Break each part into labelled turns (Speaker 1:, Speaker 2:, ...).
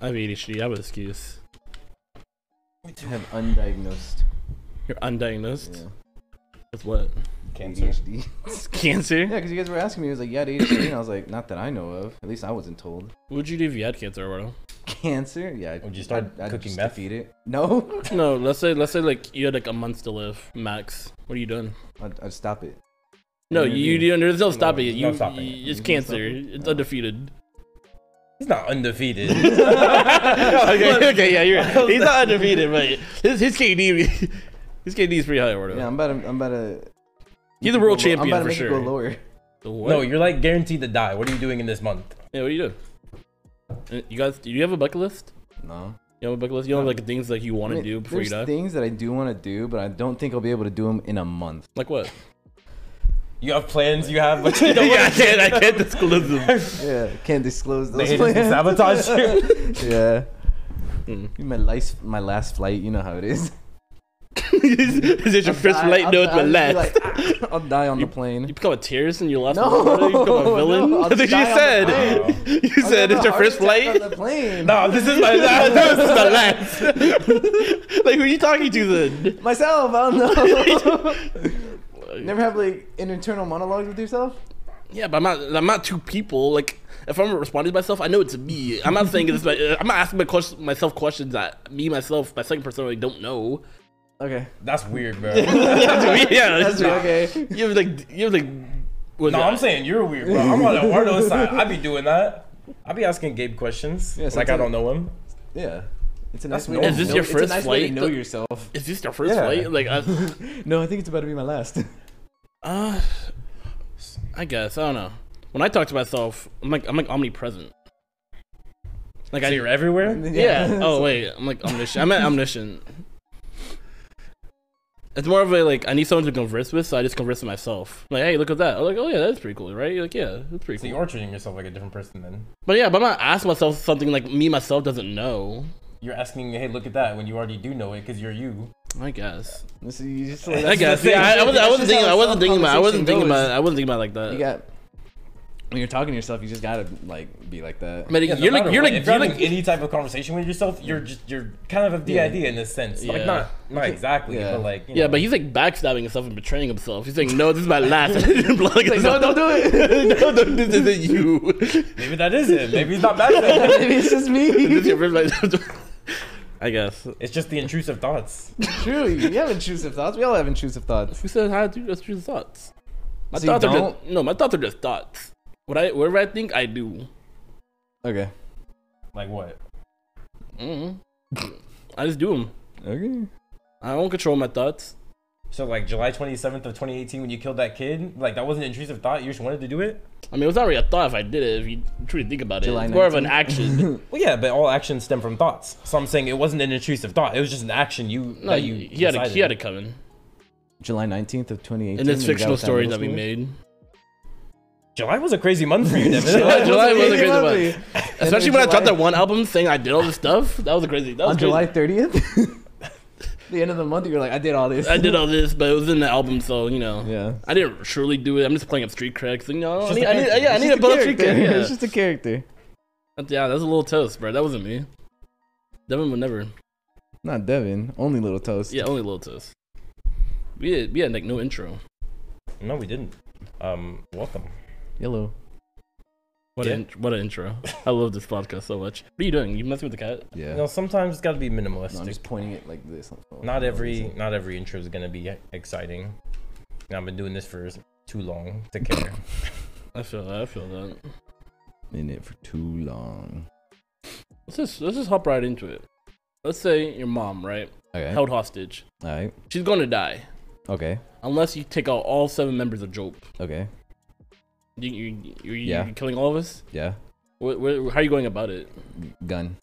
Speaker 1: I have ADHD. I have an excuse.
Speaker 2: I have undiagnosed.
Speaker 1: You're undiagnosed
Speaker 2: Yeah.
Speaker 1: with what?
Speaker 3: Cancer.
Speaker 2: ADHD.
Speaker 1: It's cancer.
Speaker 2: Yeah, because you guys were asking me, I was like, "Yeah, ADHD," and I was like, "Not that I know of. At least I wasn't told."
Speaker 1: What would you do if you had cancer, Eduardo?
Speaker 2: Cancer? Yeah. I'd-
Speaker 3: Would you start
Speaker 2: I'd, I'd
Speaker 3: cooking
Speaker 2: just
Speaker 3: meth?
Speaker 2: defeat it. No,
Speaker 1: No, let's say let's say like you had like a month to live max. What are you doing?
Speaker 2: I'd, I'd stop it.
Speaker 1: No,
Speaker 3: You're
Speaker 1: you,
Speaker 3: doing-
Speaker 1: you there's no
Speaker 3: No,
Speaker 1: stopping it.
Speaker 3: there's
Speaker 1: You,
Speaker 3: no stopping it.
Speaker 1: you- it's
Speaker 2: There's no
Speaker 1: cancer.
Speaker 2: stopping it.
Speaker 1: It's
Speaker 2: No.
Speaker 1: undefeated.
Speaker 3: He's not undefeated.
Speaker 1: okay, okay, yeah, you're right. He's not undefeated, but his his KD his KD is pretty high, Eduardo.
Speaker 2: Yeah, I'm about to. I'm about to.
Speaker 1: You're the world
Speaker 2: I'm
Speaker 1: champion
Speaker 2: about to
Speaker 1: for
Speaker 2: make it
Speaker 1: sure.
Speaker 2: go lower.
Speaker 1: The what?
Speaker 3: no, you're like guaranteed to die. What are you doing in this month?
Speaker 1: yeah, what are you doing? Uh, You guys, do you have a bucket list?
Speaker 2: No.
Speaker 1: You have a bucket list. You have like things like you want
Speaker 2: I
Speaker 1: to
Speaker 2: mean,
Speaker 1: do before you
Speaker 2: there's
Speaker 1: die.
Speaker 2: things that I do want to do, but I don't think I'll be able to do them in a month.
Speaker 1: like what?
Speaker 3: You have plans. You have, but you don't
Speaker 1: yeah, I
Speaker 3: want to.
Speaker 1: can't. I can't disclose them.
Speaker 2: Yeah, can't disclose
Speaker 3: They
Speaker 2: those
Speaker 3: just
Speaker 2: plans.
Speaker 3: sabotage you.
Speaker 2: yeah.
Speaker 1: Hmm.
Speaker 2: My last, my last flight. You know how it is.
Speaker 1: is this your first
Speaker 2: I'll-
Speaker 1: late
Speaker 2: I'll-
Speaker 1: note?
Speaker 2: I'll
Speaker 1: My
Speaker 2: be
Speaker 1: last.
Speaker 2: like, "Ah," I'll die on the plane.
Speaker 1: You become a terrorist in your last
Speaker 2: No,
Speaker 1: no, You become a
Speaker 2: no,
Speaker 1: villain?
Speaker 2: I'll
Speaker 1: That's what
Speaker 2: die
Speaker 1: you
Speaker 2: on the
Speaker 1: said.
Speaker 3: plane.
Speaker 1: You
Speaker 2: I'll
Speaker 1: said
Speaker 2: have a
Speaker 1: it's your
Speaker 2: heart
Speaker 1: first
Speaker 2: attack
Speaker 1: flight?
Speaker 2: On the plane.
Speaker 3: no, this is my
Speaker 1: this is
Speaker 3: last.
Speaker 1: the last. like, who are you talking to then?
Speaker 2: Myself, I don't know. Never have like an internal monologue with yourself.
Speaker 1: Yeah, but I'm not, I'm not two people. Like, if I'm responding to myself, I know it's me. I'm not saying this, but uh, I'm not asking my question, myself questions that me, myself, my second person, like, don't know.
Speaker 2: Okay.
Speaker 3: That's weird, bro.
Speaker 1: yeah, that's
Speaker 2: That's true, okay.
Speaker 1: You have, like, you have, like, what is
Speaker 3: No,
Speaker 1: that?
Speaker 3: I'm saying you're weird, bro. I'm on Eduardo's side. I be doing that. I be asking Gabe questions
Speaker 2: Yeah,
Speaker 3: like I
Speaker 2: sometimes-
Speaker 3: don't know him.
Speaker 2: Yeah. It's a nice
Speaker 3: That's
Speaker 2: way. to
Speaker 3: normal. Is this
Speaker 2: know-
Speaker 1: your
Speaker 2: it's
Speaker 1: first
Speaker 2: a nice way
Speaker 1: flight?
Speaker 2: to know yourself.
Speaker 1: Is this your first
Speaker 3: Yeah.
Speaker 1: flight? Like, I,
Speaker 2: No, I think it's about to be my last.
Speaker 1: Uh, I guess I don't know. When I talk to myself, I'm like I'm like omnipresent. Like
Speaker 3: So
Speaker 1: I
Speaker 3: you're everywhere.
Speaker 1: yeah. Oh wait, I'm like omniscient. I'm at omniscient. It's more of a like I need someone to converse with, so I just converse with myself. Like, hey, look at that. I'm like, oh yeah, that's pretty cool, right? You're like, yeah, that's pretty
Speaker 3: So
Speaker 1: cool.
Speaker 3: you're treating yourself like a different person then.
Speaker 1: But yeah, but I'm not asking myself something like me myself doesn't know.
Speaker 3: You're asking, hey, look at that, when you already do know it because you're you.
Speaker 1: I guess.
Speaker 2: So you just like,
Speaker 1: I guess.
Speaker 3: the
Speaker 1: Yeah, I,
Speaker 3: thing.
Speaker 1: I wasn't. I
Speaker 2: That's
Speaker 1: wasn't
Speaker 2: just
Speaker 1: thinking.
Speaker 2: how
Speaker 1: I wasn't thinking about. I wasn't thinking
Speaker 2: self-conversation
Speaker 1: about. I wasn't thinking about it like that.
Speaker 2: You got. When you're talking to yourself, you just gotta like be like that.
Speaker 1: I mean,
Speaker 3: Yeah, no
Speaker 1: you're
Speaker 3: matter
Speaker 1: like. You're
Speaker 3: what,
Speaker 1: like.
Speaker 3: if you're
Speaker 1: You're
Speaker 3: having
Speaker 1: like.
Speaker 3: any type of conversation with yourself, you're just you're kind of of the
Speaker 2: Yeah.
Speaker 3: idea in this sense.
Speaker 1: Yeah.
Speaker 3: Like not not exactly,
Speaker 2: Yeah.
Speaker 3: but like you
Speaker 1: Yeah,
Speaker 3: know.
Speaker 1: but he's like backstabbing himself and betraying himself. He's like, no, this is my last. like,
Speaker 2: Like, no, don't do it.
Speaker 1: no, no, this isn't you. this
Speaker 3: maybe that is it. Maybe he's not bad.
Speaker 2: Maybe it's just
Speaker 1: is
Speaker 2: me.
Speaker 1: your first life. I guess.
Speaker 3: it's just the intrusive thoughts.
Speaker 2: True, you have intrusive thoughts. We all have intrusive thoughts.
Speaker 1: Who said how to do just your thoughts? My
Speaker 2: So you
Speaker 1: thoughts are just
Speaker 2: don't?
Speaker 1: no. My thoughts are just thoughts. What I whatever I think, I do.
Speaker 2: Okay.
Speaker 3: Like what?
Speaker 1: mm I just do them.
Speaker 2: Okay.
Speaker 1: I don't control my thoughts.
Speaker 3: So like July twenty seventh of twenty eighteen when you killed that kid, like that wasn't an intrusive thought. You just wanted to do it.
Speaker 1: I mean, it was not really a thought if I did it. If you truly think about it,
Speaker 2: July
Speaker 1: it's more of an
Speaker 2: 19th.
Speaker 1: action.
Speaker 3: Well, yeah, but all actions stem from thoughts. So I'm saying it wasn't an intrusive thought. It was just an action you
Speaker 1: no,
Speaker 3: that
Speaker 1: you,
Speaker 3: you
Speaker 1: he had a,
Speaker 3: decided.
Speaker 1: he had it coming
Speaker 2: July 19th of 2018.
Speaker 1: in this
Speaker 2: when you got
Speaker 1: fictional
Speaker 2: with that
Speaker 1: story
Speaker 2: middle
Speaker 1: that we
Speaker 2: schooler?
Speaker 1: made.
Speaker 3: July was a crazy month for you, Devin.
Speaker 1: July- July was a
Speaker 2: Crazy
Speaker 1: crazy
Speaker 2: movie.
Speaker 1: month. Especially when I dropped that one album saying I did all this stuff. That was a crazy. That was crazy.
Speaker 2: on July 30th. the end of the month, you're like, I did all this.
Speaker 1: I did all this, but it was in the album, so you know.
Speaker 2: Yeah.
Speaker 1: I didn't truly do it. I'm just playing up street cred. 'cause, You know, I
Speaker 3: just
Speaker 1: need,
Speaker 3: a
Speaker 1: I need,
Speaker 3: character.
Speaker 1: yeah, I
Speaker 2: It's
Speaker 1: need
Speaker 2: just
Speaker 1: a bullet street cred.
Speaker 2: character.
Speaker 1: Yeah.
Speaker 2: It's just a character.
Speaker 1: That- yeah, that's a little toast, bro. That wasn't me. Devin would never.
Speaker 2: Not Devin. Only Little Toast.
Speaker 1: Yeah, only little toast. We had, we had like no intro.
Speaker 3: no, we didn't. Um, welcome.
Speaker 2: Yellow.
Speaker 1: What
Speaker 3: Yeah.
Speaker 1: an what an intro! I love this podcast so much. What are you doing? You messing with the cat?
Speaker 2: Yeah.
Speaker 3: You know, sometimes it's got to be
Speaker 2: No,
Speaker 3: minimalistic.
Speaker 2: I'm just pointing it like this. Oh,
Speaker 3: not every not every intro is gonna be exciting. And I've been doing this for too long to care.
Speaker 1: I feel that. I feel that.
Speaker 2: In it for too long.
Speaker 1: Let's just let's just hop right into it. Let's say your mom, right,
Speaker 2: Okay.
Speaker 1: held hostage.
Speaker 2: All right.
Speaker 1: She's going to die
Speaker 2: Okay.
Speaker 1: unless you take out all seven members of Job.
Speaker 2: Okay.
Speaker 1: You, you, you,
Speaker 2: Yeah.
Speaker 1: you killing all of us?
Speaker 2: Yeah.
Speaker 1: What, what, how are you going about it?
Speaker 2: G- Gun.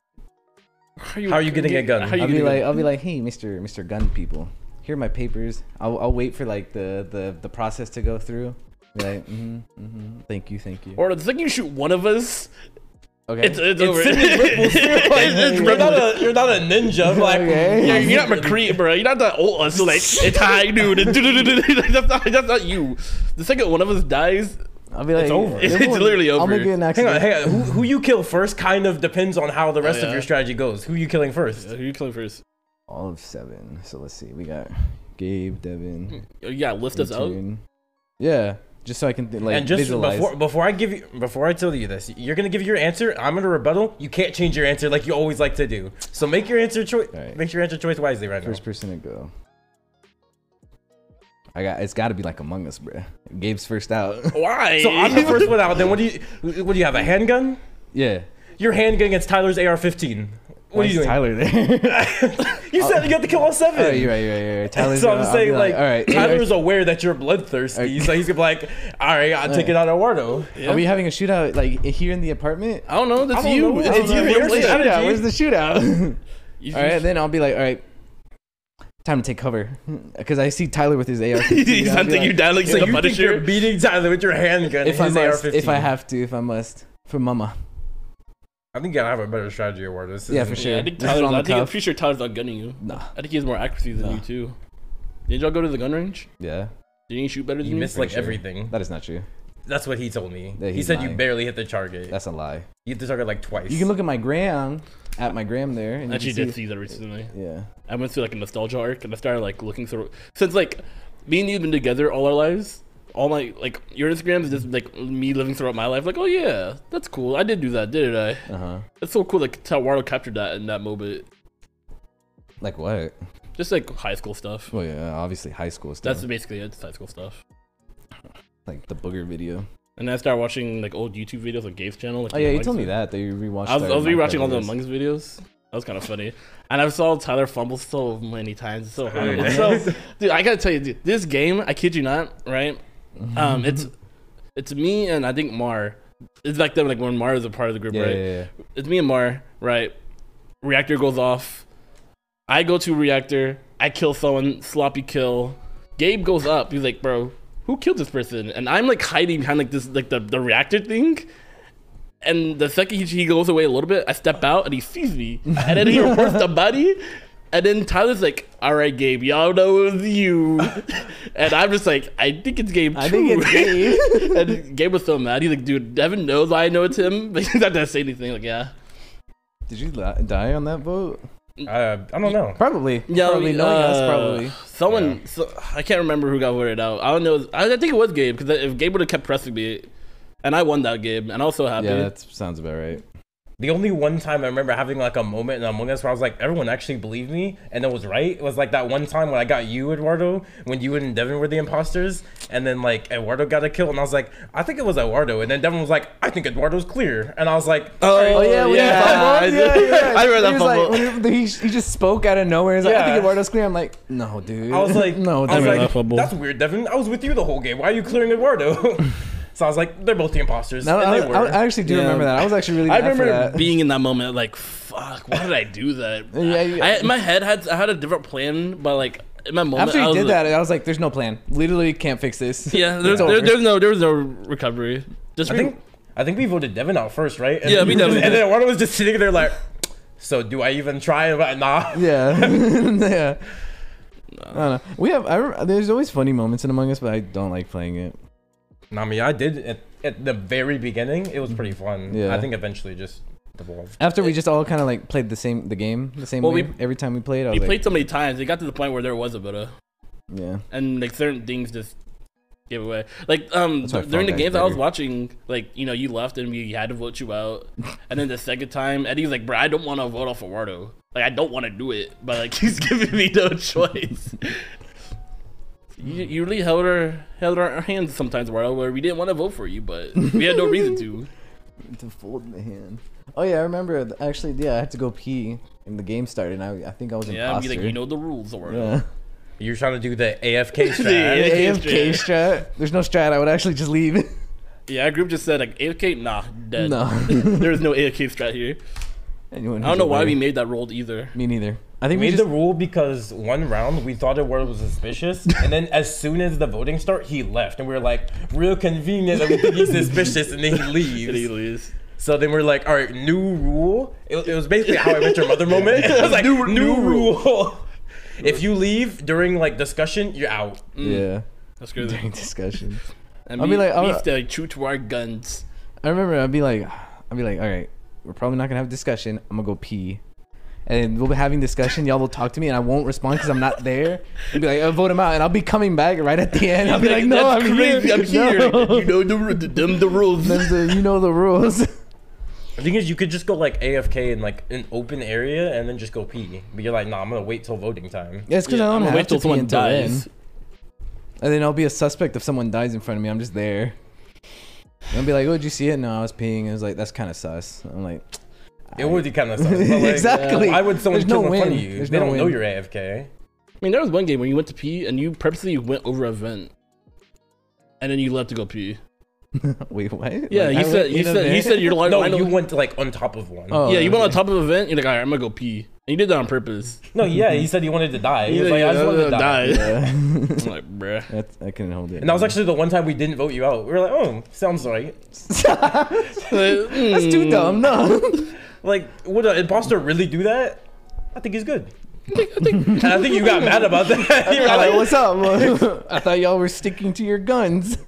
Speaker 1: How
Speaker 3: How are you getting a gun?
Speaker 1: How are you
Speaker 2: I'll be
Speaker 1: getting a-
Speaker 2: like, I'll be like, hey, Mister, Mister Gun people, here are my papers. I'll, I'll wait for like the, the the process to go through. Be like, mm-hmm, mm-hmm. thank you, thank you.
Speaker 1: Or the second you shoot one of us,
Speaker 2: Okay.
Speaker 1: it's, it's over.
Speaker 3: Sidney
Speaker 1: It's-
Speaker 3: Whitmore's
Speaker 1: it's
Speaker 3: you're not
Speaker 1: Ripple.
Speaker 3: a you're not a ninja. Like
Speaker 2: Okay.
Speaker 1: You're, you're not McCree, bro. You're not the old us. Like it's high, dude. It's that's, not, that's not you. The second one of us dies,
Speaker 2: I'll be like,
Speaker 3: over. It's
Speaker 2: everyone-
Speaker 1: literally over.
Speaker 2: I'll make it an
Speaker 3: Hang
Speaker 2: accident.
Speaker 3: on, hang on. Who, who you kill first kind of depends on how the rest of
Speaker 1: yeah.
Speaker 3: your strategy goes. Who you killing first?
Speaker 1: Who you killing first?
Speaker 2: All of seven. So let's see. We got Gabe, Devin,
Speaker 1: Yeah, lift us out.
Speaker 2: Etune. Yeah, just so I can th- like
Speaker 3: and just
Speaker 2: visualize.
Speaker 3: before before I give you before I tell you this, you're gonna give your answer. I'm gonna rebuttal. You can't change your answer like you always like to do. So make your answer choice.
Speaker 2: Alright.
Speaker 3: Make your answer choice wisely right
Speaker 2: First person to go. I got. It's got to be like Among Us, bruh. Gabe's first out.
Speaker 1: Why?
Speaker 3: now. So I'm the first one out. Then what do you what do you have? A handgun?
Speaker 2: yeah.
Speaker 3: Your handgun against Tyler's AR-15. What
Speaker 2: Why
Speaker 3: are
Speaker 2: is
Speaker 3: you doing?
Speaker 2: Tyler there.
Speaker 3: you said you got to kill all seven.
Speaker 2: oh, you're right. You're right. You're right. Tyler's.
Speaker 3: so
Speaker 2: out,
Speaker 3: I'm
Speaker 2: I'll
Speaker 3: saying
Speaker 2: be
Speaker 3: like,
Speaker 2: all right.
Speaker 3: Tyler's aware that you're bloodthirsty,
Speaker 2: Alright.
Speaker 3: so he's gonna be like, all right, I'll take it out Eduardo.
Speaker 2: Are we having a shootout like here in the apartment?
Speaker 1: I don't know.
Speaker 3: I
Speaker 1: That's
Speaker 3: don't
Speaker 1: you.
Speaker 3: know,
Speaker 1: That's
Speaker 3: I don't
Speaker 1: you.
Speaker 3: know.
Speaker 1: You're
Speaker 3: Where's the
Speaker 1: late.
Speaker 3: shootout?
Speaker 2: Yeah, Where's the shootout?
Speaker 1: You-
Speaker 2: all right, then I'll be like, all right, time to take cover, because I see Tyler with his AR.
Speaker 1: He's hunting you down like
Speaker 3: So
Speaker 1: a
Speaker 3: you think you're
Speaker 1: Punisher.
Speaker 3: beating Tyler with your handgun
Speaker 2: If I
Speaker 3: and his
Speaker 2: must,
Speaker 3: AR-15?
Speaker 2: if I have to, if I must, for Mama.
Speaker 3: I think you gotta have a better strategy, Eduardo. This
Speaker 2: Yeah,
Speaker 3: isn't-
Speaker 2: for sure.
Speaker 1: Yeah, I think
Speaker 2: This is
Speaker 1: Tyler's.
Speaker 2: on the
Speaker 1: I think I'm
Speaker 2: cuff.
Speaker 1: pretty sure Tyler's not gunning you.
Speaker 2: Nah.
Speaker 1: I think he has more accuracy than
Speaker 2: Nah.
Speaker 1: you too. Did y'all go to the gun range?
Speaker 2: Yeah,
Speaker 1: Did you shoot better than
Speaker 3: You
Speaker 1: you?
Speaker 3: missed like
Speaker 2: sure.
Speaker 3: everything.
Speaker 2: that is not true.
Speaker 3: That's what he told me.
Speaker 2: Yeah,
Speaker 3: he
Speaker 2: he's
Speaker 3: said you
Speaker 2: lying.
Speaker 3: barely hit the target.
Speaker 2: That's a lie.
Speaker 3: you hit the target like twice.
Speaker 2: You can look at my gram, at my gram there, and you
Speaker 1: Actually,
Speaker 2: can
Speaker 1: did see that recently.
Speaker 2: Yeah.
Speaker 1: I went through like a nostalgia arc, and I started like looking through since like me and you've been together all our lives. All my like your Instagram is just like me living throughout my life. Like, oh yeah, that's cool. I did do that, didn't I?
Speaker 2: Uh huh.
Speaker 1: It's so cool. Like Tawardo captured that in that moment.
Speaker 2: Like what?
Speaker 1: Just like high school stuff.
Speaker 2: Well, yeah, obviously high school stuff.
Speaker 1: That's basically it. It's high school stuff.
Speaker 2: like the booger video.
Speaker 1: And then I started watching like old YouTube videos on Gabe's channel. Like,
Speaker 2: Oh yeah, you
Speaker 1: Mike's-
Speaker 2: told me that that you rewatched.
Speaker 1: I was,
Speaker 2: our
Speaker 1: I was rewatching
Speaker 2: Minecraft
Speaker 1: all the
Speaker 2: videos.
Speaker 1: Among Us videos. That was kind of funny. And I saw Tyler fumble so many times. It's so hard.
Speaker 3: Yeah.
Speaker 1: It's so, dude, I gotta tell you, dude, this game, I kid you not, right?
Speaker 2: Mm-hmm.
Speaker 1: Um, it's it's me and I think Mar. It's back then, like when Mar was a part of the group,
Speaker 2: Yeah,
Speaker 1: right?
Speaker 2: yeah, yeah.
Speaker 1: It's me and Mar, right? Reactor goes off. I go to reactor. I kill someone. Sloppy kill. Gabe goes up. He's like, bro, who killed this person? And I'm like hiding behind like this, like the, the reactor thing. And the second he, he goes away a little bit, I step out and he sees me. And then he reports the body. And then Tyler's like, all right, Gabe, y'all know it was you. And I'm just like, I think it's Gabe
Speaker 2: I think it's Gabe.
Speaker 1: and Gabe was so mad. He's like, dude, Devin knows I know it's him, but he's not gonna say anything. Like, yeah.
Speaker 2: Did you li- die on that vote?
Speaker 3: Uh, I don't know.
Speaker 2: Probably.
Speaker 1: Yeah,
Speaker 2: probably knowing us.
Speaker 1: uh,
Speaker 2: Probably.
Speaker 1: Someone, so, I can't remember who got voted out. I don't know. I, I think it was Gabe because if Gabe would have kept pressing me, and I won that game, and I was so happy.
Speaker 2: Yeah, that sounds about right.
Speaker 3: The only one time I remember having like a moment in Among Us where I was like, everyone actually believed me and it was right. It was like that one time when I got you, Eduardo, when you and Devin were the imposters, and then like Eduardo got a kill, and I was like, I think it was Eduardo, and then Devin was like, I think Eduardo's clear, and I was like,
Speaker 1: Oh,
Speaker 2: Oh yeah,
Speaker 1: yeah,
Speaker 2: we
Speaker 1: yeah, I
Speaker 2: yeah,
Speaker 1: did.
Speaker 2: yeah.
Speaker 1: I remember
Speaker 2: He
Speaker 1: that
Speaker 2: was
Speaker 1: fumble.
Speaker 2: Like, when he, he just spoke out of nowhere. He's like, I
Speaker 3: Yeah.
Speaker 2: think Eduardo's clear. I'm like, no, dude.
Speaker 3: I was like,
Speaker 2: no,
Speaker 3: I was
Speaker 2: dude.
Speaker 1: Devin.
Speaker 3: like,
Speaker 1: Fumble.
Speaker 3: that's weird, Devin. I was with you the whole game. Why are you clearing Eduardo? so I was like, they're both the imposters,
Speaker 2: No,
Speaker 3: and
Speaker 2: I,
Speaker 3: they were.
Speaker 2: I, I actually do
Speaker 1: Yeah.
Speaker 2: remember that. I was actually really.
Speaker 1: I
Speaker 2: mad for
Speaker 1: remember
Speaker 2: that.
Speaker 1: being in that moment, like, fuck, why did I do that?
Speaker 2: Yeah, yeah.
Speaker 1: I, my head had I had a different plan, but like in my moment,
Speaker 2: After
Speaker 1: I
Speaker 2: he
Speaker 1: was
Speaker 2: did
Speaker 1: like-
Speaker 2: that, I was like, "There's no plan. Literally, can't fix this."
Speaker 1: Yeah, there's,
Speaker 2: It's
Speaker 1: there,
Speaker 2: over.
Speaker 1: there's no there was no recovery. Just
Speaker 3: I
Speaker 1: re-
Speaker 3: think I think we voted Devin out first, right? And
Speaker 1: Yeah,
Speaker 3: then
Speaker 1: we
Speaker 3: you were just-
Speaker 1: definitely
Speaker 3: And then Eduardo was just sitting there like, so do I even try? But nah.
Speaker 2: Yeah, yeah. I don't know. We have. I, rem- there's always funny moments in Among Us, but I don't like playing it.
Speaker 3: Nah, I mean, I did at, at the very beginning. It was pretty fun.
Speaker 2: Yeah.
Speaker 3: I think eventually just devolved.
Speaker 2: After we just all kind of like played the same the game the same
Speaker 1: Well,
Speaker 2: way
Speaker 1: we-
Speaker 2: every time we played. I was
Speaker 1: we
Speaker 2: like,
Speaker 1: played so many times, it got to the point where there was a better.
Speaker 2: yeah.
Speaker 1: and like certain things just give away. Like um
Speaker 2: That's why I
Speaker 1: during the
Speaker 2: found that
Speaker 1: games I was
Speaker 2: better.
Speaker 1: watching, like you know you left and we had to vote you out, and then the second time Eddie's like, "Bro, I don't want to vote off Eduardo. Like I don't want to do it, but like he's giving me no choice." You, you really held our held our hands sometimes, Eduardo, where we didn't want to vote for you, but we had no reason to.
Speaker 2: To fold the hand. Oh yeah, I remember. th- Actually, yeah, I had to go pee, and the game started. And I, I think I was
Speaker 1: Yeah, I'd be
Speaker 2: imposter.
Speaker 1: like, you know the rules, Eduardo.
Speaker 2: yeah.
Speaker 3: You're trying to do the AFK
Speaker 1: Yeah.
Speaker 3: strat.
Speaker 1: AFK
Speaker 2: AFK strat. There's no strat. I would actually just leave.
Speaker 1: Yeah, our group just said like AFK, nah, dead.
Speaker 2: No.
Speaker 1: there is no AFK strat here.
Speaker 2: Anyone
Speaker 1: I
Speaker 2: who's
Speaker 1: don't know why
Speaker 2: aware.
Speaker 1: we made that rule either.
Speaker 2: Me neither. I think
Speaker 3: We
Speaker 2: we,
Speaker 3: made
Speaker 2: just
Speaker 3: the rule because one round we thought Eduardo was suspicious, and then as soon as the voting start, he left, and we were like, real convenient that we think he's suspicious, and then he
Speaker 1: It
Speaker 3: leaves.
Speaker 1: is.
Speaker 3: So then we're like, all right, new rule. It, it was basically how I met your mother moment. It was like new, rule. if you leave during like discussion, you're out.
Speaker 2: yeah
Speaker 1: Mm. That's crazy.
Speaker 2: during discussion.
Speaker 1: And
Speaker 2: I'll
Speaker 1: we,
Speaker 2: be like, "Oh,
Speaker 1: we
Speaker 2: I'll-
Speaker 1: have to like, true to our guns.
Speaker 2: I remember I'd be like, I'd be like, all right, we're probably not gonna have a discussion. I'm gonna go pee, and we'll be having discussion. Y'all will talk to me, and I won't respond because I'm not there. And be like, I'll vote him out, and I'll be coming back right at the end. I'll be like, no,
Speaker 1: that's
Speaker 2: I'm
Speaker 1: crazy.
Speaker 2: here.
Speaker 1: I'm here.
Speaker 2: No.
Speaker 1: You know the, ru- the, them the rules.
Speaker 2: That's the- you know the rules.
Speaker 3: The thing is, you could just go like AFK in like an open area and then just go pee. But you're like, nah, I'm gonna wait till voting time.
Speaker 2: It's because
Speaker 1: Yeah,
Speaker 2: I
Speaker 1: I'm
Speaker 2: don't
Speaker 1: gonna
Speaker 2: have
Speaker 1: wait till
Speaker 2: to pee
Speaker 1: someone
Speaker 2: until
Speaker 1: dies.
Speaker 2: then. And then I'll be a suspect if someone dies in front of me. I'm just there. And I'll be like, oh, did you see it? No, I was peeing. It was like, that's kind of sus. I'm like,
Speaker 3: It would be kind of sus. but, Like,
Speaker 2: Exactly.
Speaker 3: Why would someone
Speaker 2: There's
Speaker 3: kill
Speaker 2: no
Speaker 3: in front
Speaker 2: win.
Speaker 3: of you?
Speaker 2: There's
Speaker 3: they
Speaker 2: no
Speaker 3: don't know
Speaker 2: win.
Speaker 3: you're AFK.
Speaker 1: I mean, there was one game where you went to pee and you purposely went over a vent, and then you left to go pee.
Speaker 2: wait, what?
Speaker 1: Yeah,
Speaker 2: Like, I
Speaker 1: you said you
Speaker 2: went in a
Speaker 1: said you
Speaker 2: van?
Speaker 1: said you're like
Speaker 3: No,
Speaker 1: I know-
Speaker 3: you went like on top of one.
Speaker 2: Oh,
Speaker 1: yeah, you went on
Speaker 2: okay.
Speaker 1: top of an event. You're like, all right, I'm gonna go pee, and you did that on purpose.
Speaker 3: No, yeah, he said he wanted to die. He
Speaker 1: You
Speaker 3: was
Speaker 1: did-
Speaker 3: like, I just wanted to
Speaker 1: uh,
Speaker 3: die.
Speaker 2: Yeah.
Speaker 1: I'm like, bruh.
Speaker 2: That's, I couldn't hold it.
Speaker 3: And that was actually the one time we didn't vote you out. We were like, oh, sounds right.
Speaker 2: That's
Speaker 1: Mm.
Speaker 2: too dumb. No.
Speaker 3: Like, would an imposter really do that? I think he's good. and I think you got mad about that. You were
Speaker 2: I'm like,
Speaker 3: like,
Speaker 2: what's up? I thought y'all were sticking to your guns.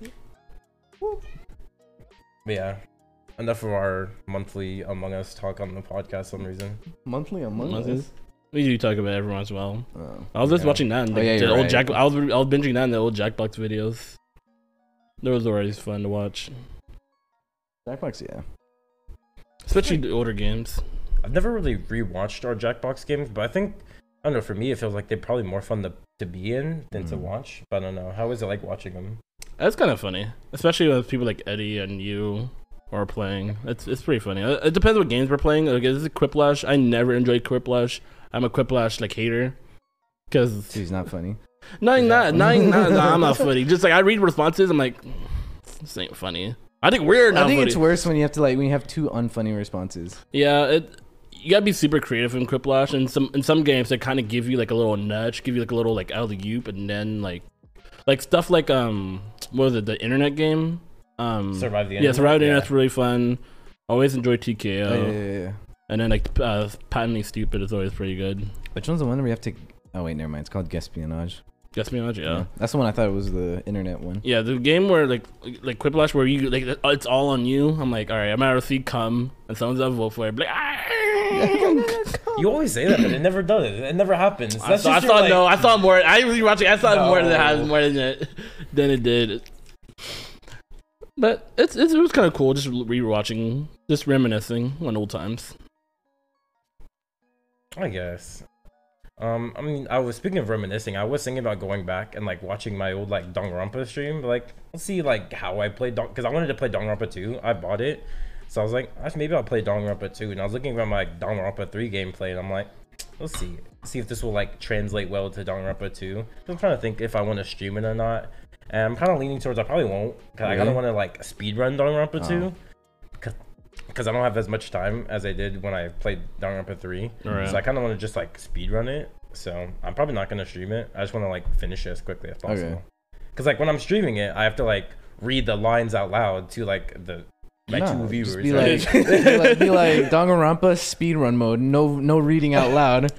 Speaker 3: But yeah. Enough of our monthly Among Us talk on the podcast. Some reason.
Speaker 2: Monthly Among
Speaker 1: Among
Speaker 2: Us.
Speaker 1: Us? We do talk about everyone as well.
Speaker 2: Oh.
Speaker 1: I was just
Speaker 3: Yeah.
Speaker 1: watching that. And
Speaker 2: Oh,
Speaker 1: the,
Speaker 2: yeah,
Speaker 1: the
Speaker 2: you're
Speaker 1: old
Speaker 2: right.
Speaker 1: Jack. I was I was binging that and the old Jackbox videos. Those were always fun to watch,
Speaker 2: Jackbox, yeah.
Speaker 1: especially the older games.
Speaker 3: I've never really rewatched our Jackbox games, but I think I don't know. For me, it feels like they're probably more fun to, to be in than to
Speaker 2: Mm.
Speaker 3: watch. But I don't know. How is it like watching them?
Speaker 1: That's kind of funny, especially with people like Eddie and you are playing. It's it's pretty funny. Uh, It depends what games we're playing. Like, this is Quiplash. I never enjoyed Quiplash. I'm a Quiplash like hater. Cause
Speaker 2: She's not funny.
Speaker 1: no,
Speaker 3: Is
Speaker 1: not
Speaker 3: that
Speaker 1: no,
Speaker 2: funny?
Speaker 1: no, no, I'm not funny. Just like I read responses, I'm like, this ain't funny. I think we're not
Speaker 2: I think
Speaker 1: funny.
Speaker 2: it's worse when you have to like when you have two unfunny responses.
Speaker 1: Yeah, it, you gotta be super creative in Quiplash, and some in some games they kind of give you like a little nudge, give you like a little like out of the goop, and then like like stuff like um what was it the internet game um
Speaker 3: Survive the
Speaker 1: yeah
Speaker 3: Internet?
Speaker 1: survive the
Speaker 3: Yeah.
Speaker 1: internet's really fun. Always enjoy TKO,
Speaker 2: Oh, yeah, yeah, yeah.
Speaker 1: and then like uh, patently stupid is always pretty good.
Speaker 2: Which one's the one where you have to? Oh wait, never mind. It's called Gespionage.
Speaker 1: Guess me, yeah. yeah.
Speaker 2: that's the one I thought was the internet one.
Speaker 1: Yeah, the game where like like Quiplash, where you like it's all on you. I'm like, all right, I'm out of see come, and someone's out of vote for it. Like, "Ah."
Speaker 3: You always say that, but it never does. It never happens.
Speaker 1: I
Speaker 3: That's
Speaker 1: saw, I
Speaker 3: just your,
Speaker 1: saw
Speaker 3: like-
Speaker 1: no, I saw more. I was watching. I saw more than it has
Speaker 3: No.
Speaker 1: more than it than it did. But it's, it's it was kind of cool just rewatching, just reminiscing on old times.
Speaker 3: I guess. Um, I mean, I was speaking of reminiscing. I was thinking about going back and like watching my old like Danganronpa stream. but, Like, let's see like how I played Don because I wanted to play Danganronpa 2. I bought it, so I was like, "Ah, maybe I'll play Danganronpa 2. And I was looking at my Danganronpa 3 gameplay, and I'm like, let's see, see if this will like translate well to Danganronpa 2. I'm trying to think if I want to stream it or not, and I'm kind of leaning towards I probably won't because I kind
Speaker 2: Really?
Speaker 3: of want to like speedrun Danganronpa
Speaker 2: Oh.
Speaker 3: 2 because because I don't have as much time as I did when I played Danganronpa 3.
Speaker 1: Right.
Speaker 3: So I kind of want to just like speedrun it. So I'm probably not gonna stream it. I just want to like finish it as quickly as
Speaker 2: Okay.
Speaker 3: possible. Because like when I'm streaming it, I have to like read the lines out loud to like the my
Speaker 2: Nah,
Speaker 3: two viewers.
Speaker 2: Just be
Speaker 3: right?
Speaker 2: like, be like, be like Danganronpa speedrun mode. No, no reading out loud.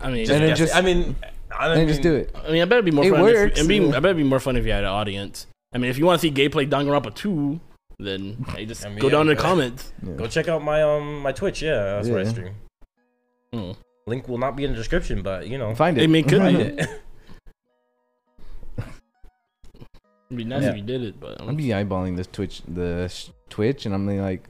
Speaker 1: I mean,
Speaker 3: Just
Speaker 2: And then
Speaker 3: guess-
Speaker 2: just-
Speaker 3: I mean, I don't
Speaker 2: And just
Speaker 3: mean-
Speaker 2: do it.
Speaker 1: I mean, I better be more
Speaker 2: It
Speaker 1: fun.
Speaker 2: works.
Speaker 1: If, and be, I better be more fun if you had an audience. I mean, if you want to see gay play Danganronpa two, then hey, just
Speaker 3: I mean,
Speaker 1: go down
Speaker 3: yeah,
Speaker 1: to the
Speaker 3: but-
Speaker 1: comments.
Speaker 3: Go check out my um my Twitch. Yeah, that's where I
Speaker 2: Yeah.
Speaker 3: stream.
Speaker 1: Mm.
Speaker 3: Link will not be in the description, but you know,
Speaker 2: Find it.
Speaker 1: They mean, could
Speaker 3: find
Speaker 1: be.
Speaker 3: it.
Speaker 1: It'd be nice
Speaker 3: Yeah.
Speaker 1: if you did it, but
Speaker 2: I'll be eyeballing this Twitch, the sh- Twitch, and I'm like,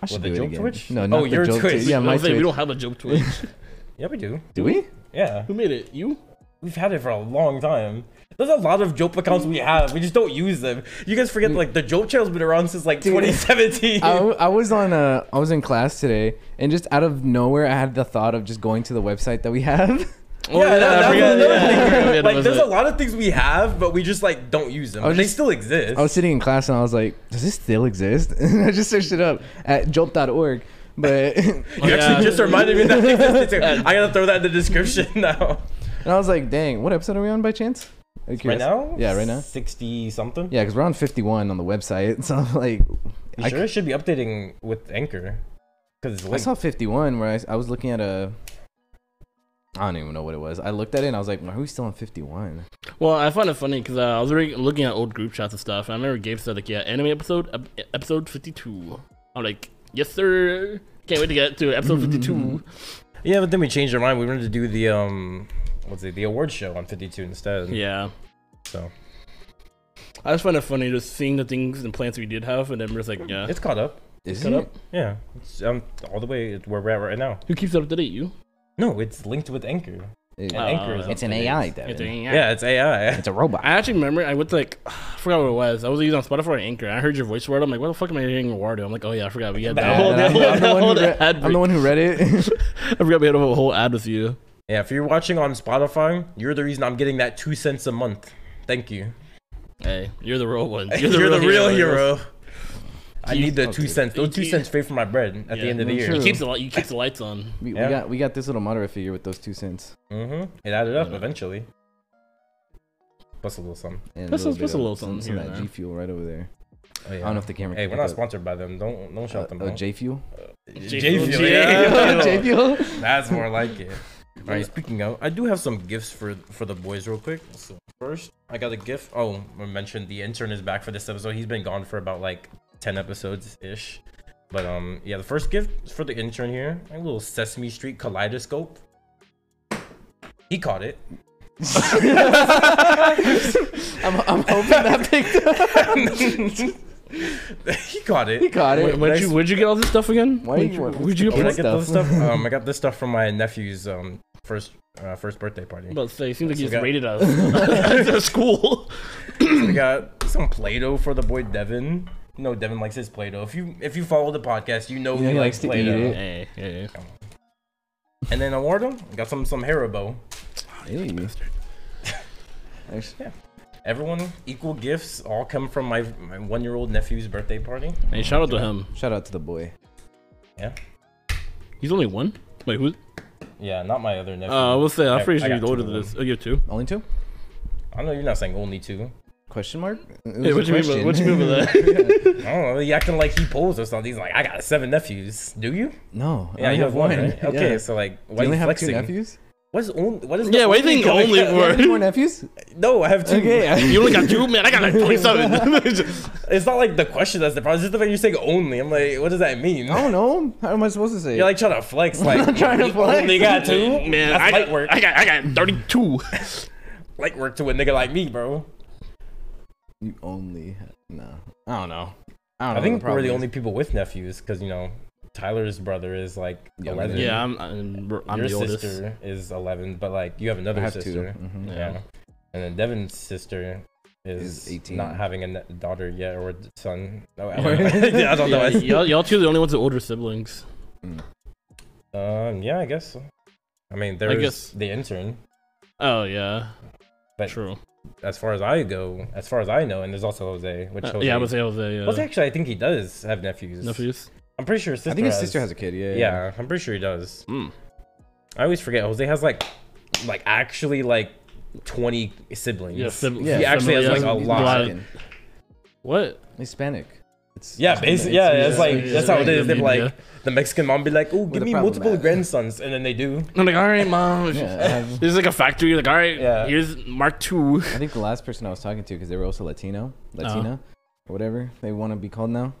Speaker 2: I should
Speaker 3: the
Speaker 2: do it
Speaker 3: joke
Speaker 2: again.
Speaker 3: Twitch?
Speaker 2: No,
Speaker 3: Oh,
Speaker 2: not the
Speaker 3: your
Speaker 2: joke
Speaker 3: Twitch.
Speaker 2: Twitch. Yeah,
Speaker 1: I
Speaker 2: my
Speaker 1: was like,
Speaker 2: Twitch.
Speaker 1: we don't have a joke Twitch.
Speaker 3: yeah, we do.
Speaker 2: Do we?
Speaker 3: Yeah,
Speaker 1: Who made it? You?
Speaker 3: we've had it for a long time. There's a lot of joke accounts we have. We just don't use them. You guys forget like the joke channel's been around since like
Speaker 2: Dude.
Speaker 3: 2017.
Speaker 2: I, w- I was on uh, I was in class today, and just out of nowhere, I had the thought of just going to the website that we have.
Speaker 1: Oh,
Speaker 3: yeah, that,
Speaker 1: I
Speaker 3: that was
Speaker 1: forgot-
Speaker 3: another
Speaker 1: yeah, I forgot
Speaker 3: thing.
Speaker 1: it
Speaker 3: Like,
Speaker 1: was
Speaker 3: there's
Speaker 1: it.
Speaker 3: a lot of things we have, but we just like don't use them.
Speaker 2: I
Speaker 3: But
Speaker 2: was
Speaker 3: they
Speaker 2: just-
Speaker 3: still exist.
Speaker 2: I was sitting in class, and I was like, does this still exist? And I just searched it up at jolt.org. But and
Speaker 3: you
Speaker 1: Yeah.
Speaker 3: actually just reminded me that they existed too. I gotta throw that in the description now.
Speaker 2: I was like, dang, what episode are we on by chance? Out of
Speaker 3: Right
Speaker 2: curiosity.
Speaker 3: now?
Speaker 2: Yeah, right now.
Speaker 3: Sixty something.
Speaker 2: Yeah, because we're on 51 on the website, so I'm like,
Speaker 3: You
Speaker 2: I
Speaker 3: sure it should be updating with Anchor because it's
Speaker 2: I
Speaker 3: linked.
Speaker 2: saw 51 where I, I was looking at a I don't even know what it was. I looked at it and I was like, why are we still on 51?
Speaker 1: Well, I find it funny because uh, I was re- looking at old group chats and stuff, and I remember Gabe said like, "Yeah, anime episode, ep- episode 52." I'm like, "Yes, sir! Can't wait to get to episode 52."
Speaker 3: Yeah, but then we changed our mind. We wanted to do the um, what's it, the award show on 52 instead.
Speaker 1: yeah,
Speaker 3: Mm. So
Speaker 1: I just find it funny just seeing the things and plans we did have, and then we're just like, "Yeah,
Speaker 3: it's caught up.
Speaker 2: Is
Speaker 1: Shut
Speaker 2: it?
Speaker 1: up.
Speaker 3: Yeah, it's um, all the way where we're at right now.
Speaker 1: who keeps it up to date? You?
Speaker 3: No, it's linked with Anchor.
Speaker 2: It-
Speaker 3: And Anchor is
Speaker 1: Uh,
Speaker 3: up
Speaker 2: it's an
Speaker 3: to date.
Speaker 2: AI, Devin.
Speaker 1: It's
Speaker 2: It's,
Speaker 1: a-
Speaker 3: Yeah, it's AI.
Speaker 2: a robot.
Speaker 1: I actually remember I went to like I forgot what it was. I was using on Spotify or Anchor. And I heard your voice word. I'm like, what the fuck am I hearing Wardo? I'm like, oh yeah, I forgot we had that
Speaker 3: That
Speaker 1: whole,
Speaker 3: one.
Speaker 1: that
Speaker 2: I'm,
Speaker 1: whole,
Speaker 2: I'm
Speaker 1: that whole
Speaker 2: the one who read,
Speaker 1: ad.
Speaker 2: I'm the
Speaker 1: break.
Speaker 2: one who read it.
Speaker 1: I forgot we had a whole ad with you.
Speaker 3: Yeah, if you're watching on Spotify, you're the reason I'm getting that two cents a month. Thank you.
Speaker 1: Hey, you're the real one.
Speaker 3: You're, the, real hero. I
Speaker 1: You-
Speaker 3: need the two
Speaker 2: okay.
Speaker 3: cents. Those two
Speaker 1: You-
Speaker 3: cents pay for my bread at
Speaker 1: Yeah.
Speaker 3: the end of the
Speaker 2: That's
Speaker 3: year.
Speaker 1: You
Speaker 2: true.
Speaker 1: keeps the light. You keeps the lights on.
Speaker 2: we, we
Speaker 3: Yeah.
Speaker 2: got we got this little moderate figure with those two cents.
Speaker 3: hmm It added up
Speaker 1: Yeah.
Speaker 3: eventually. Plus a little something.
Speaker 2: And
Speaker 1: That's-
Speaker 2: bit
Speaker 1: that's a
Speaker 2: of
Speaker 1: little
Speaker 2: some,
Speaker 1: something
Speaker 2: some
Speaker 1: here
Speaker 2: of that
Speaker 1: and
Speaker 2: G Fuel right over there.
Speaker 3: Oh, yeah.
Speaker 2: I don't know if the camera.
Speaker 3: Hey,
Speaker 2: can
Speaker 3: we're
Speaker 2: pick up.
Speaker 3: not sponsored by them. Don't don't shout them
Speaker 2: Uh, oh,
Speaker 3: out.
Speaker 2: J Fuel.
Speaker 1: J
Speaker 3: J
Speaker 1: Fuel,
Speaker 3: Fuel,
Speaker 1: yeah.
Speaker 3: yeah.
Speaker 2: J Fuel.
Speaker 3: That's more like it. All right, speaking of, I do have some gifts for for the boys real quick. So first, I got a gift. Oh, I mentioned the intern is back for this episode. He's been gone for about like ten episodes ish. But um, yeah, the first gift is for the intern here. A little Sesame Street kaleidoscope. He caught it.
Speaker 2: I'm, I'm hoping that picked up.
Speaker 3: he caught
Speaker 2: He
Speaker 3: it.
Speaker 2: caught it.
Speaker 1: Wait, where'd you where'd you get all this stuff again?
Speaker 2: Why
Speaker 1: Where'd
Speaker 2: you
Speaker 1: you,
Speaker 2: want-
Speaker 1: where'd you
Speaker 2: Oh,
Speaker 1: get
Speaker 3: Where'd I
Speaker 1: this
Speaker 3: get
Speaker 1: stuff?
Speaker 3: this stuff? um, I got this stuff from my nephew's um first uh, first birthday party.
Speaker 1: I'm about to say, it seems like
Speaker 3: So
Speaker 1: you
Speaker 3: we
Speaker 1: just
Speaker 3: got-
Speaker 1: rated us at the school.
Speaker 3: We got some Play-Doh for the boy Devin. You know Devin likes his Play-Doh. If you if you follow the podcast, you know
Speaker 2: Yeah,
Speaker 3: he,
Speaker 2: he
Speaker 3: likes
Speaker 2: likes to
Speaker 3: Play-Doh.
Speaker 2: eat it.
Speaker 1: Hey, hey,
Speaker 3: And then Eduardo got some some Haribo.
Speaker 2: Hey. Actually,
Speaker 3: Everyone equal gifts all come from my, my one year old nephew's birthday party.
Speaker 1: hey! Shout out to him.
Speaker 2: Shout out to the boy.
Speaker 3: Yeah,
Speaker 1: He's only one. Wait, who?
Speaker 3: yeah, not my other nephew.
Speaker 1: Uh, I will say, I'm
Speaker 3: I-
Speaker 1: pretty
Speaker 3: I
Speaker 1: sure
Speaker 3: got
Speaker 1: he's older
Speaker 3: two
Speaker 1: than
Speaker 3: of
Speaker 1: this. Oh, you have two.
Speaker 2: Only two?
Speaker 3: I know you're not saying only two.
Speaker 2: Question mark? It was
Speaker 1: Hey,
Speaker 2: a
Speaker 1: what you mean? by- What you
Speaker 2: question.
Speaker 1: mean by that?
Speaker 3: I don't know. He acting like he pulls or something. He's like, I got seven nephews. Do you?
Speaker 2: No. I
Speaker 3: Yeah, you have one. right?
Speaker 2: Yeah.
Speaker 3: Okay, so like,
Speaker 2: Do
Speaker 3: why
Speaker 2: you
Speaker 3: you
Speaker 2: only have
Speaker 3: flexing?
Speaker 2: two nephews?
Speaker 3: What is only? What is?
Speaker 1: Yeah,
Speaker 3: the
Speaker 1: why do you think
Speaker 3: color?
Speaker 1: only
Speaker 2: You have
Speaker 1: Word.
Speaker 2: two more nephews?
Speaker 3: No, I have two.
Speaker 2: Okay.
Speaker 1: You only got two, man. I got like 27.
Speaker 3: It's not like the question that's the problem. It's just the fact you're saying only. I'm like, what does that mean?
Speaker 2: I don't know. How am I supposed to say?
Speaker 3: You're like trying to flex, like
Speaker 2: trying to
Speaker 3: you
Speaker 2: flex.
Speaker 3: Only got two,
Speaker 1: man,
Speaker 3: That's
Speaker 1: I,
Speaker 3: light work,
Speaker 1: I got I got 32.
Speaker 3: light work to a nigga like me, bro.
Speaker 2: you only have... No. I don't know. I don't know.
Speaker 3: I think we're the only people with nephews because you know Tyler's brother is like
Speaker 2: Yeah,
Speaker 3: eleven.
Speaker 1: yeah, I'm I'm, I'm
Speaker 3: your
Speaker 1: the oldest.
Speaker 3: sister is eleven, but like you have another
Speaker 2: I have
Speaker 3: sister.
Speaker 2: 2 Mhm.
Speaker 1: Yeah.
Speaker 3: Yeah. and then Devin's sister is,
Speaker 2: Is 18.
Speaker 3: not having a ne- daughter yet or son. No, I
Speaker 2: Yeah.
Speaker 3: don't know. I don't know.
Speaker 1: Yeah, y'all, y'all two are the only ones with older siblings.
Speaker 3: Um, yeah, I guess. so. I mean, there's
Speaker 1: guess-
Speaker 3: the intern.
Speaker 1: Oh yeah,
Speaker 3: But-
Speaker 1: true.
Speaker 3: As far as I go, as far as I know, and there's also Jose. Which
Speaker 1: Uh,
Speaker 3: Jose,
Speaker 1: yeah, I would say I was a uh,
Speaker 3: Jose actually, I think he does have nephews.
Speaker 1: nephews.
Speaker 3: I'm pretty sure his sister.
Speaker 2: I think his sister has a kid. Yeah.
Speaker 3: Yeah, I'm pretty sure he does.
Speaker 1: Mm.
Speaker 3: I always forget Jose has like, like actually like twenty siblings.
Speaker 1: Yeah, sib-
Speaker 2: Yeah.
Speaker 3: He actually has,
Speaker 1: sibling-
Speaker 3: like,
Speaker 1: yeah, sibling-
Speaker 3: a lot.
Speaker 1: yeah.
Speaker 2: Mexican.
Speaker 1: What?
Speaker 2: Hispanic. It's
Speaker 3: Yeah, basically, yeah,
Speaker 1: it's-
Speaker 3: it's like
Speaker 1: it's-
Speaker 3: that's how it is. They're
Speaker 1: yeah.
Speaker 3: like the Mexican mom be like, "Oh, give
Speaker 2: a
Speaker 3: me
Speaker 2: problem
Speaker 3: multiple
Speaker 2: at."
Speaker 3: grandsons," and then they do.
Speaker 1: I'm like, all right, mom.
Speaker 2: Yeah, I, have-
Speaker 1: This is like a factory. Like, all right,
Speaker 3: Yeah.
Speaker 1: here's Mark Two.
Speaker 2: I think the last person I was talking to, because they were also Latino,
Speaker 3: Uh-huh.
Speaker 2: Latina, or whatever they want to be called now,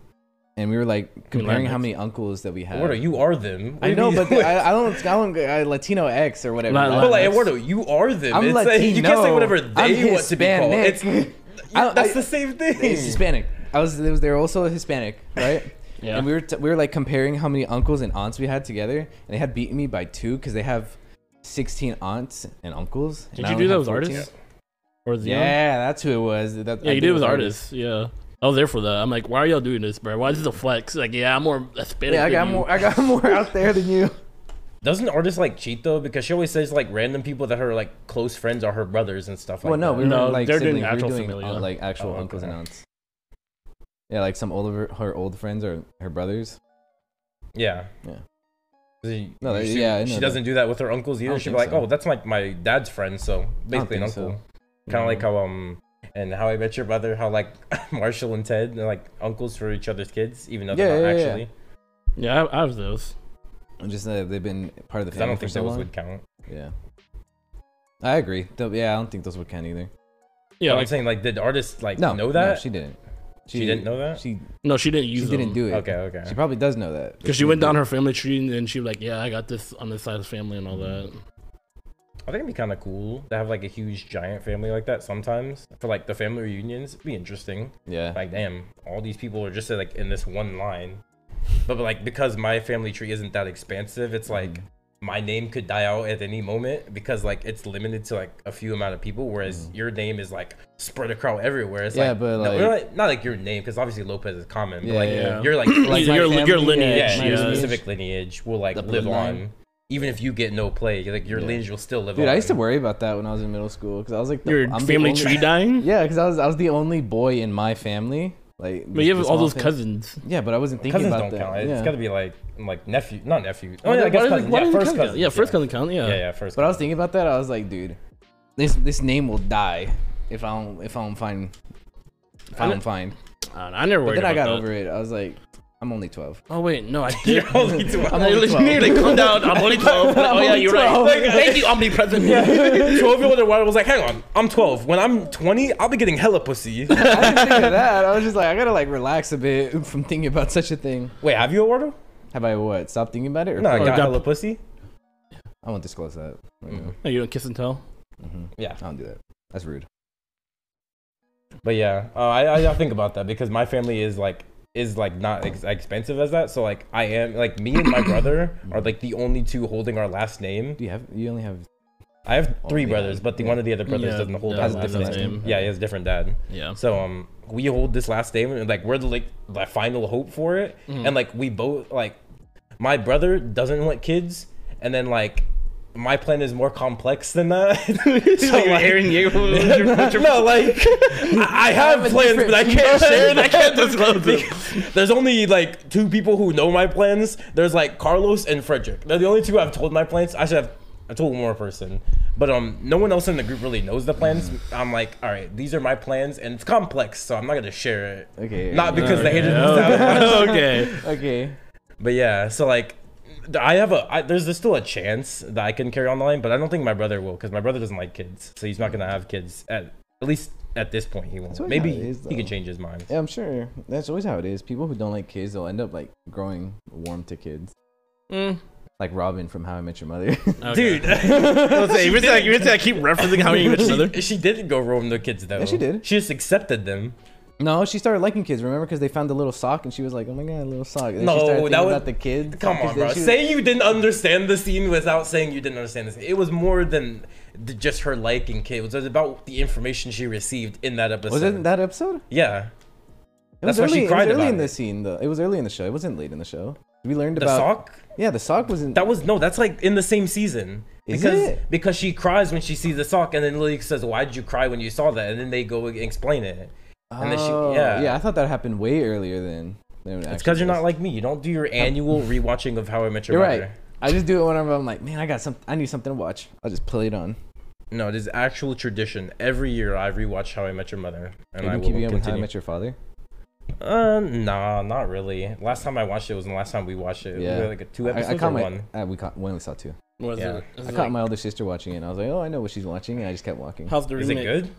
Speaker 2: and we were like comparing how
Speaker 1: Latinx.
Speaker 2: many uncles that we have.
Speaker 3: Eduardo, you are them. What
Speaker 2: I
Speaker 3: do
Speaker 2: know,
Speaker 3: you
Speaker 2: but
Speaker 3: mean?
Speaker 2: I, I don't. I don't. I, Latino X or whatever.
Speaker 1: La-
Speaker 3: but like
Speaker 2: Latinx.
Speaker 3: Eduardo, you are them.
Speaker 2: I'm
Speaker 3: it's like,
Speaker 2: Latino.
Speaker 3: you can't say whatever they
Speaker 2: I'm
Speaker 3: want to be called.
Speaker 2: Hispanic.
Speaker 3: It's
Speaker 2: I-
Speaker 3: that's
Speaker 2: I-
Speaker 3: the same thing.
Speaker 2: It's Hispanic. I was. They was- they were also Hispanic, right?
Speaker 1: Yeah.
Speaker 2: And we were t- we were like comparing how many uncles and aunts we had together, and they had beaten me by two because they have sixteen aunts and uncles. and
Speaker 1: Did
Speaker 2: I
Speaker 1: you
Speaker 2: only
Speaker 1: do that
Speaker 2: have
Speaker 1: with
Speaker 2: 14.
Speaker 1: artists? Or the
Speaker 2: Yeah, that's who it was. That,
Speaker 1: Yeah,
Speaker 2: I
Speaker 1: you did with artists.
Speaker 2: artists.
Speaker 1: Yeah. I was there for that. I'm like, why are y'all doing this, bro? Why is this a flex? Like, yeah, I'm more Hispanic.
Speaker 2: Yeah, I
Speaker 1: than
Speaker 2: got
Speaker 1: you.
Speaker 2: more. I got more out there than you.
Speaker 3: Doesn't artists like cheat though? Because she always says like random people that her like close friends are her brothers and stuff like
Speaker 2: well, no,
Speaker 3: that.
Speaker 2: we were
Speaker 1: No,
Speaker 2: like
Speaker 1: they're
Speaker 2: they're
Speaker 1: doing
Speaker 2: siblings.
Speaker 1: actual
Speaker 2: we were doing
Speaker 1: familia.
Speaker 2: uh, like actual
Speaker 3: Oh, okay.
Speaker 2: uncles and aunts. Yeah, like some old of her, her old friends or her brothers.
Speaker 3: Yeah.
Speaker 2: Yeah.
Speaker 3: She,
Speaker 2: No, that-
Speaker 3: she,
Speaker 2: yeah, I know
Speaker 3: she
Speaker 2: that.
Speaker 3: doesn't do that with her uncles either.
Speaker 2: don't
Speaker 3: She'd be
Speaker 2: think
Speaker 3: like,
Speaker 2: so.
Speaker 3: "Oh, that's like my dad's friend, so basically an
Speaker 2: think so. Mm.
Speaker 3: uncle." Kind of like how um and how I met your brother, how like Marshall and Ted, they're like uncles for each other's kids, even though they're
Speaker 2: Yeah,
Speaker 3: not
Speaker 2: yeah, yeah.
Speaker 3: actually.
Speaker 1: Yeah, I, I have those.
Speaker 2: And Just that they've been part of the
Speaker 3: 'Cause
Speaker 2: family.
Speaker 3: I don't
Speaker 2: for
Speaker 3: think
Speaker 2: so
Speaker 3: those
Speaker 2: long.
Speaker 3: would count.
Speaker 2: Yeah. I agree. Though- Yeah, I don't think those would count either.
Speaker 1: Yeah,
Speaker 3: But I'm
Speaker 1: like
Speaker 3: saying like did the artist like
Speaker 2: No,
Speaker 3: know that?
Speaker 2: No, she didn't.
Speaker 3: She didn't know that?
Speaker 2: She
Speaker 1: no, she didn't use.
Speaker 2: she didn't do it.
Speaker 3: okay, okay.
Speaker 2: She probably does know that
Speaker 1: because she went down her family tree and then she was like, yeah, I got this on this side of family and all that.
Speaker 2: Mm.
Speaker 3: I think it'd be kind of cool to have like a huge giant family like that sometimes for like the family reunions. It'd be interesting.
Speaker 2: Yeah.
Speaker 3: Like, damn, all these people are just like in this one line. But, but like because my family tree isn't that expansive, it's
Speaker 2: Mm-hmm.
Speaker 3: like my name could die out at any moment because like it's limited to like a few amount of people, whereas your name is like spread across everywhere. It's
Speaker 2: Mm-hmm. Yeah,
Speaker 3: like,
Speaker 2: but,
Speaker 3: no,
Speaker 2: like-
Speaker 3: not, like- not like your name because obviously Lopez is common.
Speaker 2: yeah,
Speaker 3: but like
Speaker 2: yeah.
Speaker 1: yeah.
Speaker 3: you're like like
Speaker 1: Like, your-
Speaker 2: my
Speaker 1: your
Speaker 2: family,
Speaker 1: lineage,
Speaker 3: yeah,
Speaker 2: my
Speaker 3: your
Speaker 1: yeah.
Speaker 3: specific lineage will like
Speaker 2: The
Speaker 3: live
Speaker 2: bloodline.
Speaker 3: on, even if you get no play. Like your
Speaker 2: Yeah.
Speaker 3: lineage will still live on.
Speaker 2: Dude, I used to worry about that when I was in middle school because I was like, the,
Speaker 1: Your
Speaker 2: I'm the
Speaker 1: family
Speaker 2: only-
Speaker 1: tree dying.
Speaker 2: Yeah, because I was I was the only boy in my family. Like,
Speaker 1: But you have
Speaker 2: this
Speaker 1: all
Speaker 2: small
Speaker 1: those
Speaker 2: thing.
Speaker 1: cousins.
Speaker 2: Yeah, but I wasn't thinking
Speaker 3: cousins
Speaker 2: about
Speaker 3: don't
Speaker 2: that.
Speaker 3: count.
Speaker 2: Yeah.
Speaker 3: It's got to be like like nephew, not nephew. Oh
Speaker 1: Why
Speaker 3: yeah, I
Speaker 1: does-
Speaker 3: guess
Speaker 1: why does-
Speaker 3: cousin.
Speaker 1: why
Speaker 3: Yeah,
Speaker 1: does
Speaker 3: first
Speaker 1: cousin count?
Speaker 3: cousin.
Speaker 1: Yeah, first cousin count.
Speaker 3: Yeah, yeah, first.
Speaker 2: But I was thinking about that. I was like, dude, this this name will die if I don't if I don't find if I
Speaker 1: I
Speaker 2: don't find.
Speaker 1: I, don't know, I never
Speaker 2: But
Speaker 1: worried
Speaker 2: then I
Speaker 1: about
Speaker 2: got
Speaker 1: that.
Speaker 2: over it. I was like, I'm only 12.
Speaker 1: Oh wait, no, I did.
Speaker 3: You're only 12.
Speaker 1: I'm only
Speaker 2: 12.
Speaker 1: Nearly come down. I'm only 12. Like, oh yeah,
Speaker 2: only
Speaker 1: you're
Speaker 2: 12.
Speaker 1: right. Thank you, omnipresent.
Speaker 3: Twelve year old Eduardo was like, "Hang on, I'm 12. When I'm 20, I'll be getting hella pussy."
Speaker 2: I didn't think of that. I was just like, I gotta like relax a bit from thinking about such a thing.
Speaker 3: Wait, have you Eduardo?
Speaker 2: Have I what? Stop thinking about it? Or
Speaker 3: No, I
Speaker 1: Oh,
Speaker 3: got
Speaker 1: got-
Speaker 3: hella pussy.
Speaker 2: I won't disclose that.
Speaker 3: Mhm.
Speaker 1: Are Oh, you doing kiss and tell?
Speaker 2: Mm-hmm.
Speaker 3: Yeah,
Speaker 2: I don't do that. That's rude.
Speaker 3: but yeah, uh, I, I I think about that because my family is like is like not ex- expensive as that. So like I am like me and my brother are like the only two holding our last name.
Speaker 2: Do you have? You only have?
Speaker 3: I have
Speaker 2: Oh,
Speaker 3: three
Speaker 2: yeah.
Speaker 3: brothers, but the
Speaker 2: Yeah.
Speaker 3: one of the other brothers
Speaker 1: Yeah,
Speaker 3: doesn't hold
Speaker 1: yeah,
Speaker 3: our
Speaker 2: Has a
Speaker 3: last
Speaker 2: different last
Speaker 3: name.
Speaker 2: name.
Speaker 3: Yeah, he has a different dad.
Speaker 1: Yeah.
Speaker 3: So um, we hold this last name and like we're the like the final hope for it,
Speaker 1: Mm-hmm.
Speaker 3: and like we both like my brother doesn't want kids, and then like my plan is more complex than that. so
Speaker 1: like,
Speaker 3: like,
Speaker 1: Aaron Yeager- what's your- what's your-
Speaker 3: no, like I I have
Speaker 2: a
Speaker 3: plans,
Speaker 2: different
Speaker 3: but I can't
Speaker 2: plan.
Speaker 3: share. Them. I can't disclose them. There's only like two people who know my plans. There's like Carlos and Frederick. They're the only two I've told my plans. I should have I told one more person, but um, no one else in the group really knows the plans. I'm like, all right, these are my plans, and it's complex, so I'm not gonna share it.
Speaker 2: Okay.
Speaker 3: Not because they hated me.
Speaker 1: okay.
Speaker 2: Okay.
Speaker 3: But yeah, so like, th- I have a I, there's there's still a chance that I can carry on the line, but I don't think my brother will because my brother doesn't like kids, so he's not gonna have kids at at least at this point he won't.
Speaker 2: what
Speaker 3: Maybe
Speaker 2: it is,
Speaker 3: he
Speaker 2: though.
Speaker 3: can change his mind.
Speaker 2: Yeah, I'm sure. That's always how it is. People who don't like kids, they'll end up like growing warm to kids.
Speaker 1: Mm,
Speaker 2: Like Robin from How I Met Your Mother.
Speaker 1: okay.
Speaker 3: Dude,
Speaker 1: Hey, you're saying, you're saying I keep referencing how you met each other.
Speaker 3: she, she didn't go roam the kids though.
Speaker 2: she did.
Speaker 3: She just accepted them.
Speaker 2: no, she started liking kids. Remember, because they found the little sock, and she was like, "Oh my god, a little sock." And then
Speaker 3: No,
Speaker 2: she started
Speaker 3: that
Speaker 2: thinking
Speaker 3: was-
Speaker 2: about the kids.
Speaker 3: Come
Speaker 2: 'cause
Speaker 3: on,
Speaker 2: then
Speaker 3: bro.
Speaker 2: she was-
Speaker 3: Say you didn't understand the scene without saying you didn't understand the scene. It was more than the, just her liking kids. It was about the information she received in that episode.
Speaker 2: was it that episode?
Speaker 3: Yeah.
Speaker 2: It was
Speaker 3: That's why she
Speaker 2: early,
Speaker 3: cried
Speaker 2: it was early
Speaker 3: about
Speaker 2: in the
Speaker 3: it.
Speaker 2: scene, though. It was early in the show. It wasn't late in the show. We learned
Speaker 3: The
Speaker 2: about
Speaker 3: sock?
Speaker 2: Yeah, the sock was in.
Speaker 3: That was no, that's like in the same season.
Speaker 2: Is
Speaker 3: because
Speaker 2: it?
Speaker 3: because she cries when she sees the sock and then Lily says, Why did you cry when you saw that? And then they go and explain it. and then she-
Speaker 2: Oh,
Speaker 3: yeah.
Speaker 2: I thought that happened way earlier than. than it
Speaker 3: It's
Speaker 2: actually
Speaker 3: because you're
Speaker 2: was.
Speaker 3: not like me. You don't do your annual rewatching of How I Met Your
Speaker 2: You're
Speaker 3: Mother.
Speaker 2: right. I just do it whenever I'm like, man, I got some. I need something to watch. I'll just play it on.
Speaker 3: No, it is actual tradition. Every year I rewatch How I Met Your Mother. And
Speaker 2: Are
Speaker 3: I
Speaker 2: you
Speaker 3: will
Speaker 2: keeping up with How I
Speaker 3: continue.
Speaker 2: Met Your Father?
Speaker 3: uh nah, not really. Last time I watched it was the last time we watched it.
Speaker 2: Yeah.
Speaker 3: We had like a
Speaker 2: I-
Speaker 3: two
Speaker 2: I,
Speaker 3: episodes
Speaker 2: caught
Speaker 3: or
Speaker 2: my.
Speaker 3: one.
Speaker 2: Uh, we caught. We only saw two.
Speaker 1: What is
Speaker 3: Yeah.
Speaker 1: it? Is
Speaker 2: I
Speaker 1: it
Speaker 2: caught
Speaker 1: like-
Speaker 2: my older sister watching it. and I was like, oh, I know what she's watching, and I just kept walking.
Speaker 1: How's the
Speaker 3: Is it
Speaker 1: remake?
Speaker 3: good?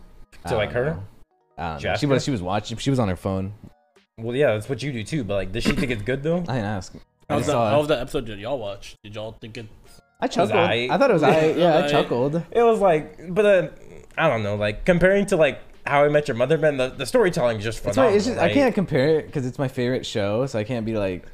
Speaker 2: I
Speaker 3: To like
Speaker 2: don't
Speaker 3: her?
Speaker 2: know. I don't know. She
Speaker 3: Jessica?
Speaker 2: was. She was watching. She was on her phone.
Speaker 3: Well yeah, that's what you do too, but like does she think it's good though?
Speaker 2: I didn't ask. I
Speaker 1: How's
Speaker 2: just
Speaker 1: that,
Speaker 2: saw it.
Speaker 1: how's that episode did y'all watch? Did y'all think it?
Speaker 2: I chuckled. I,
Speaker 3: aight.
Speaker 2: thought it was. I yeah. I
Speaker 1: Aight.
Speaker 2: chuckled.
Speaker 3: It was like, but uh, I don't know, like comparing to like How I Met Your Mother, man, the, the storytelling is just
Speaker 2: That's why
Speaker 3: phenomenal.
Speaker 2: it's just I
Speaker 3: right?
Speaker 2: can't compare it because it's my favorite show, so I can't be like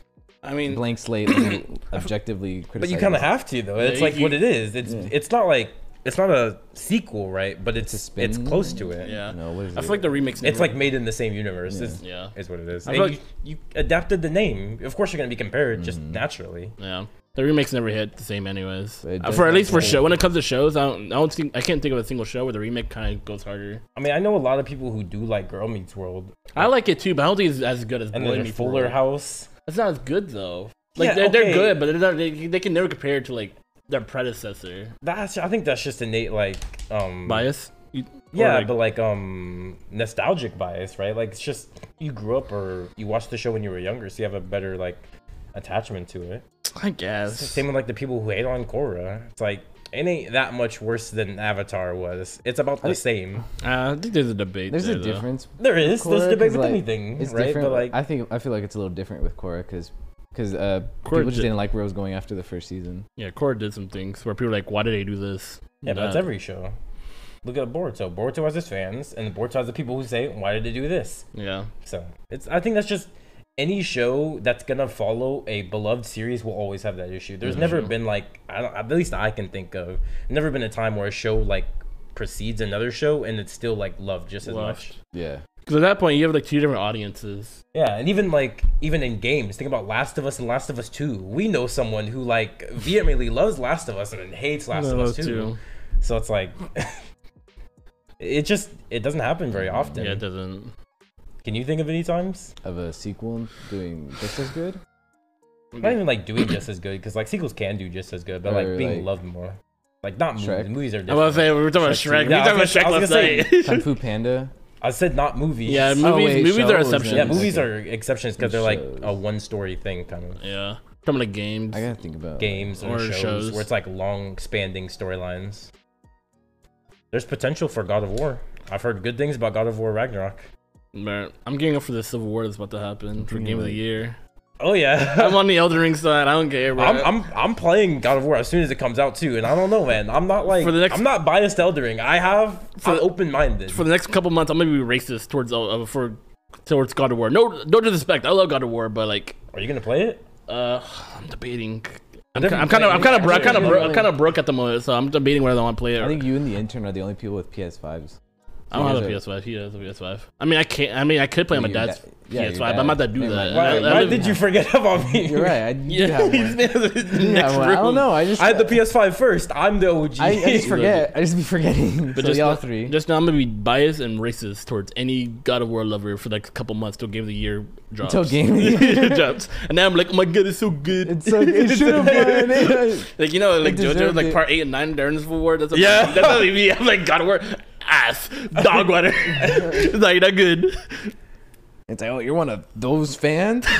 Speaker 1: I mean,
Speaker 2: blank slate and objectively criticizing.
Speaker 3: But you kind of have to though. It's
Speaker 1: you-
Speaker 3: like what it is. It's
Speaker 2: Yeah.
Speaker 3: it's not like it's not a sequel, right? But it's
Speaker 2: a
Speaker 3: it's,
Speaker 2: spin.
Speaker 3: close to it.
Speaker 1: yeah.
Speaker 2: No, what is
Speaker 1: I
Speaker 2: it?
Speaker 1: feel like the remix.
Speaker 3: It's like made in the same universe. Is
Speaker 1: Yeah.
Speaker 3: is what it is.
Speaker 1: I
Speaker 3: And
Speaker 1: feel Mm-hmm.
Speaker 3: you,
Speaker 1: like-
Speaker 3: you adapted the name. Of course, you're gonna be compared just naturally.
Speaker 1: Yeah. The remakes never hit the same, anyways.
Speaker 2: It
Speaker 1: Uh, For at
Speaker 2: doesn't
Speaker 1: least for
Speaker 2: hold.
Speaker 1: show, when it comes to shows, I don't, I don't think I can't think of a single show where the remake kind of goes harder.
Speaker 3: I mean, I know a lot of people who do like Girl Meets World
Speaker 1: I like it too, but I don't think it's as good as
Speaker 3: and
Speaker 1: Boy
Speaker 3: then
Speaker 1: Meets
Speaker 3: Fuller
Speaker 1: World.
Speaker 3: House.
Speaker 1: It's not as good though. Like
Speaker 3: Yeah,
Speaker 1: they're,
Speaker 3: okay.
Speaker 1: they're good, but they're not, they they can never compare to like their predecessor.
Speaker 3: That's I think that's just innate like
Speaker 2: Mm.
Speaker 3: um
Speaker 1: Bias. You,
Speaker 3: Yeah,
Speaker 1: or, like,
Speaker 3: but like um nostalgic bias, right? Like it's just you grew up or you watched the show when you were younger, so you have a better like attachment to it.
Speaker 1: I guess.
Speaker 3: Same with like the people who hate on Korra. It's like it ain't that much worse than Avatar was. It's about the same.
Speaker 1: Uh, I think there's a debate.
Speaker 2: There's
Speaker 1: there,
Speaker 2: a
Speaker 1: though.
Speaker 2: difference.
Speaker 3: There is.
Speaker 2: Korra,
Speaker 3: There's debate
Speaker 2: 'cause,
Speaker 3: with
Speaker 2: like,
Speaker 3: anything,
Speaker 2: It's
Speaker 3: right?
Speaker 2: different.
Speaker 3: But like,
Speaker 2: I think I feel like it's a little different with Korra because because uh,
Speaker 1: Korra
Speaker 2: people just
Speaker 1: ju-
Speaker 2: didn't like where it was going after the first season.
Speaker 1: Yeah, Korra did some things where people were like, "Why did they do this?"
Speaker 3: yeah, but that's
Speaker 1: Nah.
Speaker 3: every show. Look at Boruto. Boruto has its fans, and Boruto has the people who say, "Why did they do this?"
Speaker 1: Yeah,
Speaker 3: So it's. I think that's just any show that's gonna follow a beloved series will always have that issue. There's never
Speaker 2: Mm-hmm.
Speaker 3: been like, I don't, at least I can think of, never been a time where a show like precedes another show and it's still like loved just as much.
Speaker 1: left.
Speaker 2: Yeah.
Speaker 1: Because at that point, you have like two different audiences.
Speaker 3: Yeah, and even like even in games, think about Last of Us and Last of Us Two. We know someone who like vehemently loves Last of Us and then hates Last of Us
Speaker 1: Those
Speaker 3: Two.
Speaker 1: two.
Speaker 3: So it's like it just it doesn't happen very often.
Speaker 1: Mm-hmm. Yeah, it doesn't.
Speaker 3: Can you think of any times?
Speaker 2: Of a sequel doing just as good.
Speaker 3: Not even like doing just as good because like sequels can do just as good, but like
Speaker 2: Or,
Speaker 3: being
Speaker 2: like-
Speaker 3: loved more. Like not
Speaker 2: Shrek?
Speaker 3: movies. Movies are
Speaker 1: I was
Speaker 3: different.
Speaker 1: saying we were talking about Shrek. We
Speaker 3: Shrek
Speaker 1: were
Speaker 3: two. Yeah, I
Speaker 1: talking about
Speaker 3: was
Speaker 1: Shrek
Speaker 3: gonna- Oh, I
Speaker 1: last
Speaker 3: was gonna
Speaker 1: night.
Speaker 2: Kung Fu Panda.
Speaker 3: I said not movies.
Speaker 1: yeah, movies.
Speaker 2: wait,
Speaker 1: movies are
Speaker 2: shows and-
Speaker 1: exceptions.
Speaker 3: yeah,
Speaker 2: shows.
Speaker 3: movies are exceptions because they're like a
Speaker 2: Shows.
Speaker 3: one-story thing kind of
Speaker 1: Yeah, from like games.
Speaker 2: I gotta think about
Speaker 3: games or,
Speaker 1: Or
Speaker 3: shows,
Speaker 1: shows.
Speaker 3: where it's like long expanding storylines. There's potential for God of War. I've heard good things about God of War Ragnarok.
Speaker 1: But I'm getting up for the Civil War that's about to happen for
Speaker 2: thinking
Speaker 1: Game of the
Speaker 2: like-
Speaker 1: Year.
Speaker 3: Oh yeah.
Speaker 1: I'm on the Elden Ring side. I don't care, bro.
Speaker 3: I'm, I'm I'm playing God of War as soon as it comes out too, and I don't know, man. I'm not like
Speaker 1: For the next-
Speaker 3: I'm not biased to Eldering. I have
Speaker 1: For
Speaker 3: I'm
Speaker 1: the-
Speaker 3: open minded.
Speaker 1: for the next couple months, I'm gonna be racist towards uh, uh, for towards God of War. No, no disrespect. I love God of War, but like,
Speaker 3: Are you gonna play it?
Speaker 1: uh, I'm debating. I'm
Speaker 3: Different
Speaker 1: kind of, I'm kind of,
Speaker 3: thing.
Speaker 1: bro- I'm kind of, bro- I'm
Speaker 3: Yeah.
Speaker 1: kind of broke at the moment, so I'm debating whether I want to play it. Or,
Speaker 2: I
Speaker 1: I,
Speaker 2: think you and the intern are the only people with PS5s.
Speaker 1: don't have a
Speaker 2: guys are-
Speaker 1: PS5. He has a PS5. I mean, I can't. I mean, I could play on my
Speaker 2: You got-
Speaker 1: dad's
Speaker 2: yeah, your
Speaker 1: PS5, but I'm
Speaker 2: dad.
Speaker 1: not that do
Speaker 2: Never
Speaker 1: that.
Speaker 2: mind.
Speaker 3: Why,
Speaker 1: I- I
Speaker 3: why
Speaker 1: live-
Speaker 3: did you forget about me?
Speaker 2: You're right. I do
Speaker 1: Yeah,
Speaker 2: have
Speaker 1: he's
Speaker 2: one.
Speaker 1: been in the
Speaker 2: Yeah,
Speaker 1: next
Speaker 2: well, I don't
Speaker 1: room.
Speaker 2: know. I just
Speaker 3: I had the PS5 first. I'm the OG.
Speaker 2: I, I just forget. I just be forgetting.
Speaker 1: But
Speaker 2: so
Speaker 1: just
Speaker 2: y'all
Speaker 1: now-
Speaker 2: three.
Speaker 1: Just now, I'm gonna be biased and racist towards any God of War lover for the next couple months till Game of the Year drops.
Speaker 2: Until Game of the
Speaker 1: drops, and now I'm like, oh my god, it's so good.
Speaker 2: it's so it should have been.
Speaker 1: Like you know, like JoJo,
Speaker 2: deserved
Speaker 1: like
Speaker 2: it.
Speaker 1: part eight and nine, of Darren's War. That's what
Speaker 3: Yeah.
Speaker 1: That's not me. I'm like God of War, ass, dog water. it's like not good.
Speaker 2: It's like, oh, you're one of those fans.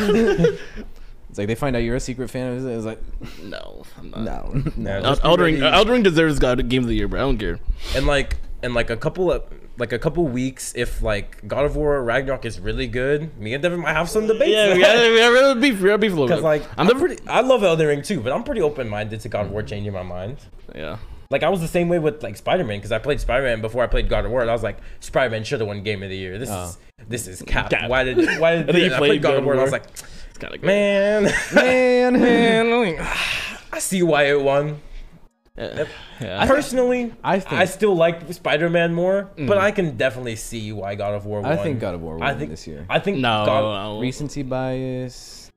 Speaker 2: it's like they find out you're a secret fan. It's- It's like,
Speaker 1: No, I'm not.
Speaker 2: no,
Speaker 3: Nah,
Speaker 2: no.
Speaker 1: El-
Speaker 3: just be
Speaker 1: Eldering,
Speaker 3: ready.
Speaker 1: Eldering deserves God Game of the Year, bro. I don't care.
Speaker 3: and like and like a couple of like a couple weeks if like god of war Ragnarok is really good me and devin might have some debates
Speaker 1: Yeah, we gotta, we gotta beef, we gotta beef a little
Speaker 3: because
Speaker 1: bit.
Speaker 3: like
Speaker 1: I'm
Speaker 3: I'm,
Speaker 1: the
Speaker 3: pretty i love elden ring too but i'm pretty open-minded to god of war changing my mind
Speaker 1: yeah,
Speaker 3: like i was the same way with like spider-man because i played spider-man before i played god of war and i was like spider-man should have won game of the year this is this is cap.
Speaker 1: Cap.
Speaker 3: why did why did
Speaker 1: And then you
Speaker 3: i played god of war and i was like
Speaker 1: it's kind of
Speaker 3: man
Speaker 2: man, man.
Speaker 3: i see why it won
Speaker 1: Yeah. yeah.
Speaker 3: personally
Speaker 2: I
Speaker 3: i
Speaker 2: think-
Speaker 3: i still like spider-man more but i can definitely see why god of war won
Speaker 2: I think God of War will
Speaker 3: I
Speaker 2: win
Speaker 3: think
Speaker 2: this year.
Speaker 3: I think
Speaker 1: No,
Speaker 3: God,
Speaker 1: I won't.
Speaker 2: Recency bias,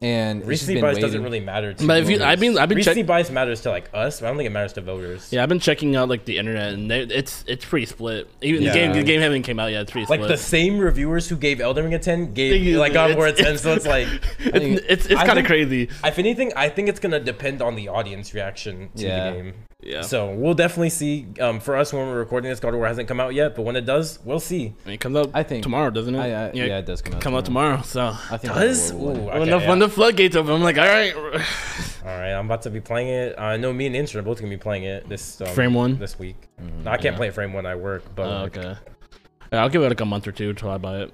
Speaker 2: and it's just
Speaker 3: Recency
Speaker 2: been
Speaker 3: bias doesn't
Speaker 2: waiting.
Speaker 3: really matter to
Speaker 1: but if you,
Speaker 3: voters.
Speaker 1: I've been, I've been
Speaker 3: Recency
Speaker 1: checking.
Speaker 3: bias matters to like us, but I don't think it matters to voters.
Speaker 1: Yeah, I've been checking out like the internet, and they, it's it's pretty split. Even
Speaker 3: Yeah.
Speaker 1: the game, the game haven't came out yet. It's pretty
Speaker 3: Like
Speaker 1: split.
Speaker 3: the same reviewers who gave Elden Ring a 10
Speaker 1: Think
Speaker 3: gave like God of War a 10, so it's like
Speaker 1: it's it's, it's
Speaker 3: I
Speaker 1: kind of
Speaker 3: think-
Speaker 1: crazy.
Speaker 3: if anything, I think it's gonna depend on the audience reaction to
Speaker 2: Yeah.
Speaker 3: the game.
Speaker 1: Yeah.
Speaker 3: So we'll definitely see. Um, for us, when we're recording this, God of War hasn't come out yet, but when it does, we'll see.
Speaker 1: I mean, it comes out
Speaker 2: I think-
Speaker 1: tomorrow, doesn't it?
Speaker 2: I, I, yeah, it does come out.
Speaker 1: come out tomorrow. So
Speaker 2: I think God of
Speaker 3: Does?
Speaker 2: War
Speaker 3: Ooh,
Speaker 2: will win.
Speaker 3: okay,
Speaker 1: when the
Speaker 3: yeah.
Speaker 1: when the floodgates open, I'm like, Oh, all right,
Speaker 3: All right, I'm about to be playing it. I know me and Intern are both gonna be playing it this um,
Speaker 1: Frame one?
Speaker 3: this week. No, I can't play Frame One. I work, but
Speaker 1: Oh,
Speaker 3: like,
Speaker 1: okay. Yeah, I'll give it like a month or two till I buy it.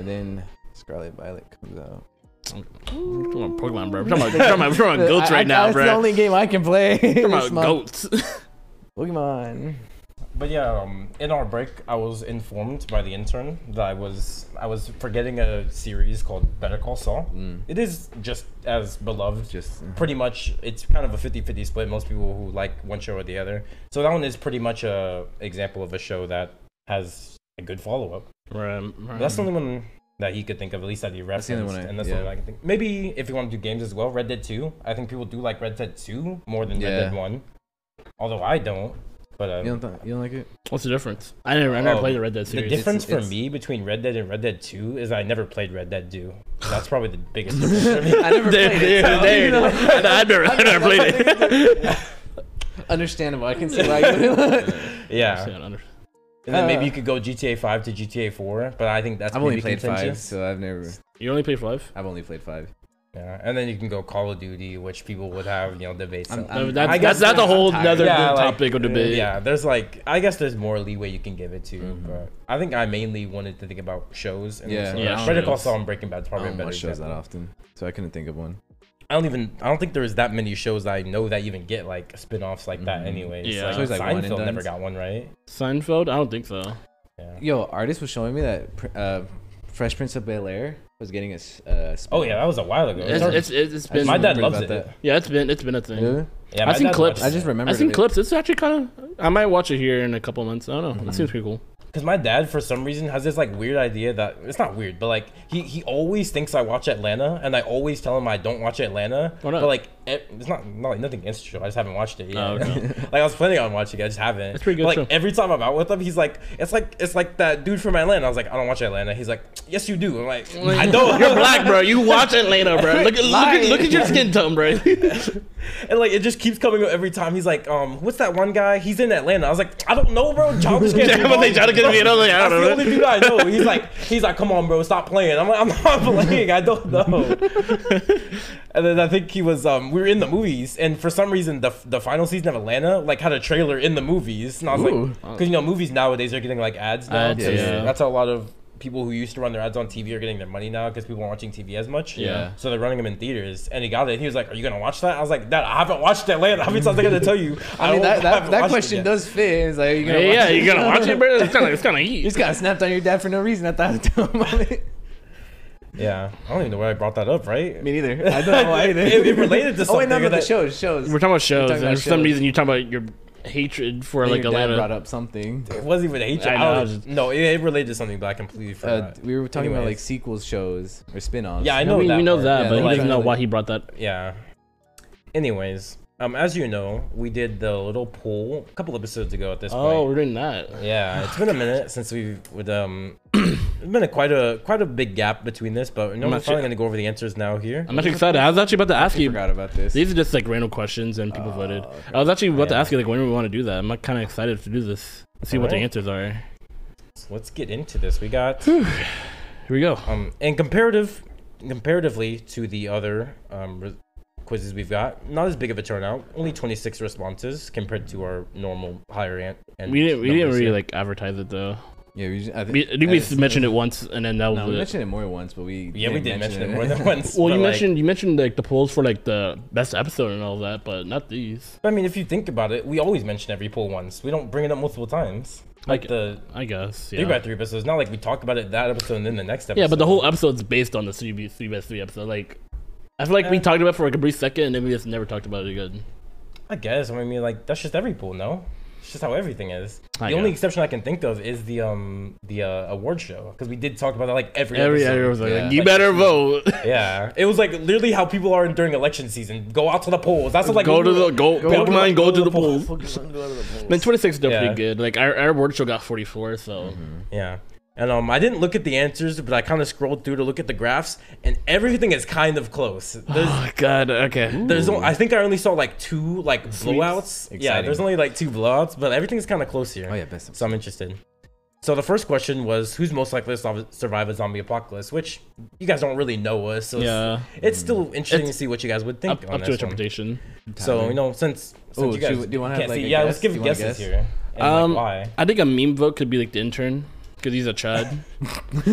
Speaker 2: And then Scarlet Violet comes out.
Speaker 1: We're talking about Pokemon, bro. We're talking about, we're talking about, we're talking about goats
Speaker 2: I- I-
Speaker 1: right now,
Speaker 2: That's
Speaker 1: bro.
Speaker 2: the only game I can play.
Speaker 1: We're
Speaker 2: this
Speaker 1: talking about
Speaker 2: month.
Speaker 1: goats.
Speaker 2: Pokemon.
Speaker 3: But yeah, um, in our break, I was informed by the intern that I was I was forgetting a series called Better Call Saul. It is just as beloved,
Speaker 2: Just- mm-hmm.
Speaker 3: pretty much. It's kind of a 50-50 split. Most people who like one show or the other. So that one is pretty much a example of a show that has a good follow up.
Speaker 1: right, right.
Speaker 3: That's the only one that he could think of, at least that he referenced,
Speaker 2: Mm-hmm. the only one I-
Speaker 3: and that's
Speaker 2: yeah.
Speaker 3: the only one I can think. Maybe if you want to do games as well, Red Dead Two. I think people do like Red Dead Two more than
Speaker 2: Yeah.
Speaker 3: Red Dead One, although I don't. But uh,
Speaker 2: You don't, th- you don't like it?
Speaker 1: What's the difference? I never, I never
Speaker 3: Oh,
Speaker 1: played the Red Dead
Speaker 3: The
Speaker 1: series.
Speaker 3: difference for
Speaker 2: it's-
Speaker 3: me between Red Dead and Red Dead 2 is I never played Red Dead 2. That's probably the biggest difference for me.
Speaker 2: I never
Speaker 1: There-
Speaker 2: played
Speaker 1: there-
Speaker 2: it. so-
Speaker 1: there it is. I, I never, I never played it.
Speaker 2: Understandable. I can see why. You
Speaker 3: Yeah.
Speaker 1: Yeah, I under-
Speaker 3: And then
Speaker 2: Uh,
Speaker 3: maybe you could go GTA 5 to GTA 4, but I think that's
Speaker 2: I've only
Speaker 3: maybe
Speaker 2: played five,
Speaker 3: contentious.
Speaker 2: so I've never.
Speaker 1: You only played five?
Speaker 2: I've only played five.
Speaker 3: Yeah, and then you can go Call of Duty, which people would have you know debates.
Speaker 2: I'm-
Speaker 3: on.
Speaker 2: I'm-
Speaker 1: that's,
Speaker 3: I guess
Speaker 1: that's, that's a whole
Speaker 2: I'm tired.
Speaker 1: nother
Speaker 3: yeah, like,
Speaker 1: topic of debate.
Speaker 3: Yeah, there's like I guess there's more leeway you can give it to, but I think I mainly wanted to think about shows. And
Speaker 2: Mm-hmm. Yeah.
Speaker 3: so
Speaker 1: Yeah,
Speaker 3: Better Call
Speaker 1: shows.
Speaker 3: Saul and Breaking Bad is
Speaker 2: I
Speaker 3: probably a
Speaker 2: don't
Speaker 3: better
Speaker 2: watch shows that
Speaker 3: example.
Speaker 2: often, so I couldn't think of one.
Speaker 3: I don't even I don't think there's that many shows that I know that even get like spin-offs like that
Speaker 2: Mhm.
Speaker 3: anyways.
Speaker 1: Yeah.
Speaker 3: Like,
Speaker 1: So
Speaker 2: it's like one and
Speaker 3: Seinfeld never
Speaker 2: dones?
Speaker 3: got one, right?
Speaker 1: Seinfeld? I don't think so.
Speaker 3: Yeah.
Speaker 2: Yo, artist was showing me that pr- uh, Fresh Prince of Bel Air was getting a. s- Uh, spin-
Speaker 3: Oh yeah, that was a while ago.
Speaker 1: It's, it's, it's, it's
Speaker 2: I just
Speaker 1: been
Speaker 3: my dad
Speaker 2: remembered
Speaker 3: loves
Speaker 2: about
Speaker 3: it.
Speaker 2: that.
Speaker 1: yeah, it's been it's been a thing.
Speaker 2: Really?
Speaker 3: yeah,
Speaker 1: I've
Speaker 3: my
Speaker 1: seen
Speaker 3: dad
Speaker 1: clips.
Speaker 3: watches
Speaker 2: I just
Speaker 3: it.
Speaker 2: remembered.
Speaker 1: I've seen
Speaker 2: it.
Speaker 1: clips. It's actually kind of. I might watch it here in a couple months. I don't know. It seems pretty cool.
Speaker 3: Because my dad, for some reason, has this like weird idea that it's not weird, but like he, he always thinks I watch Atlanta, and I always tell him I don't watch Atlanta.
Speaker 1: Why not?
Speaker 3: But like e- it's not not like nothing against the show. I just haven't watched it yet.
Speaker 1: Oh, okay.
Speaker 3: like I was planning on watching, it, I just haven't.
Speaker 1: It's pretty good
Speaker 3: But, like
Speaker 1: show.
Speaker 3: every time I'm out with him, he's like, it's like it's like that dude from Atlanta. I was like, I don't watch Atlanta. He's like, yes you do. I'm like, I don't.
Speaker 1: You're black, bro. You watch Atlanta, bro. Look at look at, look at your skin tone, bro.
Speaker 3: And like it just keeps coming up every time. He's like, um, what's that one guy? He's in Atlanta. I was like, I don't know, bro. John just
Speaker 1: Yeah, but they try to get me, and I was like, I don't know.
Speaker 3: That's the only dude I know. He's like, he's like, come on, bro, stop playing. I'm like, I'm not playing. I don't know. and then I think he was, um, we were in the movies, and for some reason, the the final season of Atlanta like had a trailer in the movies, and I was
Speaker 2: Ooh.
Speaker 3: like, because you know, movies nowadays are getting like ads now.
Speaker 1: Ads,
Speaker 3: so
Speaker 1: yeah.
Speaker 3: That's how a lot of people who used to run their ads on TV are getting their money now because people aren't watching TV as much.
Speaker 1: Yeah.
Speaker 3: So they're running them in theaters, and he got it. And he was like, "Are you gonna watch that?" I was like, "Dad, I haven't watched Atlanta. How many times I gotta tell you?"
Speaker 2: I mean,
Speaker 3: don't-
Speaker 2: that, that,
Speaker 3: haven't
Speaker 2: that
Speaker 3: watched it
Speaker 2: question
Speaker 3: yet."
Speaker 2: does fit. It's like, you gonna
Speaker 1: Hey, yeah,
Speaker 2: watch it?
Speaker 1: you gotta watch it, bro. It's kind of it's kind of
Speaker 2: You
Speaker 1: heat.
Speaker 2: just got snapped on your dad for no reason at that moment.
Speaker 3: Yeah, I don't even know why I brought that up, right?
Speaker 2: Me neither. I don't know why either.
Speaker 3: It- it related to
Speaker 2: Oh, wait, no, no,
Speaker 3: something
Speaker 2: the
Speaker 3: that-
Speaker 2: shows, shows.
Speaker 1: We're talking about shows,
Speaker 2: talking
Speaker 1: and
Speaker 2: about
Speaker 1: for some
Speaker 2: shows.
Speaker 1: reason you're talking about your hatred for like
Speaker 2: your dad brought
Speaker 1: Atlanta.
Speaker 2: up something.
Speaker 3: It wasn't even hatred.
Speaker 1: I
Speaker 3: I
Speaker 1: know,
Speaker 3: don't-
Speaker 1: I was just-
Speaker 3: no, it, it related to something, but I completely
Speaker 2: Uh,
Speaker 3: forgot.
Speaker 2: we were talking about like
Speaker 3: Anyways.
Speaker 2: sequels, shows, or spin-offs.
Speaker 3: Yeah, I know
Speaker 1: we,
Speaker 3: that.
Speaker 1: we know
Speaker 3: part.
Speaker 1: that,
Speaker 2: Yeah,
Speaker 1: but he
Speaker 3: like-
Speaker 1: doesn't know why he brought that.
Speaker 3: Yeah. Anyways, um, as you know, we did the little poll a couple episodes ago at this
Speaker 1: Oh,
Speaker 3: point.
Speaker 1: we're doing that.
Speaker 3: Yeah, it's been a minute since we've with um, it's been a quite a quite a big gap between this, but no,
Speaker 1: I'm
Speaker 3: we're
Speaker 1: actually-
Speaker 3: finally gonna go over the answers now here.
Speaker 1: I'm actually excited. I was actually about to ask
Speaker 2: I
Speaker 1: you.
Speaker 2: forgot about this.
Speaker 1: These are just like random questions, and people voted. I was actually about to
Speaker 3: Oh, Yeah.
Speaker 1: ask you like when do we want to do that. I'm kind of excited to do this. See what the
Speaker 3: Alright.
Speaker 1: answers are. Here
Speaker 3: Let's get into this. We got
Speaker 1: we go.
Speaker 3: Um, and comparative, comparatively to the other um, re- quizzes we've got, not as big of a turnout. Only 26 responses compared to our normal higher an- and.
Speaker 1: We didn't. We didn't
Speaker 3: numbers
Speaker 1: really
Speaker 3: here.
Speaker 1: like advertise it though.
Speaker 2: yeah, we, just, I think,
Speaker 1: We, I think we
Speaker 2: I just-
Speaker 1: mentioned it once, and then that was
Speaker 2: No, we
Speaker 1: it.
Speaker 2: mentioned it more once, but we
Speaker 3: Yeah, we did
Speaker 2: didn't
Speaker 3: mention it more than once.
Speaker 1: well,
Speaker 3: but,
Speaker 1: you
Speaker 3: like,
Speaker 1: mentioned you mentioned like the polls for like the best episode and all that, but not these.
Speaker 3: I mean, if you think about it, we always mention every poll once. We don't bring it up multiple times. Like
Speaker 1: Like-
Speaker 3: the
Speaker 1: I guess.
Speaker 3: three by
Speaker 1: Yeah.
Speaker 3: three episodes. Not like we talk about it that episode and then the next episode.
Speaker 1: Yeah, but the whole episode's based on the three by three by three episode. Like, I feel like we
Speaker 3: Uh,
Speaker 1: talked about it for like a brief second, and then we just never talked about it again.
Speaker 3: I guess. I mean, like that's just every pool, no? It's just how everything is.
Speaker 1: I
Speaker 3: the only
Speaker 1: guess.
Speaker 3: exception I can think of is the um the uh, award show because we did talk about that like every
Speaker 1: Every
Speaker 3: episode.
Speaker 1: episode, was like,
Speaker 2: yeah.
Speaker 1: you better vote.
Speaker 3: Yeah, it was like literally how people are during election season. Go out to the polls. That's what, like
Speaker 1: go to the go,
Speaker 3: to the-
Speaker 1: Pokemon, go, to the polls.
Speaker 2: But
Speaker 1: Then 26 is still
Speaker 3: Yeah. Mm-hmm.
Speaker 1: pretty good. Like our, our award show got 44, so
Speaker 3: Yeah, and um, I didn't look at the answers, but I kind of scrolled through to look at the graphs, and everything is kind of close. There's
Speaker 1: oh god, okay.
Speaker 3: there's o- I think I only saw like two like blowouts. Yeah,
Speaker 2: Exciting.
Speaker 3: there's only like two blowouts, but everything's kind of close here.
Speaker 2: Oh, yeah, best of-
Speaker 3: So I'm interested. So the first question was, who's most likely to sol- survive a zombie apocalypse? Which you guys don't really know us, so
Speaker 1: Yeah,
Speaker 3: it's, it's still
Speaker 2: Mm.
Speaker 3: interesting to see what you guys would think
Speaker 1: up,
Speaker 3: on
Speaker 1: up
Speaker 3: this
Speaker 1: to
Speaker 3: one.
Speaker 1: interpretation.
Speaker 3: So you know, since, since
Speaker 2: Ooh,
Speaker 3: you guys
Speaker 2: should- do you wanna have,
Speaker 3: can't
Speaker 2: like,
Speaker 3: see-
Speaker 2: a
Speaker 3: yeah,
Speaker 2: guess?
Speaker 3: let's give
Speaker 2: Do you wanna
Speaker 3: guesses
Speaker 2: guess?
Speaker 3: here. And,
Speaker 1: Um,
Speaker 3: like, why?
Speaker 1: I think a meme vote could be like the intern because he's a Chad.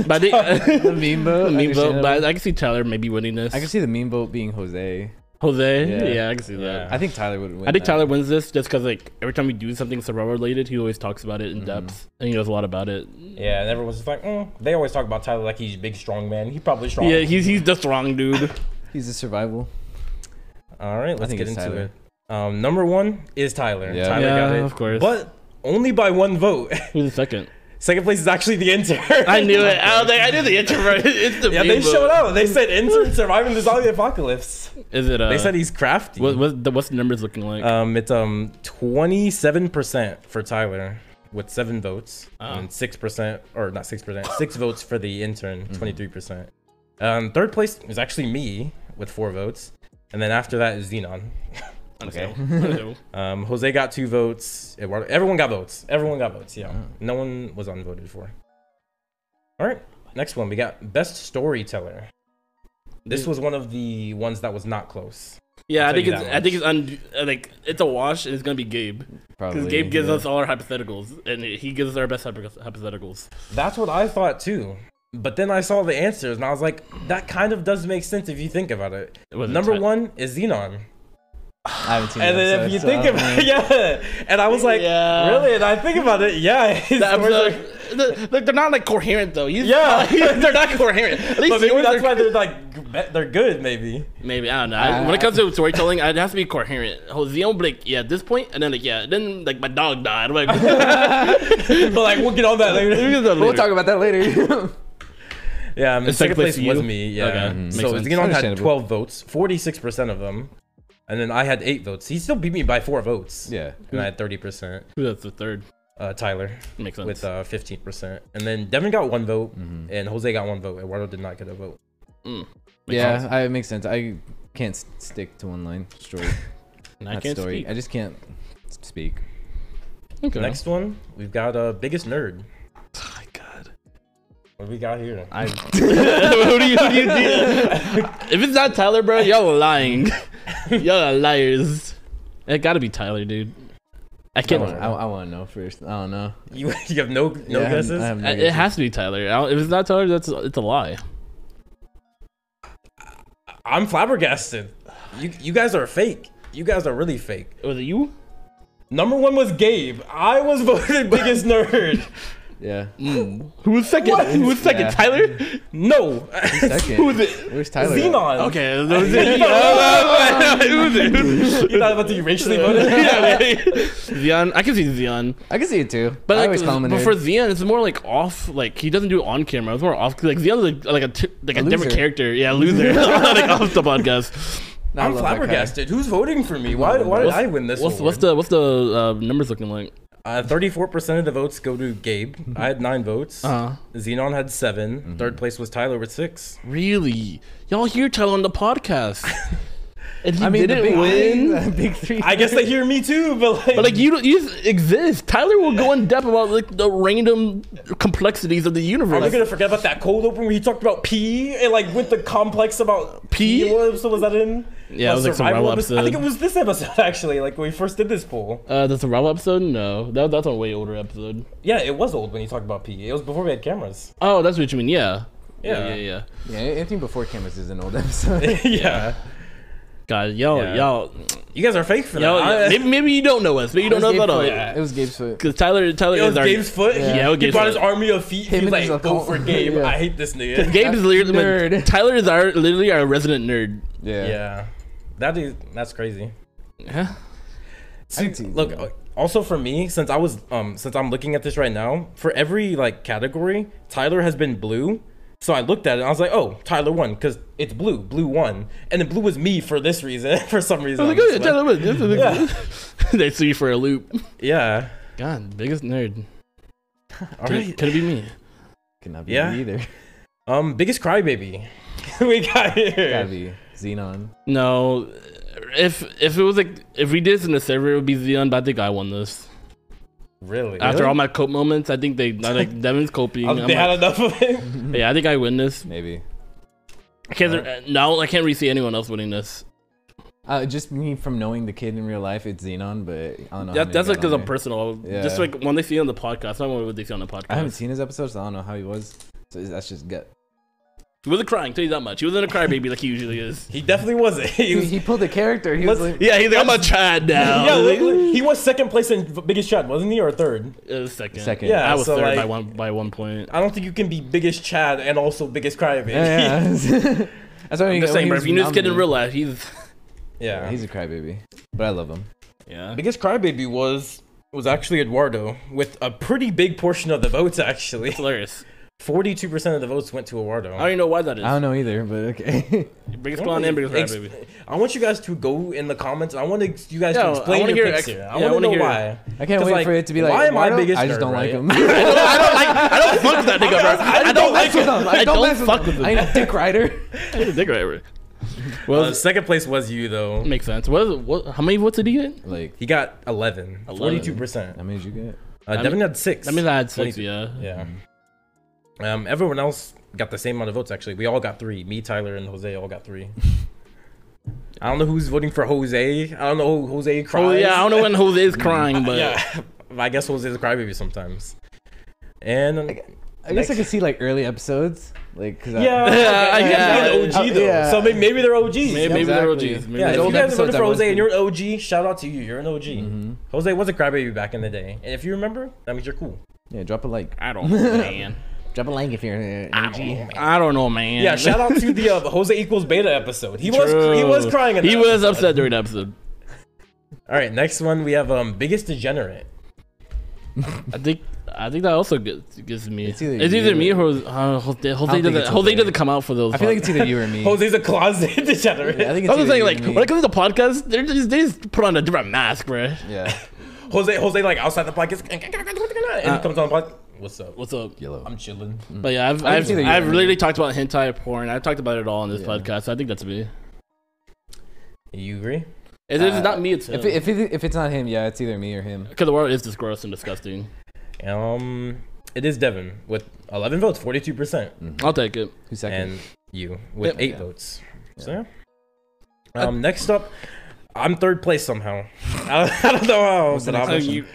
Speaker 1: but I think-
Speaker 2: the meme vote.
Speaker 1: a meme vote,
Speaker 2: understandable.
Speaker 1: but I can see Tyler maybe winning this.
Speaker 2: I can see the meme vote being Jose.
Speaker 1: Jose,
Speaker 2: Yeah.
Speaker 1: yeah. I can see that.
Speaker 3: Yeah.
Speaker 2: I think Tyler would win.
Speaker 1: I think
Speaker 2: that.
Speaker 1: Tyler wins this just because like every time we do something survival related, he always talks about
Speaker 3: Mm-hmm.
Speaker 1: it in depth and he knows a lot about it.
Speaker 3: Yeah, and everyone's just like, mm. they always talk about Tyler like he's a big, strong man. He probably strong.
Speaker 1: Yeah, he's he's just wrong, dude.
Speaker 2: He's a survival.
Speaker 3: All right, let's
Speaker 2: think
Speaker 3: get
Speaker 2: it's
Speaker 3: into
Speaker 2: Tyler.
Speaker 3: it. Um, number one is Tyler.
Speaker 2: Yeah.
Speaker 3: Tyler got
Speaker 1: Yeah,
Speaker 3: it,
Speaker 1: of course.
Speaker 3: but only by one vote.
Speaker 1: Who's the second?
Speaker 3: Second place is actually the intern.
Speaker 1: I knew it. I was like, I knew the introvert. It's the
Speaker 3: Yeah,
Speaker 1: meme
Speaker 3: they
Speaker 1: vote.
Speaker 3: showed up. They said intern surviving the zombie apocalypse.
Speaker 1: Is it? Uh,
Speaker 3: They said he's crafty.
Speaker 1: what, what the, what's the numbers looking like?
Speaker 3: Um, it's um twenty seven percent for Tyler with seven votes
Speaker 1: Oh.
Speaker 3: and six percent or not six percent six votes for the intern
Speaker 1: Mm-hmm.
Speaker 3: twenty three percent. Um, third place is actually me with four votes, and then after that is Xenon.
Speaker 1: okay.
Speaker 3: Um, Jose got two votes. Eduardo, everyone got votes. Everyone got votes. Yeah,
Speaker 1: Mm.
Speaker 3: no one was unvoted for. All right, next one we got best storyteller.
Speaker 1: Mm.
Speaker 3: This was one of the ones that was not close.
Speaker 1: Yeah,
Speaker 3: I'll
Speaker 1: I
Speaker 3: tell
Speaker 1: think
Speaker 3: you
Speaker 1: it's
Speaker 3: that
Speaker 1: I think it's un, like it's a wash and it's gonna be Gabe
Speaker 2: Probably.
Speaker 1: because Gabe gives
Speaker 2: yeah.
Speaker 1: us all our hypotheticals and he gives us our best hypo- hypotheticals.
Speaker 3: That's what I thought too. But then I saw the answers and I was like, that kind of does make sense if you think about it.
Speaker 1: It wasn't
Speaker 3: Number
Speaker 1: tight.
Speaker 3: one is Xenon.
Speaker 2: I haven't seen
Speaker 3: And
Speaker 2: that,
Speaker 3: then
Speaker 2: so-
Speaker 3: if you
Speaker 2: so
Speaker 3: think
Speaker 2: I don't
Speaker 3: about
Speaker 2: know.
Speaker 3: it, yeah. And I was like,
Speaker 1: uh, Yeah.
Speaker 3: really? And I think about it, yeah. his
Speaker 1: The
Speaker 3: stories are-
Speaker 1: episode, the- like, they're not like coherent though. He's,
Speaker 3: Yeah.
Speaker 1: they're not coherent. At least
Speaker 3: But maybe
Speaker 1: yours
Speaker 3: that's
Speaker 1: are-
Speaker 3: why they're like g- be- they're good. Maybe
Speaker 1: Maybe I don't know. I-
Speaker 3: Ah.
Speaker 1: when it comes to storytelling, it has to be coherent. Jose will be like, yeah, at this point, and then like, yeah, then like my dog died. I'm like,
Speaker 3: but like we'll get on that later.
Speaker 2: We'll talk about that later.
Speaker 3: Yeah, I mean,
Speaker 1: It's second
Speaker 3: second place,
Speaker 1: place for
Speaker 3: was
Speaker 1: you?
Speaker 3: me. Yeah.
Speaker 1: Okay, mhm.
Speaker 3: So
Speaker 1: Makes sense.
Speaker 3: Xenon had
Speaker 2: Understandable.
Speaker 3: twelve votes, forty six percent of them, and then I had eight votes. He still beat me by four votes.
Speaker 2: yeah.
Speaker 3: and I had thirty percent.
Speaker 1: That's the third.
Speaker 3: Uh, Tyler
Speaker 1: Makes sense.
Speaker 3: with uh fifteen percent, and then Devin got one vote,
Speaker 2: Mm-hmm.
Speaker 3: and Jose got one vote. Eduardo did not get a vote.
Speaker 1: Mm. Makes
Speaker 2: Yeah,
Speaker 1: sense.
Speaker 2: I, it makes sense. I can't s- stick to one line story.
Speaker 1: And I
Speaker 2: Not
Speaker 1: can't
Speaker 2: story.
Speaker 1: speak.
Speaker 2: I just can't s- speak.
Speaker 1: Okay.
Speaker 3: Next one, we've got uh biggest nerd.
Speaker 1: Oh, my God.
Speaker 3: What do we got here?
Speaker 2: I
Speaker 1: who do you, who do you do? If it's not Tyler, bro, y'all are lying. y'all are liars. It gotta be Tyler, dude. I
Speaker 2: I,
Speaker 1: can't.
Speaker 2: wanna- I, want to know first. I don't know.
Speaker 3: You you have no no
Speaker 2: Yeah, I have-
Speaker 3: guesses.
Speaker 2: I have no
Speaker 1: I- Uh, it
Speaker 2: guesses.
Speaker 1: has to be Tyler. I don't- If it's not Tyler, that's it's a lie.
Speaker 3: I'm flabbergasted. You you guys are fake. You guys are really fake.
Speaker 1: Was it you?
Speaker 3: Number one was Gabe. I was voted biggest nerd.
Speaker 2: Yeah.
Speaker 1: Who was second? Who was second?
Speaker 2: Yeah.
Speaker 1: Tyler?
Speaker 3: No.
Speaker 2: Second.
Speaker 1: Who's it?
Speaker 2: Where's Tyler? at?
Speaker 3: Xenon.
Speaker 1: Okay, that was it. Yeah, who's it? Who's it?
Speaker 3: You're not about to be racially voted?
Speaker 1: Yeah, Zion. I can see Zion,
Speaker 2: I can see it too.
Speaker 1: but
Speaker 2: I
Speaker 1: like,
Speaker 2: always call him a
Speaker 1: but
Speaker 2: nerd.
Speaker 1: for Zion, it's more like off. Like he doesn't do it on camera. It's more off. 'cause, Like Zion's like, like a t- like a, different
Speaker 2: loser.
Speaker 1: character. Yeah, loser. like off the podcast.
Speaker 2: No, I
Speaker 3: I'm
Speaker 2: love that guy.
Speaker 3: flabbergasted. Who's voting for me? Why, why did I win this
Speaker 1: What's what's the what's the uh, numbers looking like?
Speaker 3: uh, 34% of the votes go to Gabe. I had nine votes.
Speaker 1: Mm-hmm. Uh-huh.
Speaker 3: Xenon had 7 Third place was Tyler with six.
Speaker 1: Really, y'all hear Tyler on the podcast, and he
Speaker 2: I mean, the
Speaker 1: didn't
Speaker 2: big
Speaker 1: win.
Speaker 2: three, the big three.
Speaker 3: I guess they hear me too, but like,
Speaker 1: But like you, don't, you just exist. Tyler will go in depth about like the random complexities of the universe.
Speaker 3: I'm gonna forget about that cold open where he talked about pee and like went the complex about
Speaker 1: Pee?
Speaker 3: What episode was that in?
Speaker 1: Yeah, it
Speaker 3: Uh,
Speaker 1: was, like, some
Speaker 3: survival
Speaker 1: Rebel
Speaker 3: I think it
Speaker 1: episode.
Speaker 3: was this episode actually. Like when we first did this poll.
Speaker 1: Uh, the Survival episode? No, that, that's a way older episode.
Speaker 3: Yeah, it was old when he talked about pee. It was before we had cameras.
Speaker 1: Oh, that's what you mean. Yeah.
Speaker 3: Yeah.
Speaker 1: yeah, yeah.
Speaker 2: yeah, anything before cameras is an old episode.
Speaker 3: yeah.
Speaker 1: God, y'all,
Speaker 3: Yeah.
Speaker 1: y'all,
Speaker 3: You guys are fake for
Speaker 1: y'all.
Speaker 3: that. I-
Speaker 1: maybe, maybe you don't know us, but you don't know
Speaker 2: Gabe's
Speaker 1: about
Speaker 2: foot.
Speaker 1: us.
Speaker 2: It was Gabe's foot.
Speaker 1: Because Tyler, Tyler
Speaker 3: It was
Speaker 1: is our
Speaker 3: Gabe's foot.
Speaker 1: Yeah, it
Speaker 3: he,
Speaker 1: was
Speaker 3: he
Speaker 1: Gabe's
Speaker 3: brought his
Speaker 1: foot.
Speaker 3: army of feet.
Speaker 2: Him
Speaker 3: He's
Speaker 2: and his
Speaker 3: like, go
Speaker 2: account-
Speaker 3: for Gabe.
Speaker 2: Yeah.
Speaker 3: I hate this nigga.
Speaker 1: Gabe is literally
Speaker 2: Nerd.
Speaker 1: Tyler is our literally our resident nerd.
Speaker 2: Yeah.
Speaker 3: yeah, that is that's crazy.
Speaker 1: Yeah.
Speaker 3: See,
Speaker 2: can see
Speaker 3: look, uh,
Speaker 2: that.
Speaker 3: also for me, since I was um since I'm looking at this right now, for every like category, Tyler has been blue. So I looked at it and I was like, oh, Tyler won because it's blue. Blue won, and then blue was me for this reason. for some reason,
Speaker 1: Like,
Speaker 3: I'm
Speaker 1: oh,
Speaker 3: just like-
Speaker 1: Tyler was. This is they threw you for a loop.
Speaker 3: yeah.
Speaker 1: God, biggest nerd.
Speaker 3: All
Speaker 1: Could
Speaker 3: right.
Speaker 1: it, could it be me?
Speaker 2: Could not be
Speaker 3: Yeah.
Speaker 2: me either.
Speaker 3: Um, biggest crybaby. we got
Speaker 2: Gotta
Speaker 3: here.
Speaker 2: be Xenon.
Speaker 1: No. If if it was like if we did this in the server, it would be Xeon. But I think I won this.
Speaker 3: Really?
Speaker 1: After all my cope moments, I think they I like Devin's coping.
Speaker 3: I
Speaker 1: I'm
Speaker 3: was-
Speaker 1: like,
Speaker 3: they had enough of it.
Speaker 1: yeah, I think I win this.
Speaker 2: Maybe.
Speaker 1: I can't, uh, no, I can't really see anyone else winning this.
Speaker 2: Uh, just me from knowing the kid in real life, it's Xenon, but I don't know. how
Speaker 1: That,
Speaker 2: many
Speaker 1: that's
Speaker 2: got
Speaker 1: like because I'm
Speaker 2: on there.
Speaker 1: personal.
Speaker 2: Yeah.
Speaker 1: Just like when they see on the podcast, I don't know what they see on the podcast.
Speaker 2: I haven't seen his episodes, so I don't know how he was. So that's just gut.
Speaker 1: He wasn't crying. Tell you that much. He wasn't a crybaby like he usually is.
Speaker 3: He definitely wasn't. He
Speaker 2: He,
Speaker 3: was
Speaker 2: he pulled a character. He was
Speaker 3: Let's-
Speaker 2: like,
Speaker 1: Yeah, he's like I'm a child now.
Speaker 3: Yeah, like, like, he was second place in v- biggest Chad, wasn't he, or third?
Speaker 1: It was second.
Speaker 2: Second.
Speaker 1: I
Speaker 3: Yeah,
Speaker 1: was
Speaker 3: so
Speaker 1: third by
Speaker 3: like-
Speaker 1: one by one point.
Speaker 3: I don't think you can be biggest Chad and also biggest crybaby.
Speaker 2: yeah, yeah. that's what
Speaker 1: I'm just saying, bro. If you knew this kid in real life, he's
Speaker 3: Yeah.
Speaker 2: he's a crybaby, but I love him.
Speaker 1: yeah.
Speaker 3: biggest crybaby was was actually Eduardo with a pretty big portion of the votes. Actually,
Speaker 1: It's hilarious.
Speaker 3: forty-two percent of the votes went to Eduardo.
Speaker 1: I don't even know why that
Speaker 2: I
Speaker 1: is.
Speaker 2: don't know either, but okay.
Speaker 1: Biggest
Speaker 3: I
Speaker 1: clown
Speaker 3: want
Speaker 1: and
Speaker 3: you-
Speaker 1: biggest
Speaker 3: ex-
Speaker 1: crybaby.
Speaker 3: I want you guys to go in the comments. I want to, you guys
Speaker 1: Yeah, I
Speaker 3: to explain
Speaker 1: wanna
Speaker 3: your
Speaker 1: hear
Speaker 3: picks
Speaker 1: ex-
Speaker 3: here.
Speaker 1: yeah,
Speaker 3: I
Speaker 1: I
Speaker 3: want to
Speaker 1: wanna
Speaker 3: know
Speaker 1: hear-
Speaker 3: why.
Speaker 2: I can't
Speaker 3: 'Cause,
Speaker 2: wait
Speaker 3: like,
Speaker 2: for it to be like.
Speaker 3: why am I
Speaker 2: Eduardo?
Speaker 3: biggest
Speaker 2: I just
Speaker 3: nerd,
Speaker 2: don't like
Speaker 3: right?
Speaker 2: him. I
Speaker 1: I don't like. I don't fuck with that nigga, bro. I don't like him.
Speaker 2: don't,
Speaker 1: I don't fuck with
Speaker 2: I
Speaker 1: him.
Speaker 2: ain't a dick rider.
Speaker 1: I ain't a dick right.
Speaker 3: Uh, second place was you though.
Speaker 1: Makes sense. What, is, what? How many votes did he get?
Speaker 2: Like,
Speaker 3: He got 11,
Speaker 1: 11.
Speaker 3: 42 percent.
Speaker 2: how many did you get?
Speaker 3: Uh,
Speaker 1: mean-
Speaker 3: Devin had six.
Speaker 1: That means I had six.
Speaker 3: Twenty-
Speaker 1: Yeah.
Speaker 3: yeah. Um, everyone else got the same amount of votes. Actually, we all got three. Me, Tyler, and Jose all got three. I don't know who's voting for Jose. I don't know who Jose cries.
Speaker 1: Oh yeah, I don't know when Jose is crying, but
Speaker 3: yeah, I guess Jose's a crybaby sometimes. And uh,
Speaker 2: I guess I
Speaker 3: Next.
Speaker 2: could see like early episodes, like cause
Speaker 3: yeah,
Speaker 2: I,
Speaker 1: Yeah, I
Speaker 3: I guess
Speaker 1: guess-
Speaker 3: he's an OG though.
Speaker 2: yeah.
Speaker 3: So may- maybe they're OGs.
Speaker 1: may- maybe they're
Speaker 2: exactly.
Speaker 1: OGs. Maybe they're
Speaker 3: Yeah, if
Speaker 2: Those
Speaker 3: you guys are
Speaker 2: episodes
Speaker 3: voting for
Speaker 2: I
Speaker 3: Jose and
Speaker 2: watched.
Speaker 3: you're an OG, shout out to you. You're an OG.
Speaker 1: Mm-hmm.
Speaker 3: Jose was a crybaby back in the day, and if you remember, that means you're cool.
Speaker 2: yeah, drop a like,
Speaker 1: I don't know, man.
Speaker 2: drop a like if you're uh, an OG.
Speaker 1: I don't know, man.
Speaker 3: Yeah, shout out to the uh, Jose equals beta episode. He was he was
Speaker 1: True.
Speaker 3: crying. In
Speaker 1: He
Speaker 3: that
Speaker 1: was
Speaker 3: episode.
Speaker 1: upset during the episode.
Speaker 3: All right, next one we have um biggest degenerate.
Speaker 1: I think I think that also gets, gives me. It's
Speaker 2: It's
Speaker 1: either,
Speaker 2: either you
Speaker 1: me
Speaker 2: or-
Speaker 1: or uh, Jose. Jose
Speaker 2: think
Speaker 1: doesn't.
Speaker 2: it's
Speaker 1: Jose
Speaker 2: Jose.
Speaker 1: doesn't come out for those.
Speaker 2: I feel like it's
Speaker 1: podcasts.
Speaker 2: either you or me.
Speaker 3: Jose's a closet degenerate.
Speaker 2: Yeah, I think it's
Speaker 1: That's the thing.
Speaker 2: either you
Speaker 1: Like
Speaker 2: or me.
Speaker 1: when it comes to podcasts, they're just, they just put on a different mask, bro.
Speaker 2: yeah,
Speaker 3: Jose Jose like outside the podcast, and
Speaker 2: Uh,
Speaker 3: he comes on the podcast. What's up?
Speaker 1: What's up?
Speaker 2: yellow.
Speaker 3: I'm chilling.
Speaker 1: But yeah, I've
Speaker 2: Hmm. I
Speaker 1: I've,
Speaker 2: think it's either you
Speaker 1: I've
Speaker 2: or me.
Speaker 1: literally talked about hentai porn. I've talked about it all on this
Speaker 2: Yeah.
Speaker 1: podcast. So I think that's me.
Speaker 3: You agree?
Speaker 1: If it's
Speaker 2: Uh,
Speaker 1: not me, it's him.
Speaker 2: If it, if, it, if it's not him, yeah, it's either me or him.
Speaker 1: Because the world is just gross and disgusting.
Speaker 3: Um, it is Devin with 11 votes, 42 percent,
Speaker 1: I'll take it.
Speaker 2: Who's second?
Speaker 3: and you with
Speaker 1: Yep.
Speaker 3: eight
Speaker 2: Mm-hmm. Yeah.
Speaker 3: votes. So, yeah. um, next up, I'm third place somehow. I, don't know how,
Speaker 2: What's the
Speaker 3: but I'm,
Speaker 2: next
Speaker 1: Uh, you-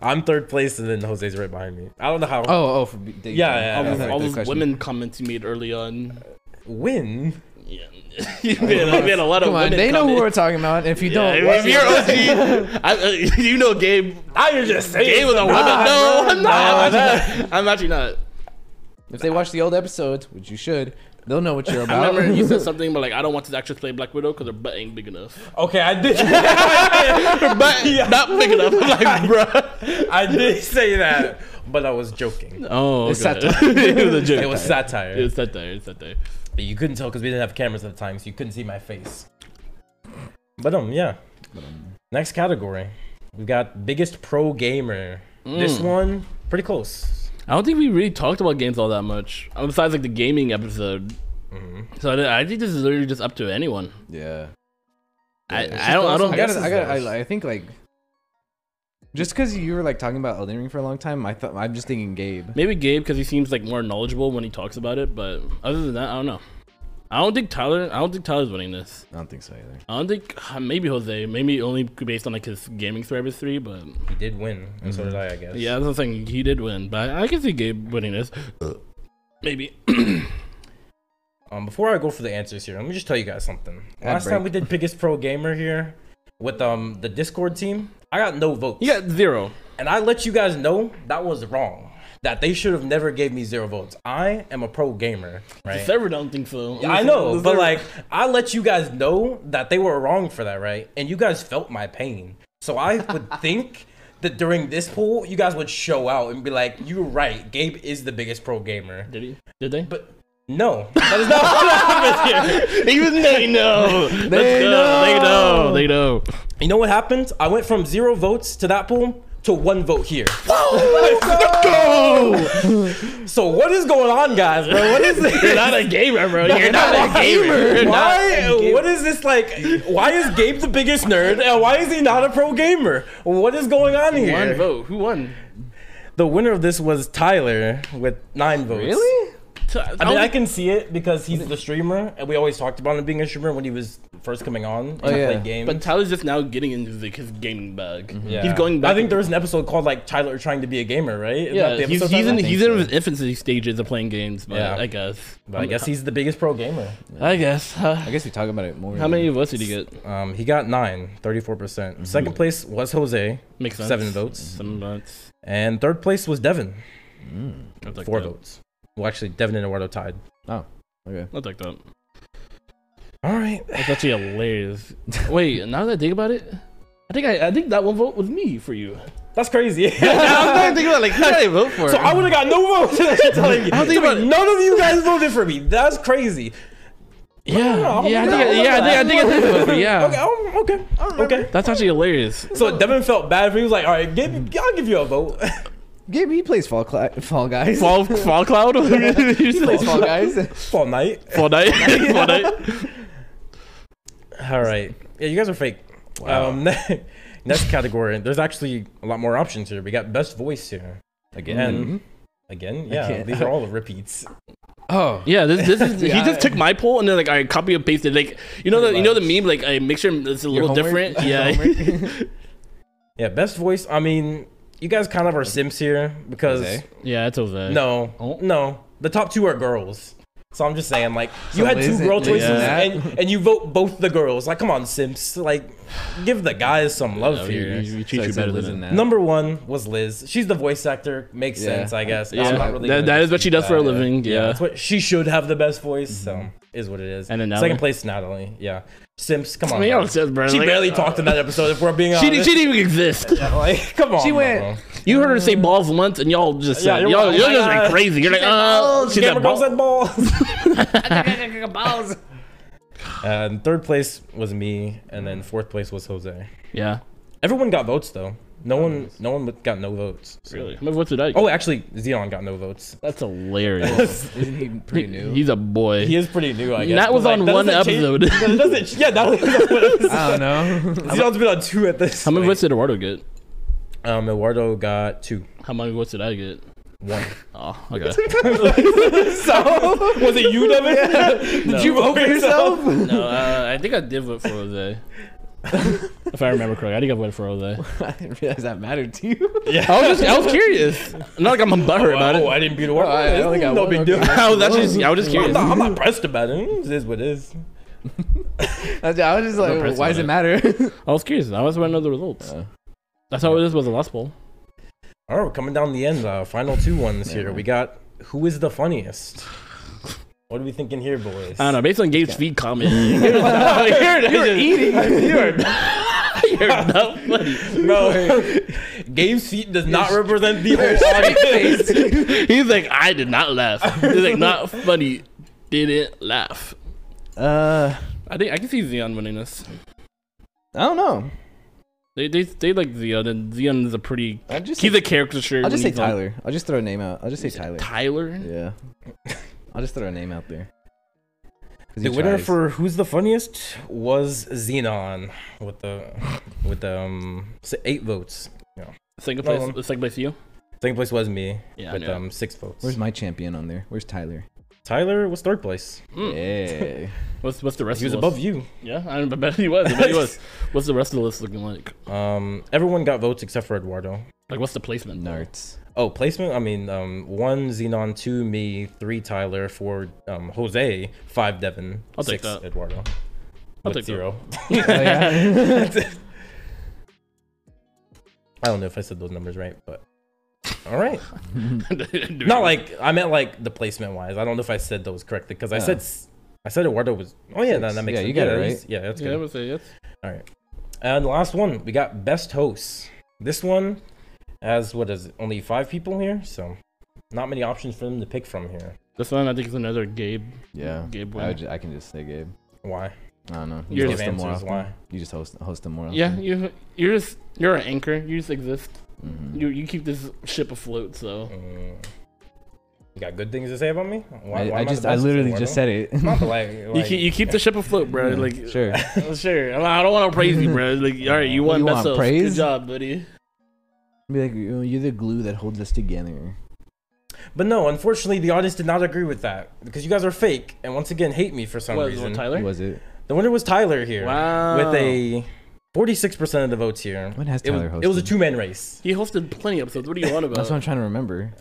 Speaker 3: I'm third place, and then Jose's right behind me. I don't know how.
Speaker 2: oh, oh, for b- dating.
Speaker 3: Yeah, yeah,
Speaker 2: I
Speaker 1: all
Speaker 3: yeah,
Speaker 2: was
Speaker 1: those,
Speaker 3: yeah.
Speaker 2: like,
Speaker 1: all
Speaker 2: good
Speaker 1: those
Speaker 2: question.
Speaker 1: women comments you made early on.
Speaker 3: Win.
Speaker 1: Yeah, you made, you made a lot of
Speaker 2: Come on,
Speaker 1: women.
Speaker 2: they know
Speaker 1: comment.
Speaker 2: who we're talking about. and If you
Speaker 1: Yeah, if
Speaker 2: don't,
Speaker 1: you're OG, I, uh, you know Gabe.
Speaker 2: Ah,
Speaker 3: Now you're just
Speaker 1: Gabe was a woman. No, I'm not. I'm, actually not. I'm actually not.
Speaker 2: if they watch the old episodes, which you should, they'll know what you're
Speaker 1: I
Speaker 2: about.
Speaker 1: remember you said something about like I don't want this actress to play Black Widow because her butt ain't big enough.
Speaker 3: Okay, I did.
Speaker 1: Her butt not big enough. I'm like, bruh.
Speaker 3: I did say that, but I was joking.
Speaker 1: Oh,
Speaker 2: It's
Speaker 1: okay.
Speaker 2: satire.
Speaker 1: it was a joke.
Speaker 3: It was satire.
Speaker 1: It's satire. It's satire.
Speaker 3: But you couldn't tell because we didn't have cameras at the time, so you couldn't see my face. But um, yeah. Next category, we've got biggest pro gamer. This
Speaker 1: Mm.
Speaker 3: one pretty close.
Speaker 1: Hmm. I don't think we really talked about games all that much, uh, besides like the gaming episode.
Speaker 3: Mm-hmm.
Speaker 1: So I, don't- I think this is literally just up to anyone.
Speaker 2: yeah. Yeah,
Speaker 1: I, I don't. I don't.
Speaker 2: I got.
Speaker 3: guess
Speaker 2: I got.
Speaker 3: it's
Speaker 2: I, I think like. Just because you were like talking about Elden Ring for a long time, I thought I'm just thinking Gabe.
Speaker 1: Maybe Gabe because he seems like more knowledgeable when he talks about it. But other than that, I don't know. I don't think Tyler. I don't think Tyler's winning this.
Speaker 2: I don't think so either.
Speaker 1: I don't think uh, maybe Jose. Maybe only based on like his gaming survivor three. But
Speaker 3: He did win, and so did I, I guess.
Speaker 1: yeah, that's the thing. He did win, but I can see Gabe winning this. Maybe.
Speaker 3: Um, before I go for the answers here, let me just tell you guys something.
Speaker 2: Ad
Speaker 3: Last time we did biggest pro gamer here with um the Discord team, I got no votes.
Speaker 1: He got zero.
Speaker 3: And I let you guys know that was wrong. That they should have never gave me zero votes. I am a pro gamer,
Speaker 1: The
Speaker 3: right?
Speaker 1: server don't think so.
Speaker 3: I know,
Speaker 1: The
Speaker 3: but
Speaker 1: server-
Speaker 3: like I let you guys know that they were wrong for that, right? And you guys felt my pain. So I would think that during this poll, you guys would show out and be like, "You're right. Gabe is the biggest pro gamer."
Speaker 1: did he? Did they?
Speaker 3: But no, that is not what happened here.
Speaker 1: Even they know. Let's go. They know. They know.
Speaker 3: You know what happened? I went from zero votes to that poll to one vote here. so what is going on, guys? Bro, what is
Speaker 1: You're
Speaker 3: this?
Speaker 1: not a gamer, bro. You're not a gamer. You're not-
Speaker 3: Why? What is this like? Why is Gabe the biggest nerd and why is he not a pro gamer? What is going on
Speaker 1: One
Speaker 3: here?
Speaker 1: vote. Who won?
Speaker 3: The winner of this was Tyler with nine votes.
Speaker 2: Really?
Speaker 3: I mean, I can see it because he's the streamer, and we always talked about him being a streamer when he was first coming on and
Speaker 2: Oh, yeah.
Speaker 3: played games.
Speaker 1: But Tyler's just now getting into like his gaming bug.
Speaker 3: Yeah.
Speaker 1: He's going back.
Speaker 3: I think there was an episode called like Tyler trying to be a gamer, right? Isn't that
Speaker 1: Yeah,
Speaker 3: the
Speaker 1: he's,
Speaker 3: episode
Speaker 1: he's in
Speaker 3: title?
Speaker 1: he's in his infancy stages of playing games, but
Speaker 3: Yeah.
Speaker 1: I guess.
Speaker 3: But I guess he's the biggest pro gamer.
Speaker 1: I guess. huh?
Speaker 2: I guess we talk about it more.
Speaker 1: how many votes did he get?
Speaker 3: Um, he got nine, 34 percent.
Speaker 1: Mm-hmm.
Speaker 3: Second place was Jose,
Speaker 1: Makes sense.
Speaker 3: seven votes,
Speaker 1: Seven votes. Mm-hmm.
Speaker 3: and third place was Devin,
Speaker 2: Mm.
Speaker 1: I'll take
Speaker 3: four
Speaker 1: that.
Speaker 3: votes. Well, actually, Devin and Eduardo tied.
Speaker 2: Okay.
Speaker 1: I'll take that.
Speaker 3: All right.
Speaker 1: That's actually hilarious. Wait, now that I think about it, I think I, I think that one vote was me for you.
Speaker 3: That's crazy.
Speaker 1: I'm thinking about like how did I vote for?
Speaker 3: So I would have got no votes. I'm telling you.
Speaker 1: I don't think
Speaker 3: So
Speaker 1: about it.
Speaker 3: None of you guys voted for me. That's crazy.
Speaker 1: yeah,
Speaker 3: don't know.
Speaker 1: yeah, I think I,
Speaker 3: I don't
Speaker 1: yeah, I
Speaker 3: know.
Speaker 1: think I think I did vote for yeah.
Speaker 3: Okay. oh, okay. Okay.
Speaker 1: That's actually hilarious.
Speaker 3: So Devin felt bad for me. He was like, "All right, give, I'll give you a vote."
Speaker 2: Gabe, he plays Fall, Cla- fall Guys.
Speaker 1: Fall, fall cloud. he
Speaker 2: plays Fall Guys.
Speaker 3: Fall night.
Speaker 1: Fall night. Fall night.
Speaker 3: All right. Yeah, you guys are fake. Um, next category. There's actually a lot more options here. We got best voice here.
Speaker 2: Again.
Speaker 3: And Mm-hmm. Again, yeah,
Speaker 2: can't-
Speaker 3: these are all repeats.
Speaker 2: Oh,
Speaker 1: Yeah, this, this is he
Speaker 2: Yeah,
Speaker 1: just
Speaker 2: I-
Speaker 1: took my poll and then like I copy and pasted like you know the you know the meme like I make sure it's a little
Speaker 2: homework?
Speaker 1: different.
Speaker 2: Your
Speaker 1: Yeah,
Speaker 2: homework?
Speaker 3: Yeah, best voice. I mean, you guys kind of are simps here because
Speaker 2: Jose?
Speaker 1: yeah, it's Jose.
Speaker 3: no,
Speaker 1: Oh.
Speaker 3: no, the top two are girls. So I'm just saying, like, you
Speaker 2: So
Speaker 3: had two
Speaker 2: isn't-
Speaker 3: girl choices,
Speaker 1: isn't
Speaker 2: that-
Speaker 3: and, and you vote both the girls. Like, come on, simps. Like, give the guys some love
Speaker 1: No, you,
Speaker 3: here.
Speaker 1: you, you
Speaker 2: So
Speaker 1: treat
Speaker 2: I
Speaker 1: you
Speaker 2: said
Speaker 1: better
Speaker 2: Liz
Speaker 1: than
Speaker 2: and
Speaker 1: that.
Speaker 2: Nat.
Speaker 3: Number one was Liz. She's the voice actor. Makes
Speaker 2: Yeah.
Speaker 3: sense, I guess.
Speaker 1: Yeah,
Speaker 3: I'm not really
Speaker 1: that,
Speaker 3: gonna
Speaker 1: that is what she
Speaker 3: dispute
Speaker 1: does for a
Speaker 3: that.
Speaker 1: living. Yeah, Mm-hmm.
Speaker 3: That's what she should have the best voice. So is what it is.
Speaker 1: And then Natalie.
Speaker 3: second place, Natalie. Yeah, Simps. Come on,
Speaker 1: I mean,
Speaker 3: bro.
Speaker 1: it says, bro,
Speaker 3: she
Speaker 1: like,
Speaker 3: barely talked in that episode. If we're being
Speaker 1: She, didn't-
Speaker 3: honest,
Speaker 1: she didn't even exist.
Speaker 3: like, come on,
Speaker 2: She went-
Speaker 3: bro.
Speaker 1: You heard her say balls once, and y'all just
Speaker 3: Yeah,
Speaker 1: said,
Speaker 3: you're
Speaker 1: y'all,
Speaker 3: like,
Speaker 1: y'all
Speaker 3: oh my
Speaker 1: just
Speaker 3: God.
Speaker 1: like crazy. You're like, oh, she's
Speaker 3: Gamer
Speaker 1: that
Speaker 3: balls
Speaker 1: ball.
Speaker 3: and balls. and third place was me, and then fourth place was Jose.
Speaker 1: Yeah,
Speaker 3: Everyone got votes though. No one, no one got no votes. so-
Speaker 1: really. What's it like?
Speaker 3: Oh, actually, Xenon got no votes.
Speaker 1: that's hilarious.
Speaker 2: Isn't he pretty new?
Speaker 1: He's a boy.
Speaker 3: He is pretty new, I guess.
Speaker 1: That was
Speaker 3: but,
Speaker 1: on
Speaker 3: that
Speaker 1: one
Speaker 3: doesn't change-
Speaker 1: episode.
Speaker 3: that doesn't, yeah, that was on one episode.
Speaker 2: I don't know.
Speaker 3: Xenon's been on two at this.
Speaker 1: How many
Speaker 3: point.
Speaker 1: votes did Eduardo get?
Speaker 3: Um, Eduardo got two.
Speaker 1: How many votes did I get?
Speaker 3: One.
Speaker 1: Oh, okay.
Speaker 3: so was it you, Devin? Did you vote for yourself?
Speaker 1: no, uh, I think I did vote for Jose. if I remember correctly, I think I voted for Jose.
Speaker 2: I didn't realize that mattered to you.
Speaker 1: I was just, I was curious. Not like I'm a butthurt about
Speaker 3: oh,
Speaker 1: it.
Speaker 3: I didn't beat Eduardo.
Speaker 2: Oh, I- I only got
Speaker 3: no
Speaker 2: one,
Speaker 3: big
Speaker 2: okay.
Speaker 3: deal.
Speaker 1: I was actually, I was just
Speaker 3: I'm
Speaker 1: curious.
Speaker 3: not, I'm not pressed about it. It is what it is.
Speaker 2: I was- I was just like,
Speaker 1: press
Speaker 2: why
Speaker 1: on
Speaker 2: does
Speaker 1: it.
Speaker 2: it matter?
Speaker 1: I was curious. I was want to know the results. That's how it is with the last poll.
Speaker 3: All right, we're coming down the end. Uh, final two ones here. We got who is the funniest? What are we thinking here, boys?
Speaker 1: I don't know. Based on Gabe's feed comment, you're, you're, eating. You're, you're not funny.
Speaker 3: Bro, Gabe's feet does not represent the whole audience.
Speaker 1: He's like, I did not laugh. He's like, not funny. Didn't laugh.
Speaker 2: Uh,
Speaker 1: I think I can see Xeon winning this.
Speaker 2: I don't know.
Speaker 1: They they they like Xeon, and Xeon is a pretty.
Speaker 2: I just
Speaker 1: He's a caricature.
Speaker 2: I'll just say
Speaker 1: when he's on-
Speaker 2: Tyler. I'll just throw a name out. I'll just say Tyler.
Speaker 1: Tyler.
Speaker 2: Yeah. I'll just throw a name out there. 'Cause he
Speaker 3: The winner
Speaker 2: tries.
Speaker 3: for who's the funniest was Xenon with the with um s- eight votes.
Speaker 1: Second
Speaker 3: No
Speaker 1: place.
Speaker 3: one.
Speaker 1: Second place. You.
Speaker 3: Second place was me
Speaker 1: Yeah. I
Speaker 3: with
Speaker 1: knew it.
Speaker 3: um six votes.
Speaker 2: Where's my champion on there? Where's Tyler?
Speaker 3: Tyler was third place.
Speaker 1: Mm.
Speaker 2: Hey.
Speaker 1: What's what's the rest?
Speaker 3: He was
Speaker 1: of the
Speaker 3: above
Speaker 1: list?
Speaker 3: you.
Speaker 1: Yeah, I bet he was. I bet he was. What's the rest of the list looking like?
Speaker 3: Um, everyone got votes except for Eduardo.
Speaker 1: Like, what's the placement?
Speaker 2: Narts.
Speaker 3: Oh, placement. I mean, um, one Xenon, two me, three Tyler, four um, Jose, five Devin,
Speaker 1: I'll take
Speaker 3: six
Speaker 1: that.
Speaker 3: Eduardo.
Speaker 1: I'll take that.
Speaker 3: with zero.
Speaker 2: Oh, yeah?
Speaker 3: I don't know if I said those numbers right, but all right.
Speaker 1: Not
Speaker 3: Not like I meant like the placement wise. I don't know if I said those correctly because I
Speaker 2: Yeah.
Speaker 3: said s- I said Eduardo was. Oh yeah, that, that
Speaker 2: Six.
Speaker 3: makes
Speaker 2: Yeah,
Speaker 3: sense.
Speaker 2: you got it
Speaker 3: he's- Yeah, that's
Speaker 1: Yeah, I
Speaker 3: good.
Speaker 1: would say yes.
Speaker 3: And the last one, we got best hosts. This one has what is it, only five people here, so not many options for them to pick from here.
Speaker 1: This one I think is another Gabe.
Speaker 2: Yeah.
Speaker 1: Gabe
Speaker 2: I,
Speaker 1: win.
Speaker 2: would ju- I can just say Gabe.
Speaker 3: Why?
Speaker 2: I don't know.
Speaker 1: Yours
Speaker 2: You
Speaker 3: Give
Speaker 2: just host them more
Speaker 3: answers
Speaker 2: often.
Speaker 3: why.
Speaker 2: You just host host them more often.
Speaker 1: Yeah, you you're just you're an anchor. You just exist.
Speaker 2: Mhm.
Speaker 1: You you keep this ship afloat. So
Speaker 3: Mm. You got good things to say about me? Why,
Speaker 2: I,
Speaker 3: why
Speaker 2: I
Speaker 3: am the
Speaker 2: just I
Speaker 3: best,
Speaker 2: literally
Speaker 3: Eduardo?
Speaker 2: just said it.
Speaker 3: Not like,
Speaker 1: you
Speaker 3: like-
Speaker 1: keep you keep the ship afloat, bro. Like
Speaker 2: sure.
Speaker 1: uh, sure. I'm- I don't want to praise you, bro. Like all right, you won
Speaker 2: You
Speaker 1: best
Speaker 2: want
Speaker 1: of. Good
Speaker 2: praise?
Speaker 1: job, buddy.
Speaker 2: Be like "You- you're the glue that holds us together.
Speaker 3: But no, unfortunately, the audience did not agree with that because you guys are fake and once again hate me for some
Speaker 1: What,
Speaker 3: reason.
Speaker 1: Tyler?
Speaker 2: Who was it?
Speaker 3: The winner was Tyler here
Speaker 1: Wow.
Speaker 3: with a 46% of the votes here.
Speaker 2: When has
Speaker 3: It was,
Speaker 2: Tyler hosted?
Speaker 3: it was a uh, two man race.
Speaker 1: He hosted plenty of episodes. What do you want
Speaker 2: That's
Speaker 1: about?
Speaker 2: what I'm trying to remember.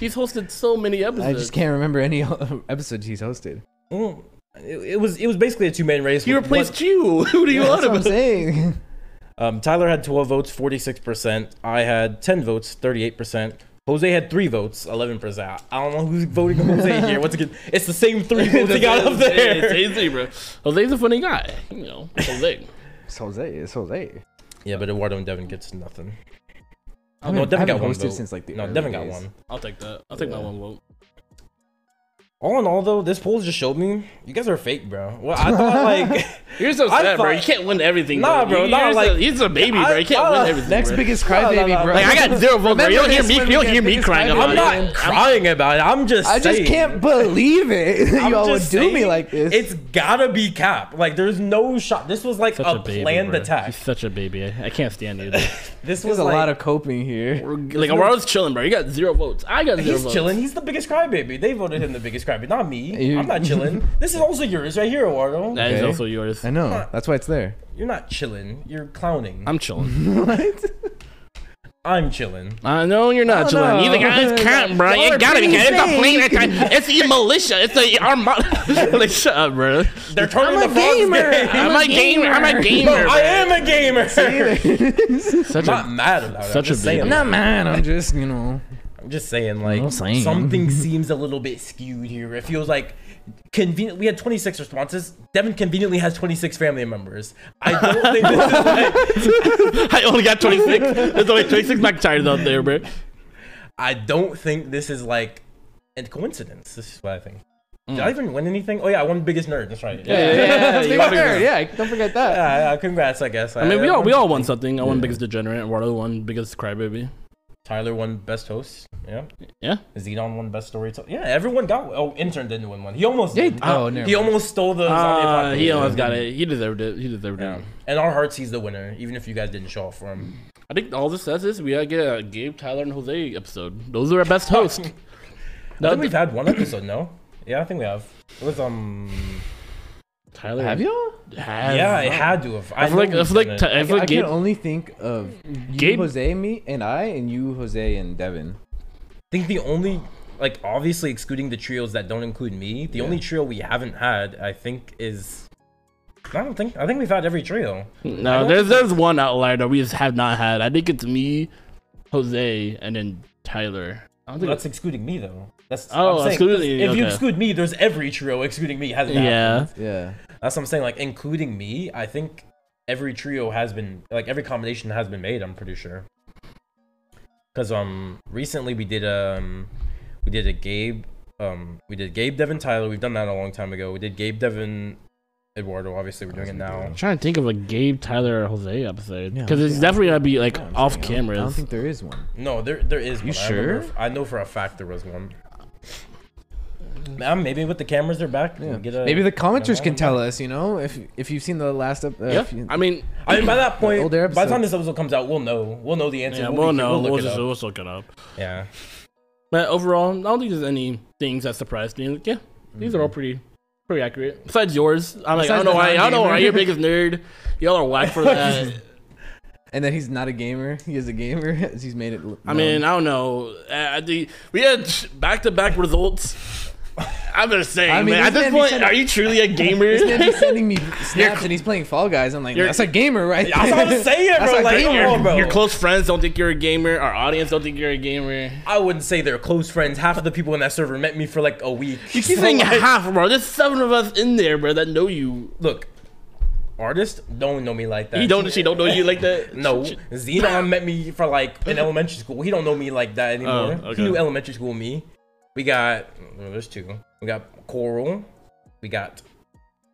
Speaker 1: He's hosted so many episodes.
Speaker 2: I just can't remember any episodes he's hosted.
Speaker 3: Mm. It, it was it was basically a two man race.
Speaker 1: He
Speaker 3: with
Speaker 1: replaced you. Who do you want
Speaker 2: That's what I'm
Speaker 1: about?
Speaker 2: saying.
Speaker 3: one- um, Tyler had 12 votes, 46%. I had 10 votes, 38%. Jose had three votes, 11%. I don't know who's voting Jose here. Once again, it's the same three votes he got up
Speaker 1: It's
Speaker 3: there.
Speaker 1: easy, bro. Jose's a funny guy. You know, Jose.
Speaker 2: It's Jose. It's Jose.
Speaker 3: Yeah, but Eduardo and Devin gets nothing.
Speaker 2: I haven't-
Speaker 3: no,
Speaker 2: I
Speaker 3: Devin got
Speaker 2: haven't
Speaker 3: one
Speaker 2: hosted
Speaker 3: vote.
Speaker 2: since like the
Speaker 3: No,
Speaker 2: early
Speaker 3: Devin got
Speaker 2: days.
Speaker 3: one.
Speaker 1: I'll take that. I'll take my
Speaker 2: Yeah.
Speaker 1: one vote.
Speaker 3: All in all, though, this poll just showed me you guys are fake, bro. Well, I thought like
Speaker 1: You're so
Speaker 3: I
Speaker 1: sad, bro.
Speaker 3: thought-
Speaker 1: You can't win everything.
Speaker 3: Nah,
Speaker 1: bro.
Speaker 3: bro,
Speaker 1: You-
Speaker 3: nah,
Speaker 1: you're
Speaker 3: like-
Speaker 1: so- he's a baby,
Speaker 3: I-
Speaker 1: bro. You can't win
Speaker 3: uh,
Speaker 1: everything.
Speaker 2: Next
Speaker 1: bro.
Speaker 2: biggest
Speaker 3: No, no,
Speaker 2: crybaby,
Speaker 3: no.
Speaker 2: bro.
Speaker 1: Like I got zero votes, bro. You don't
Speaker 2: Remember
Speaker 1: hear
Speaker 2: this
Speaker 1: me. You
Speaker 2: when
Speaker 1: don't
Speaker 2: we
Speaker 1: hear
Speaker 2: get
Speaker 1: me
Speaker 2: biggest
Speaker 1: crying
Speaker 2: crybaby.
Speaker 1: about
Speaker 3: I'm
Speaker 1: it.
Speaker 3: not crying about it. I'm just.
Speaker 2: I just
Speaker 3: saying.
Speaker 2: can't believe it.
Speaker 3: I'm
Speaker 2: Y'all would
Speaker 3: just
Speaker 2: do me
Speaker 3: saying,
Speaker 2: like this.
Speaker 3: It's gotta be cap. Like, there's no shot. This was like a, planned attack.
Speaker 4: He's such a baby. I, I can't stand you.
Speaker 3: This was
Speaker 2: There's a
Speaker 3: like,
Speaker 2: lot of coping here.
Speaker 1: Like Aurora's chilling, bro. You got zero votes. I got zero
Speaker 3: He's
Speaker 1: votes.
Speaker 3: chilling. He's the biggest crybaby. They voted him the biggest crybaby, not me.
Speaker 2: You-
Speaker 3: I'm not chilling. this is also yours right here, Eduardo.
Speaker 1: That is
Speaker 2: Okay.
Speaker 1: also yours.
Speaker 2: I know. That's why it's there.
Speaker 3: You're not chilling. You're clowning. I'm,
Speaker 1: I'm chilling.
Speaker 3: chilling.
Speaker 1: I know Uh, you're not
Speaker 2: No,
Speaker 1: chilling.
Speaker 2: no.
Speaker 1: You think I it's cat, bro?
Speaker 2: Y'all
Speaker 1: You
Speaker 2: are
Speaker 1: gotta be
Speaker 2: pretty
Speaker 1: cat. It's a
Speaker 2: fake.
Speaker 1: plane. It's a- It's the militia. It's the armada. Like shut up, bro.
Speaker 3: They're turning
Speaker 2: I'm a
Speaker 3: the frogs
Speaker 2: gamer.
Speaker 3: gay.
Speaker 1: I'm a gamer. I'm a
Speaker 3: Bro,
Speaker 1: gamer.
Speaker 3: I
Speaker 1: bro.
Speaker 3: am a gamer.
Speaker 4: Such
Speaker 3: I'm not
Speaker 4: a
Speaker 3: mad about it.
Speaker 4: Such
Speaker 3: I'm just
Speaker 4: a
Speaker 3: saying.
Speaker 4: baby.
Speaker 2: Not mad. I'm just, you know.
Speaker 3: I'm just saying, like,
Speaker 4: I'm saying.
Speaker 3: something seems a little bit skewed here. It feels like convenient. We had 26 responses. Devin conveniently has 26 family members. I don't think this is like,
Speaker 1: I only got 26. There's only 26 Mac tires out there, bro.
Speaker 3: I don't think this is like a coincidence. This is what I think. Did I even win anything? Oh yeah, I won biggest nerd. That's right. Yeah,
Speaker 1: Mm. yeah, yeah, you gotta figure it out.
Speaker 2: yeah, don't forget that.
Speaker 3: yeah, congrats. I guess. Uh,
Speaker 1: I mean, we all we all won something. I won biggest degenerate. Eduardo won biggest crybaby.
Speaker 3: Tyler won best host. Yeah.
Speaker 1: Yeah.
Speaker 3: Xenon won best storyteller. Yeah, everyone got. Oh, intern didn't win one. He almost.
Speaker 2: Yeah,
Speaker 3: did.
Speaker 2: oh,
Speaker 3: he
Speaker 2: never mind.
Speaker 3: almost stole the. zombie
Speaker 1: Uh,
Speaker 3: apocalypse.
Speaker 1: he almost got it. He deserved it. He deserved
Speaker 3: Yeah.
Speaker 1: it.
Speaker 3: In our hearts, he's the winner, even if you guys didn't show up for him.
Speaker 1: I think all this says is we gotta get a Gabe, Tyler, and Jose episode. Those are our best hosts.
Speaker 3: I
Speaker 1: No,
Speaker 3: think we've had one episode, no? Yeah, I think we have. It was um.
Speaker 1: Tyler,
Speaker 2: Have y'all?
Speaker 1: Has,
Speaker 3: Yeah, it had to have.
Speaker 1: I feel
Speaker 3: know
Speaker 1: like I
Speaker 3: we've
Speaker 1: feel like
Speaker 3: done
Speaker 1: Ty-
Speaker 3: it.
Speaker 1: I feel
Speaker 2: I
Speaker 1: like
Speaker 2: can
Speaker 1: Gabe.
Speaker 2: only think of you,
Speaker 1: Gabe-
Speaker 2: Jose, me, and I, and you, Jose, and Devin.
Speaker 3: I think the only, like, obviously excluding the trios that don't include me, the only trio we haven't had, I think, is. I don't think. I think we've had every trio.
Speaker 1: No, there's there's one outlier that we just have not had. I think it's me, Jose, and then Tyler. I don't think.
Speaker 3: That's excluding me though. That's
Speaker 1: Oh,
Speaker 3: I'm saying,
Speaker 1: excluding-
Speaker 3: If
Speaker 1: okay.
Speaker 3: you exclude me, there's every trio excluding me hasn't.
Speaker 1: yeah.
Speaker 3: happened.
Speaker 2: Yeah.
Speaker 3: that's what I'm saying. Like including me, I think every trio has been like every combination has been made. I'm pretty sure. Because um, recently we did um, we did a Gabe um, we did Gabe Devin Tyler. We've done that a long time ago. We did Gabe Devin Eduardo. Obviously, we're doing it now.
Speaker 1: I'm trying to think of a Gabe, Tyler, or Jose episode
Speaker 2: Yeah,
Speaker 1: because it's
Speaker 2: yeah.
Speaker 1: definitely gonna be like
Speaker 2: I'm
Speaker 1: off
Speaker 2: saying, I don't-
Speaker 1: camera.
Speaker 2: I don't think there is one.
Speaker 3: No, there there is.
Speaker 2: You
Speaker 3: one. I, remember-
Speaker 2: sure?
Speaker 3: I know for a fact there was one. Um, maybe with the cameras are back. we
Speaker 2: Yeah.
Speaker 3: get a-
Speaker 2: Maybe the
Speaker 3: get
Speaker 2: commenters
Speaker 3: a-
Speaker 2: can tell us, you know, if if you've seen the last ep- uh,
Speaker 1: Yeah,
Speaker 2: if you-
Speaker 1: I mean,
Speaker 3: I mean, by that point,
Speaker 2: older
Speaker 3: by the time
Speaker 2: episode.
Speaker 3: this episode comes out, we'll know. We'll know the answer.
Speaker 1: yeah,
Speaker 3: We'll
Speaker 1: we'll
Speaker 3: be-
Speaker 1: know.
Speaker 3: We'll
Speaker 1: We'll,
Speaker 3: look it
Speaker 1: just
Speaker 3: up.
Speaker 1: we'll just look it up.
Speaker 3: Yeah.
Speaker 1: But overall, I don't think there's any things that surprised me. Like, yeah, these
Speaker 2: Mm-hmm.
Speaker 1: are all pretty pretty accurate. Besides yours, I'm like, I
Speaker 2: Besides
Speaker 1: don't know
Speaker 2: the
Speaker 1: why. I don't know why
Speaker 2: non-gamer.
Speaker 1: you're biggest nerd. Y'all are whack for that.
Speaker 2: and that he's not a gamer. He is a gamer. as he's made it. l-
Speaker 1: I
Speaker 2: known.
Speaker 1: mean,
Speaker 3: Um,
Speaker 1: I don't know. Uh, I think we had back to back results. I'm just saying,
Speaker 2: I mean,
Speaker 1: man. At
Speaker 2: this
Speaker 1: this
Speaker 2: man be
Speaker 1: point,
Speaker 2: sending-
Speaker 1: are you truly a gamer?
Speaker 2: This man be sending me snaps and he's playing Fall Guys. I'm like,
Speaker 1: You're-
Speaker 2: that's a gamer, right?
Speaker 3: Yeah, that's what I'm saying,
Speaker 2: That's
Speaker 3: bro,
Speaker 2: a
Speaker 3: like,
Speaker 2: gamer.
Speaker 3: come on, bro.
Speaker 1: Your close friends don't think you're a gamer. Our audience don't think you're a gamer.
Speaker 3: I wouldn't say they're close friends. Half of the people in that server met me for like a week.
Speaker 1: You keep saying half, bro. There's seven of us in there, bro, that know you.
Speaker 3: Look, artists don't know me like that.
Speaker 1: He don't. She don't know you like that.
Speaker 3: No,
Speaker 1: She-
Speaker 3: Xenon met me for like in elementary school. He don't know me like that anymore.
Speaker 1: Oh,
Speaker 3: He knew
Speaker 1: okay.
Speaker 3: elementary school me. We got well, there's two. We got Coral. We got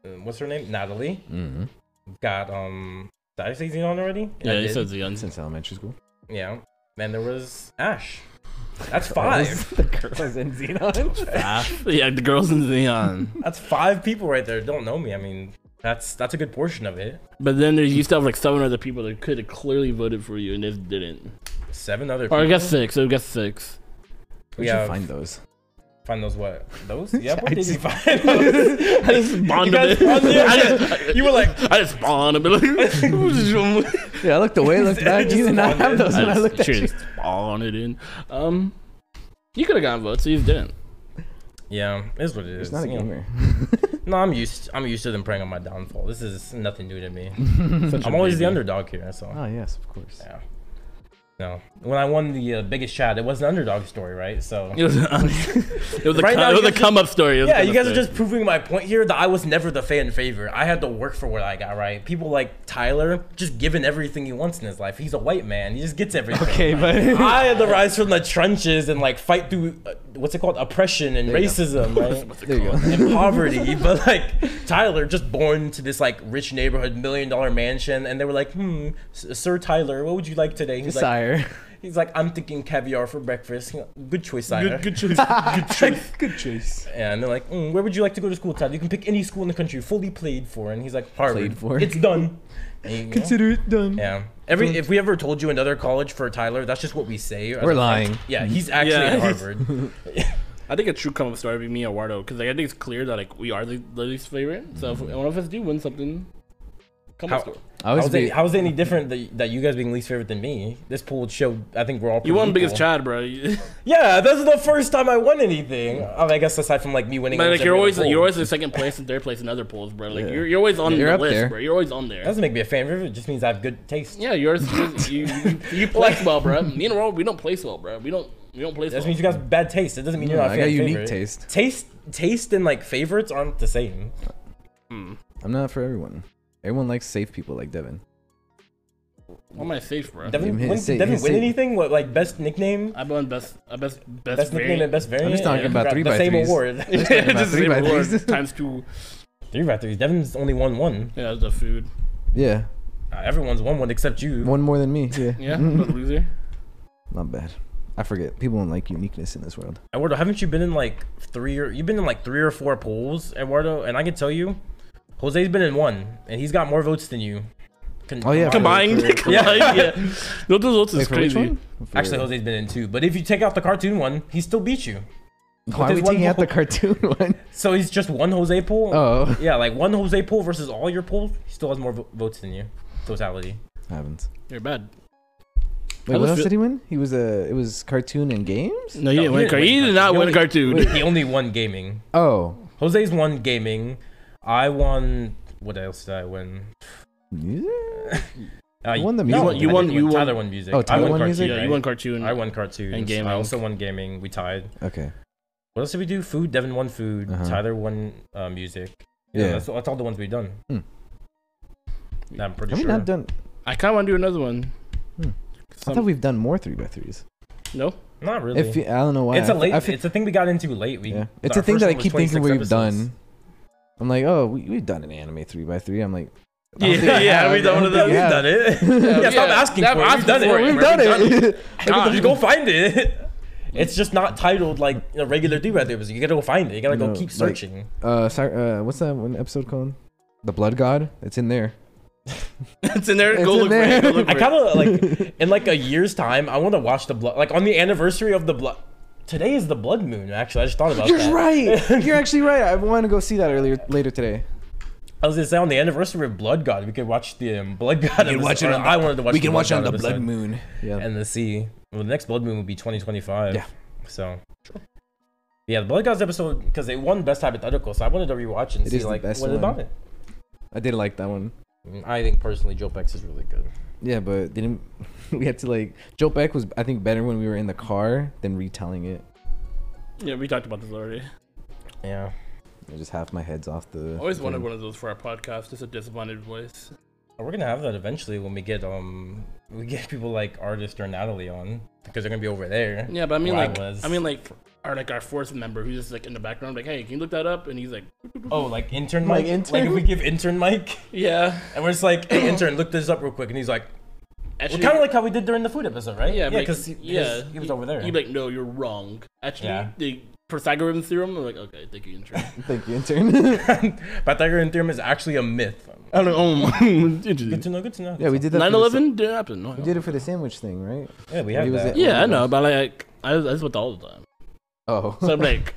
Speaker 3: uh, what's her name? Natalie.
Speaker 2: Mm-hmm.
Speaker 3: We've got um. Did I say Xenon already? I
Speaker 1: Yeah, he
Speaker 3: did.
Speaker 1: says the guns.
Speaker 2: Since elementary school.
Speaker 3: Yeah. Then there was Ash. That's five.
Speaker 2: the girls in Xenon.
Speaker 1: yeah, the girls in Xenon.
Speaker 3: That's five people right there. Don't know me. I mean, that's that's a good portion of it.
Speaker 1: But then there's you still have like seven other people that could have clearly voted for you and just didn't.
Speaker 3: Seven other.
Speaker 1: Or
Speaker 3: People.
Speaker 1: I guess six. I guess six.
Speaker 2: We
Speaker 3: We have-
Speaker 2: should find those.
Speaker 3: find those what? Those? Yeah.
Speaker 2: I
Speaker 3: Where did you
Speaker 2: just-
Speaker 3: find those?
Speaker 1: I just
Speaker 3: You
Speaker 1: bonded.
Speaker 3: guys
Speaker 1: it.
Speaker 3: found
Speaker 1: I
Speaker 3: them?
Speaker 1: just,
Speaker 3: You were like,
Speaker 1: I just spawned. Like,
Speaker 2: Yeah, I looked away, looked back. You did not have those when I looked at you.
Speaker 1: just spawned it in. Um, you could have gotten votes, so you didn't.
Speaker 3: yeah, it is what it is.
Speaker 2: He's not a
Speaker 3: you know.
Speaker 2: gamer.
Speaker 3: No, I'm used. I'm used to them preying on my downfall.
Speaker 1: Hmm.
Speaker 3: This is nothing new to me. I'm always the underdog here, so
Speaker 2: Oh yes, of Ah, course.
Speaker 3: yeah. No. When I won the uh, biggest chat, it was an underdog story, right? So.
Speaker 1: It was, it was a,
Speaker 3: Right
Speaker 1: come,
Speaker 3: now,
Speaker 1: it
Speaker 3: you
Speaker 1: was a
Speaker 3: guys
Speaker 1: come up story. It was a
Speaker 3: Yeah,
Speaker 1: come
Speaker 3: you
Speaker 1: up
Speaker 3: guys are
Speaker 1: story.
Speaker 3: just proving my point here that I was never the fan favorite. I had to work for what I got, right? People like Tyler, just given everything he wants in his life. He's a white man. He just gets everything.
Speaker 2: Okay, but
Speaker 3: I had to rise from the trenches and like fight through uh, what's it called oppression and
Speaker 2: There you go.
Speaker 3: racism, right?
Speaker 2: there you go.
Speaker 3: and poverty. But like Tyler, just born to this like rich neighborhood, million dollar mansion, and they were like, "Hmm, S- Sir Tyler, what would you like today?" He's like,
Speaker 2: Sire.
Speaker 3: "He's like, I'm thinking caviar for breakfast." You know, Good choice, Sire.
Speaker 1: good, good choice. Good choice.
Speaker 2: Good choice.
Speaker 3: And they're like, mm, where would you like to go to school, Tyler? You can pick any school in the country, fully played for. And he's like, Harvard.
Speaker 2: Played for.
Speaker 3: It's done. And, you know,
Speaker 2: Consider it done.
Speaker 3: yeah. Every if we ever told you another college for Tyler, that's just what we say. as
Speaker 2: We're
Speaker 3: a friend.
Speaker 2: lying.
Speaker 3: Yeah, he's actually
Speaker 1: Yeah.
Speaker 3: at Harvard.
Speaker 1: I think a true come up story would be me and Wardo because like, I think it's clear that like we are the, the least favorite. So if one of us do win something, come
Speaker 3: How-
Speaker 1: up story.
Speaker 2: I
Speaker 3: How's
Speaker 2: was
Speaker 3: it, how's it any different that, that you guys being least favorite than me? This pool would show. I think we're all.
Speaker 1: You
Speaker 3: pretty
Speaker 1: won biggest
Speaker 3: equal.
Speaker 1: Chad, bro. You-
Speaker 3: Yeah, that's the first time I won anything. I, mean, I guess aside from like me winning.
Speaker 1: but like
Speaker 3: against
Speaker 1: you're
Speaker 3: every
Speaker 1: always
Speaker 3: other
Speaker 1: you're
Speaker 3: pool.
Speaker 1: always in second place and third place in other polls, bro. Like
Speaker 2: Yeah.
Speaker 1: you're, you're always on
Speaker 2: You're
Speaker 1: the
Speaker 2: up
Speaker 1: list,
Speaker 2: there.
Speaker 1: bro. You're always on there.
Speaker 3: That doesn't make me a fan favorite. It just means I have good taste.
Speaker 1: yeah, yours yours- you you, you place well, bro. Me and Wardo, we don't place well, bro. We don't we don't place
Speaker 3: That
Speaker 1: well.
Speaker 3: means you guys have bad taste. It doesn't mean you're not. a
Speaker 2: I
Speaker 3: fan
Speaker 2: got unique
Speaker 3: favorite.
Speaker 2: taste.
Speaker 3: Taste, taste, and like favorites aren't the same.
Speaker 1: Hmm.
Speaker 2: I'm not for everyone. Everyone likes safe people like Devin.
Speaker 1: What am I safe, bro?
Speaker 3: Devin,
Speaker 2: Yeah,
Speaker 3: win,
Speaker 2: say-
Speaker 3: Devin
Speaker 2: say-
Speaker 3: win anything? What like best nickname?
Speaker 1: I won best I best best,
Speaker 3: Best nickname and
Speaker 1: variant.
Speaker 3: best variant.
Speaker 2: talking
Speaker 3: Yeah,
Speaker 2: about
Speaker 3: got
Speaker 2: three
Speaker 3: the
Speaker 2: by
Speaker 3: same
Speaker 2: threes.
Speaker 3: award.
Speaker 1: Just the
Speaker 2: Three
Speaker 1: same
Speaker 2: by
Speaker 1: award
Speaker 2: threes.
Speaker 1: times two.
Speaker 3: three by threes. Devin's only won one.
Speaker 1: Yeah, the food.
Speaker 2: Yeah,
Speaker 3: Uh, everyone's won one except you.
Speaker 2: one more than me. Yeah,
Speaker 1: Yeah, what a loser.
Speaker 2: not bad. I forget. People don't like uniqueness in this world.
Speaker 3: Eduardo, haven't you been in like three or you've been in like three or four polls, Eduardo? And I can tell you, Jose's been in one, and he's got more votes than you. Con-
Speaker 2: Oh, yeah,
Speaker 1: Combined,
Speaker 2: For- for-
Speaker 1: combined, yeah. No, those votes is
Speaker 2: for which
Speaker 1: crazy.
Speaker 2: one? For-
Speaker 3: Actually, Jose's been in two, but if you take out the cartoon one, he still beat you.
Speaker 2: why are we
Speaker 3: there's one
Speaker 2: taking out
Speaker 3: more.
Speaker 2: the cartoon one?
Speaker 3: So he's just one Jose poll.
Speaker 2: Oh,
Speaker 3: Yeah, like one Jose poll versus all your polls, he still has more vo- votes than you. Totality.
Speaker 2: happens.
Speaker 1: You're bad.
Speaker 2: Wait,
Speaker 1: I
Speaker 2: what
Speaker 1: just
Speaker 2: else
Speaker 1: feel-
Speaker 2: did he win? He was a. It was cartoon and games.
Speaker 1: No, you didn't win. Car- you did not
Speaker 3: You
Speaker 1: win
Speaker 3: only-
Speaker 1: cartoon.
Speaker 3: He only won gaming.
Speaker 2: Oh,
Speaker 3: Jose's won gaming. I won. What else did I win?
Speaker 2: music.
Speaker 3: Uh,
Speaker 2: You won the
Speaker 1: music. You won- you
Speaker 3: I
Speaker 1: won-
Speaker 3: didn't
Speaker 1: you
Speaker 3: win.
Speaker 1: won-
Speaker 3: Tyler won music.
Speaker 2: Oh,
Speaker 3: I
Speaker 2: Tyler
Speaker 3: won,
Speaker 2: won
Speaker 3: cartoon.
Speaker 2: music?
Speaker 1: Yeah, you won cartoon.
Speaker 3: I won cartoons.
Speaker 1: And gaming.
Speaker 3: I also won gaming. We tied.
Speaker 2: Okay.
Speaker 3: What else did we do? Food. Devin won food.
Speaker 2: Uh-huh.
Speaker 3: Tyler won uh, music. Yeah,
Speaker 2: Yeah.
Speaker 3: That's, that's all the ones we've done.
Speaker 2: Hmm.
Speaker 3: I'm pretty
Speaker 2: Have we
Speaker 3: sure.
Speaker 2: not done?
Speaker 1: I kind of want to do another one.
Speaker 2: Hmm. I
Speaker 1: Some-
Speaker 2: thought we've done more three by threes.
Speaker 1: no,
Speaker 3: Not really.
Speaker 2: If you, I don't know why.
Speaker 3: it's a
Speaker 2: I-
Speaker 3: late.
Speaker 2: I fi-
Speaker 3: it's a thing we got into late. We.
Speaker 2: yeah.
Speaker 3: our
Speaker 2: It's a thing
Speaker 3: first
Speaker 2: that I
Speaker 3: one was
Speaker 2: keep thinking
Speaker 3: 26
Speaker 2: we've
Speaker 3: episodes.
Speaker 2: done. I'm like, oh, we, we've done an anime three by three. I'm like, I don't
Speaker 1: Yeah,
Speaker 2: think I
Speaker 1: yeah,
Speaker 2: have.
Speaker 1: we've done
Speaker 2: I
Speaker 1: one of
Speaker 2: don't
Speaker 3: Yeah,
Speaker 2: think I
Speaker 3: we've
Speaker 2: have.
Speaker 3: done it. yeah, stop
Speaker 1: Yeah,
Speaker 3: asking
Speaker 1: stop
Speaker 3: for it.
Speaker 1: asking
Speaker 3: We've done
Speaker 1: for
Speaker 3: it.
Speaker 1: it.
Speaker 2: We've done it.
Speaker 1: Look at the-
Speaker 3: You go find it. It's just not titled like a regular D Red You gotta go find it. You gotta go
Speaker 2: No,
Speaker 3: keep
Speaker 2: like-
Speaker 3: searching.
Speaker 2: uh, sorry, uh, what's that one episode called? The Blood God. It's in there.
Speaker 1: it's in there.
Speaker 2: It's
Speaker 1: go,
Speaker 2: in
Speaker 1: look
Speaker 2: there.
Speaker 1: For it. go look
Speaker 3: I
Speaker 1: for it.
Speaker 3: kind of like in like a year's time. I want to watch the blood. Like on the anniversary of the blood. Today is the blood moon. Actually, I just thought about
Speaker 2: You're
Speaker 3: that.
Speaker 2: right. You're actually right. I want to go see that earlier later today.
Speaker 3: I was gonna say on the anniversary of Blood God, we could watch the um, Blood God. episode. Or I wanted to watch.
Speaker 2: We can
Speaker 3: the
Speaker 2: watch it on
Speaker 3: God
Speaker 2: the Blood
Speaker 3: episode
Speaker 2: Moon. Yeah.
Speaker 3: And the sea. Well, the next Blood Moon would be 2025.
Speaker 2: Yeah.
Speaker 3: So. Yeah, the Blood God's episode because it won Best Hypothetical, so I wanted to rewatch and
Speaker 2: It
Speaker 3: see
Speaker 2: is the
Speaker 3: like
Speaker 2: best
Speaker 3: what
Speaker 2: one.
Speaker 3: about it.
Speaker 2: I did like that one.
Speaker 3: I think personally, Joe Pex is really good.
Speaker 2: Yeah, but didn't we had to like Joe Beck was I think better when we were in the car than retelling it.
Speaker 1: Yeah, we talked about this already.
Speaker 3: Yeah.
Speaker 2: I just half my head's off the.
Speaker 1: I always
Speaker 2: the
Speaker 1: wanted
Speaker 2: thing.
Speaker 1: one of those for our podcast. Just a disappointed voice.
Speaker 3: We're gonna have that eventually when we get um we get people like artist or Natalie on because they're gonna be over there.
Speaker 1: Yeah, but I mean,
Speaker 3: Well, I
Speaker 1: like,
Speaker 3: was.
Speaker 1: I mean, like, our like our fourth member who's just like in the background, like, hey, can you look that up? And he's like,
Speaker 3: Oh, like intern
Speaker 2: Like
Speaker 3: Mike. Like,
Speaker 2: intern?
Speaker 3: if we give intern Mike,
Speaker 1: yeah.
Speaker 3: and we're just like, hey intern, look this up real quick, and he's like, well,
Speaker 1: Actually,
Speaker 3: kind of like how we did during the food episode, right?
Speaker 1: yeah,
Speaker 3: yeah,
Speaker 1: but-
Speaker 3: because
Speaker 1: yeah,
Speaker 3: he was over there.
Speaker 1: You'd be like, no, you're wrong. Actually,
Speaker 3: Yeah.
Speaker 1: the Pythagorean theorem. I'm like, okay, thank you, intern.
Speaker 2: Thank you, intern.
Speaker 3: Pythagorean theorem is actually a myth.
Speaker 1: I don't know. Oh my.
Speaker 3: Good to know. Good to know.
Speaker 2: yeah, we did that. for the sa-
Speaker 1: 9/11 didn't happen. No, I
Speaker 2: We did it for the sandwich thing, right?
Speaker 3: Yeah, we have
Speaker 2: He was
Speaker 3: that.
Speaker 2: at-
Speaker 1: Yeah, I know, but like I was, I was with all the time.
Speaker 2: Oh.
Speaker 1: So I'm like,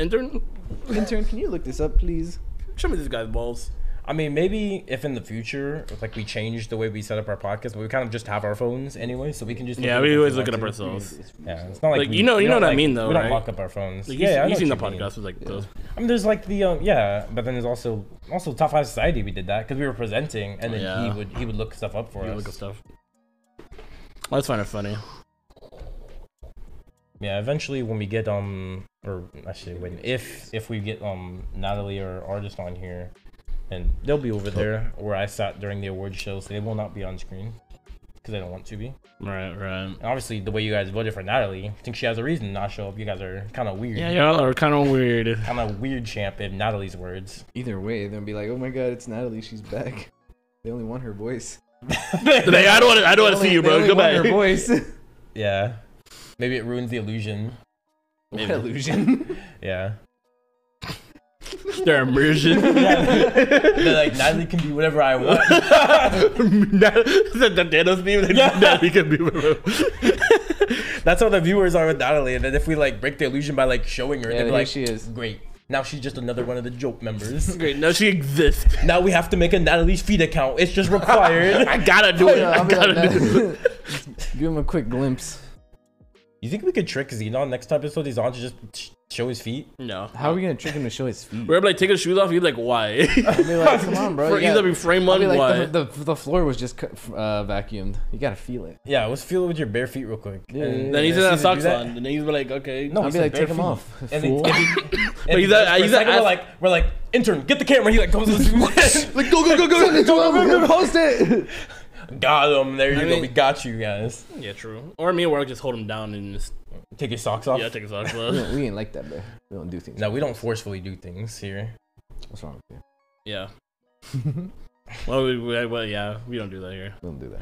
Speaker 1: intern,
Speaker 2: intern, can you look this up, please?
Speaker 1: show me this guy's balls.
Speaker 3: I mean, maybe if in the future, if, like we change the way we set up our podcast, but we kind of just have our phones anyway, so we can just.
Speaker 1: Yeah,
Speaker 3: it
Speaker 1: we
Speaker 3: if
Speaker 1: always
Speaker 3: want
Speaker 1: look it up
Speaker 3: to.
Speaker 1: ourselves.
Speaker 3: Yeah, it's not like,
Speaker 1: Like,
Speaker 3: we-
Speaker 1: you know-
Speaker 3: we
Speaker 1: you know
Speaker 3: don't,
Speaker 1: what I
Speaker 3: like-
Speaker 1: mean, though,
Speaker 3: We don't
Speaker 1: right?
Speaker 3: lock up our phones.
Speaker 1: Like,
Speaker 3: yeah, yeah, I
Speaker 1: yeah,
Speaker 3: know
Speaker 1: you've seen the
Speaker 3: what you mean.
Speaker 1: podcast with like those.
Speaker 3: I mean, there's like the um, yeah, but then there's also also top five society. We did that because we were presenting, and then
Speaker 1: Yeah.
Speaker 3: he would he would look stuff up for
Speaker 1: you
Speaker 3: us.
Speaker 1: look at stuff. I just find it funny.
Speaker 3: Yeah, eventually when we get um or actually when if if we get um Natalie or artist on here and they'll be over there where I sat during the award show, so they will not be on screen because I don't want to be.
Speaker 4: Right, right.
Speaker 3: And obviously, the way you guys voted for Natalie, I think she has a reason to not show up. You guys are kind of weird.
Speaker 1: Yeah, y'all are kind of weird.
Speaker 3: Kind of weird champ in Natalie's words.
Speaker 2: Either way, they'll be like, "Oh my god, it's Natalie. She's back." They only want her voice.
Speaker 1: Like, I don't want to. I don't want to
Speaker 2: They
Speaker 1: see you, bro.
Speaker 2: only
Speaker 1: Go
Speaker 2: want Her
Speaker 1: back.
Speaker 2: voice.
Speaker 3: Yeah. Maybe it ruins the illusion.
Speaker 2: What illusion?
Speaker 3: Yeah.
Speaker 1: Their immersion.
Speaker 3: They're like, Natalie can be whatever I want.
Speaker 1: the, the Thanos meme. Like,
Speaker 3: Yeah.
Speaker 1: that we could be.
Speaker 3: That's how the viewers are with Natalie. And then if we like break the illusion by like showing her,
Speaker 2: Yeah,
Speaker 3: they'd be
Speaker 2: here
Speaker 3: like,
Speaker 2: she is.
Speaker 3: Great. Now she's just another one of the joke members.
Speaker 1: Great. Now she exists.
Speaker 3: now we have to make a Natalie's feed account. It's just required.
Speaker 1: I gotta do it.
Speaker 2: Yeah, I'll
Speaker 1: I
Speaker 2: be
Speaker 1: gotta
Speaker 2: like
Speaker 1: do it.
Speaker 2: that. Give him a quick glimpse.
Speaker 3: you think we could trick Xenon next episode? He's on to just sh- show his feet.
Speaker 1: No.
Speaker 2: How are we gonna trick him to show his feet?
Speaker 1: We're like, take his shoes off. He's like, why?
Speaker 2: I'll be like, "Come on, bro.
Speaker 1: For
Speaker 2: you gotta-
Speaker 1: either frame
Speaker 2: I'll
Speaker 1: one,
Speaker 2: be
Speaker 1: why?
Speaker 2: like, uh, the, the, the floor was just cu- f- uh, vacuumed. You gotta feel it.
Speaker 3: Yeah, let's feel it with your bare feet real quick.
Speaker 2: Yeah,
Speaker 3: And-
Speaker 1: then he
Speaker 3: as
Speaker 1: said
Speaker 3: soon
Speaker 1: that
Speaker 3: as you do
Speaker 1: socks
Speaker 3: that-
Speaker 1: on. And then he's like, okay.
Speaker 3: No,
Speaker 2: I'll be
Speaker 3: he said
Speaker 2: like,
Speaker 3: bare
Speaker 2: take them
Speaker 3: feet.
Speaker 2: off.
Speaker 3: And then,
Speaker 2: fool.
Speaker 3: and he- and
Speaker 1: he's
Speaker 3: he-
Speaker 1: a-
Speaker 3: for a
Speaker 1: he's a
Speaker 3: second,
Speaker 1: ass-
Speaker 3: we're like, we're like, intern, get the camera. He like comes in the
Speaker 1: Like, go, go, go, go,
Speaker 2: Go, go, go, post it.
Speaker 3: Got him. There you
Speaker 1: I
Speaker 3: go.
Speaker 1: mean-
Speaker 3: we got you guys.
Speaker 1: Yeah, true. Or me and Warwick just hold him down and just
Speaker 3: Take your socks off.
Speaker 1: yeah, take his socks
Speaker 2: we,
Speaker 1: off.
Speaker 2: ain't- we ain't like that, bro. We don't do things.
Speaker 3: no, we don't forcefully do things here.
Speaker 2: What's wrong with you?
Speaker 1: yeah. Well, we, we, well, yeah, we don't do that here.
Speaker 2: we don't do that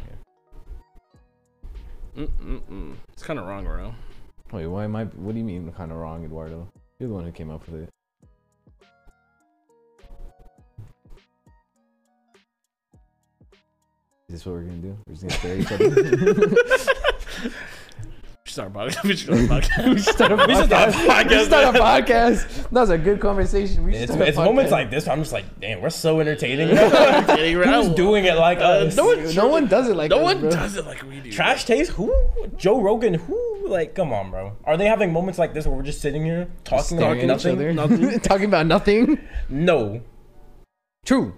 Speaker 2: here.
Speaker 1: Mm-mm-mm. mm, It's kind of wrong, bro.
Speaker 2: Wait, why am I? What do you mean, kind of wrong, Eduardo? You're the one who came up with it. Is this what we're gonna do? We're just gonna stare at each other.
Speaker 1: We should start a podcast. We should start a podcast.
Speaker 2: we should start a
Speaker 3: should start a
Speaker 2: podcast. We should start a podcast. That was a good conversation. We should
Speaker 3: It's,
Speaker 2: start a
Speaker 3: it's moments
Speaker 2: podcast.
Speaker 3: like this. where I'm just like, damn, we're so entertaining.
Speaker 1: I'm kidding, bro.
Speaker 3: Who's doing it like
Speaker 1: Uh,
Speaker 3: us?
Speaker 1: no one-
Speaker 2: no one does it like
Speaker 1: No
Speaker 2: us,
Speaker 1: one
Speaker 2: bro.
Speaker 1: does it like we do.
Speaker 3: Trash taste? Who? Joe Rogan? Who? Like, come on, bro. Are they having moments like this where we're just sitting here talking
Speaker 2: Staring
Speaker 3: about
Speaker 2: at each
Speaker 3: nothing?
Speaker 2: other.
Speaker 1: Nothing.
Speaker 2: talking about nothing.
Speaker 3: No.
Speaker 2: True.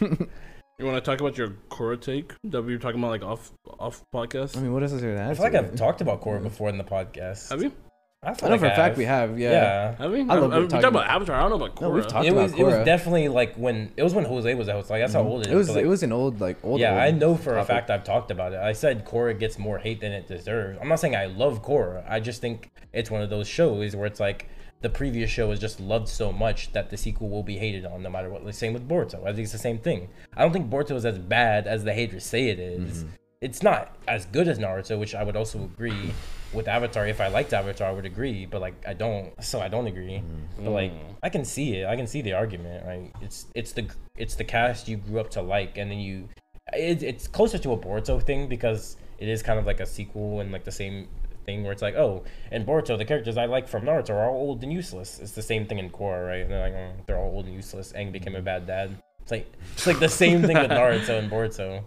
Speaker 1: You want to talk about your Cora take that we were talking about like off off podcast?
Speaker 2: I mean, what else is there to add?
Speaker 3: I feel like
Speaker 2: to
Speaker 3: I've
Speaker 2: it?
Speaker 3: talked about Korra before in the podcast.
Speaker 1: Have you?
Speaker 3: feel
Speaker 2: I know
Speaker 3: like
Speaker 2: for a fact
Speaker 3: have.
Speaker 2: we have. Yeah.
Speaker 3: Yeah.
Speaker 1: Have we?
Speaker 2: I love
Speaker 1: I, we
Speaker 2: talking
Speaker 1: talked about
Speaker 2: about-
Speaker 1: Avatar. I don't know about Cora.
Speaker 2: No, we've talked
Speaker 3: It
Speaker 2: about
Speaker 3: was, it was
Speaker 2: Korra. Mm-hmm.
Speaker 3: definitely like when it was when Jose was a host. Like that's how old it is.
Speaker 2: It was
Speaker 3: but, like,
Speaker 2: it was an old like old.
Speaker 3: yeah,
Speaker 2: old
Speaker 3: I know for a
Speaker 2: topic.
Speaker 3: fact I've talked about it. I said Korra gets more hate than it deserves. I'm not saying I love Korra. I just think it's one of those shows where it's like the previous show was just loved so much that the sequel will be hated on no matter what. Like, same with Boruto. I think it's the same thing. I don't think Boruto is as bad as the haters say it is. It's not as good as Naruto, which I would also agree with Avatar. If I liked Avatar, I would agree, but like I don't, so I don't agree. But like I can see it. I can see the argument. Like it's it's the it's the cast you grew up to like, and then you it, it's closer to a Boruto thing because it is kind of like a sequel and like the same thing where it's like, oh, in Boruto, the characters I like from Naruto are all old and useless. It's the same thing in Korra, right? And they're like, oh, they're all old and useless. Aang became a bad dad. It's like it's like the same thing with Naruto and Boruto.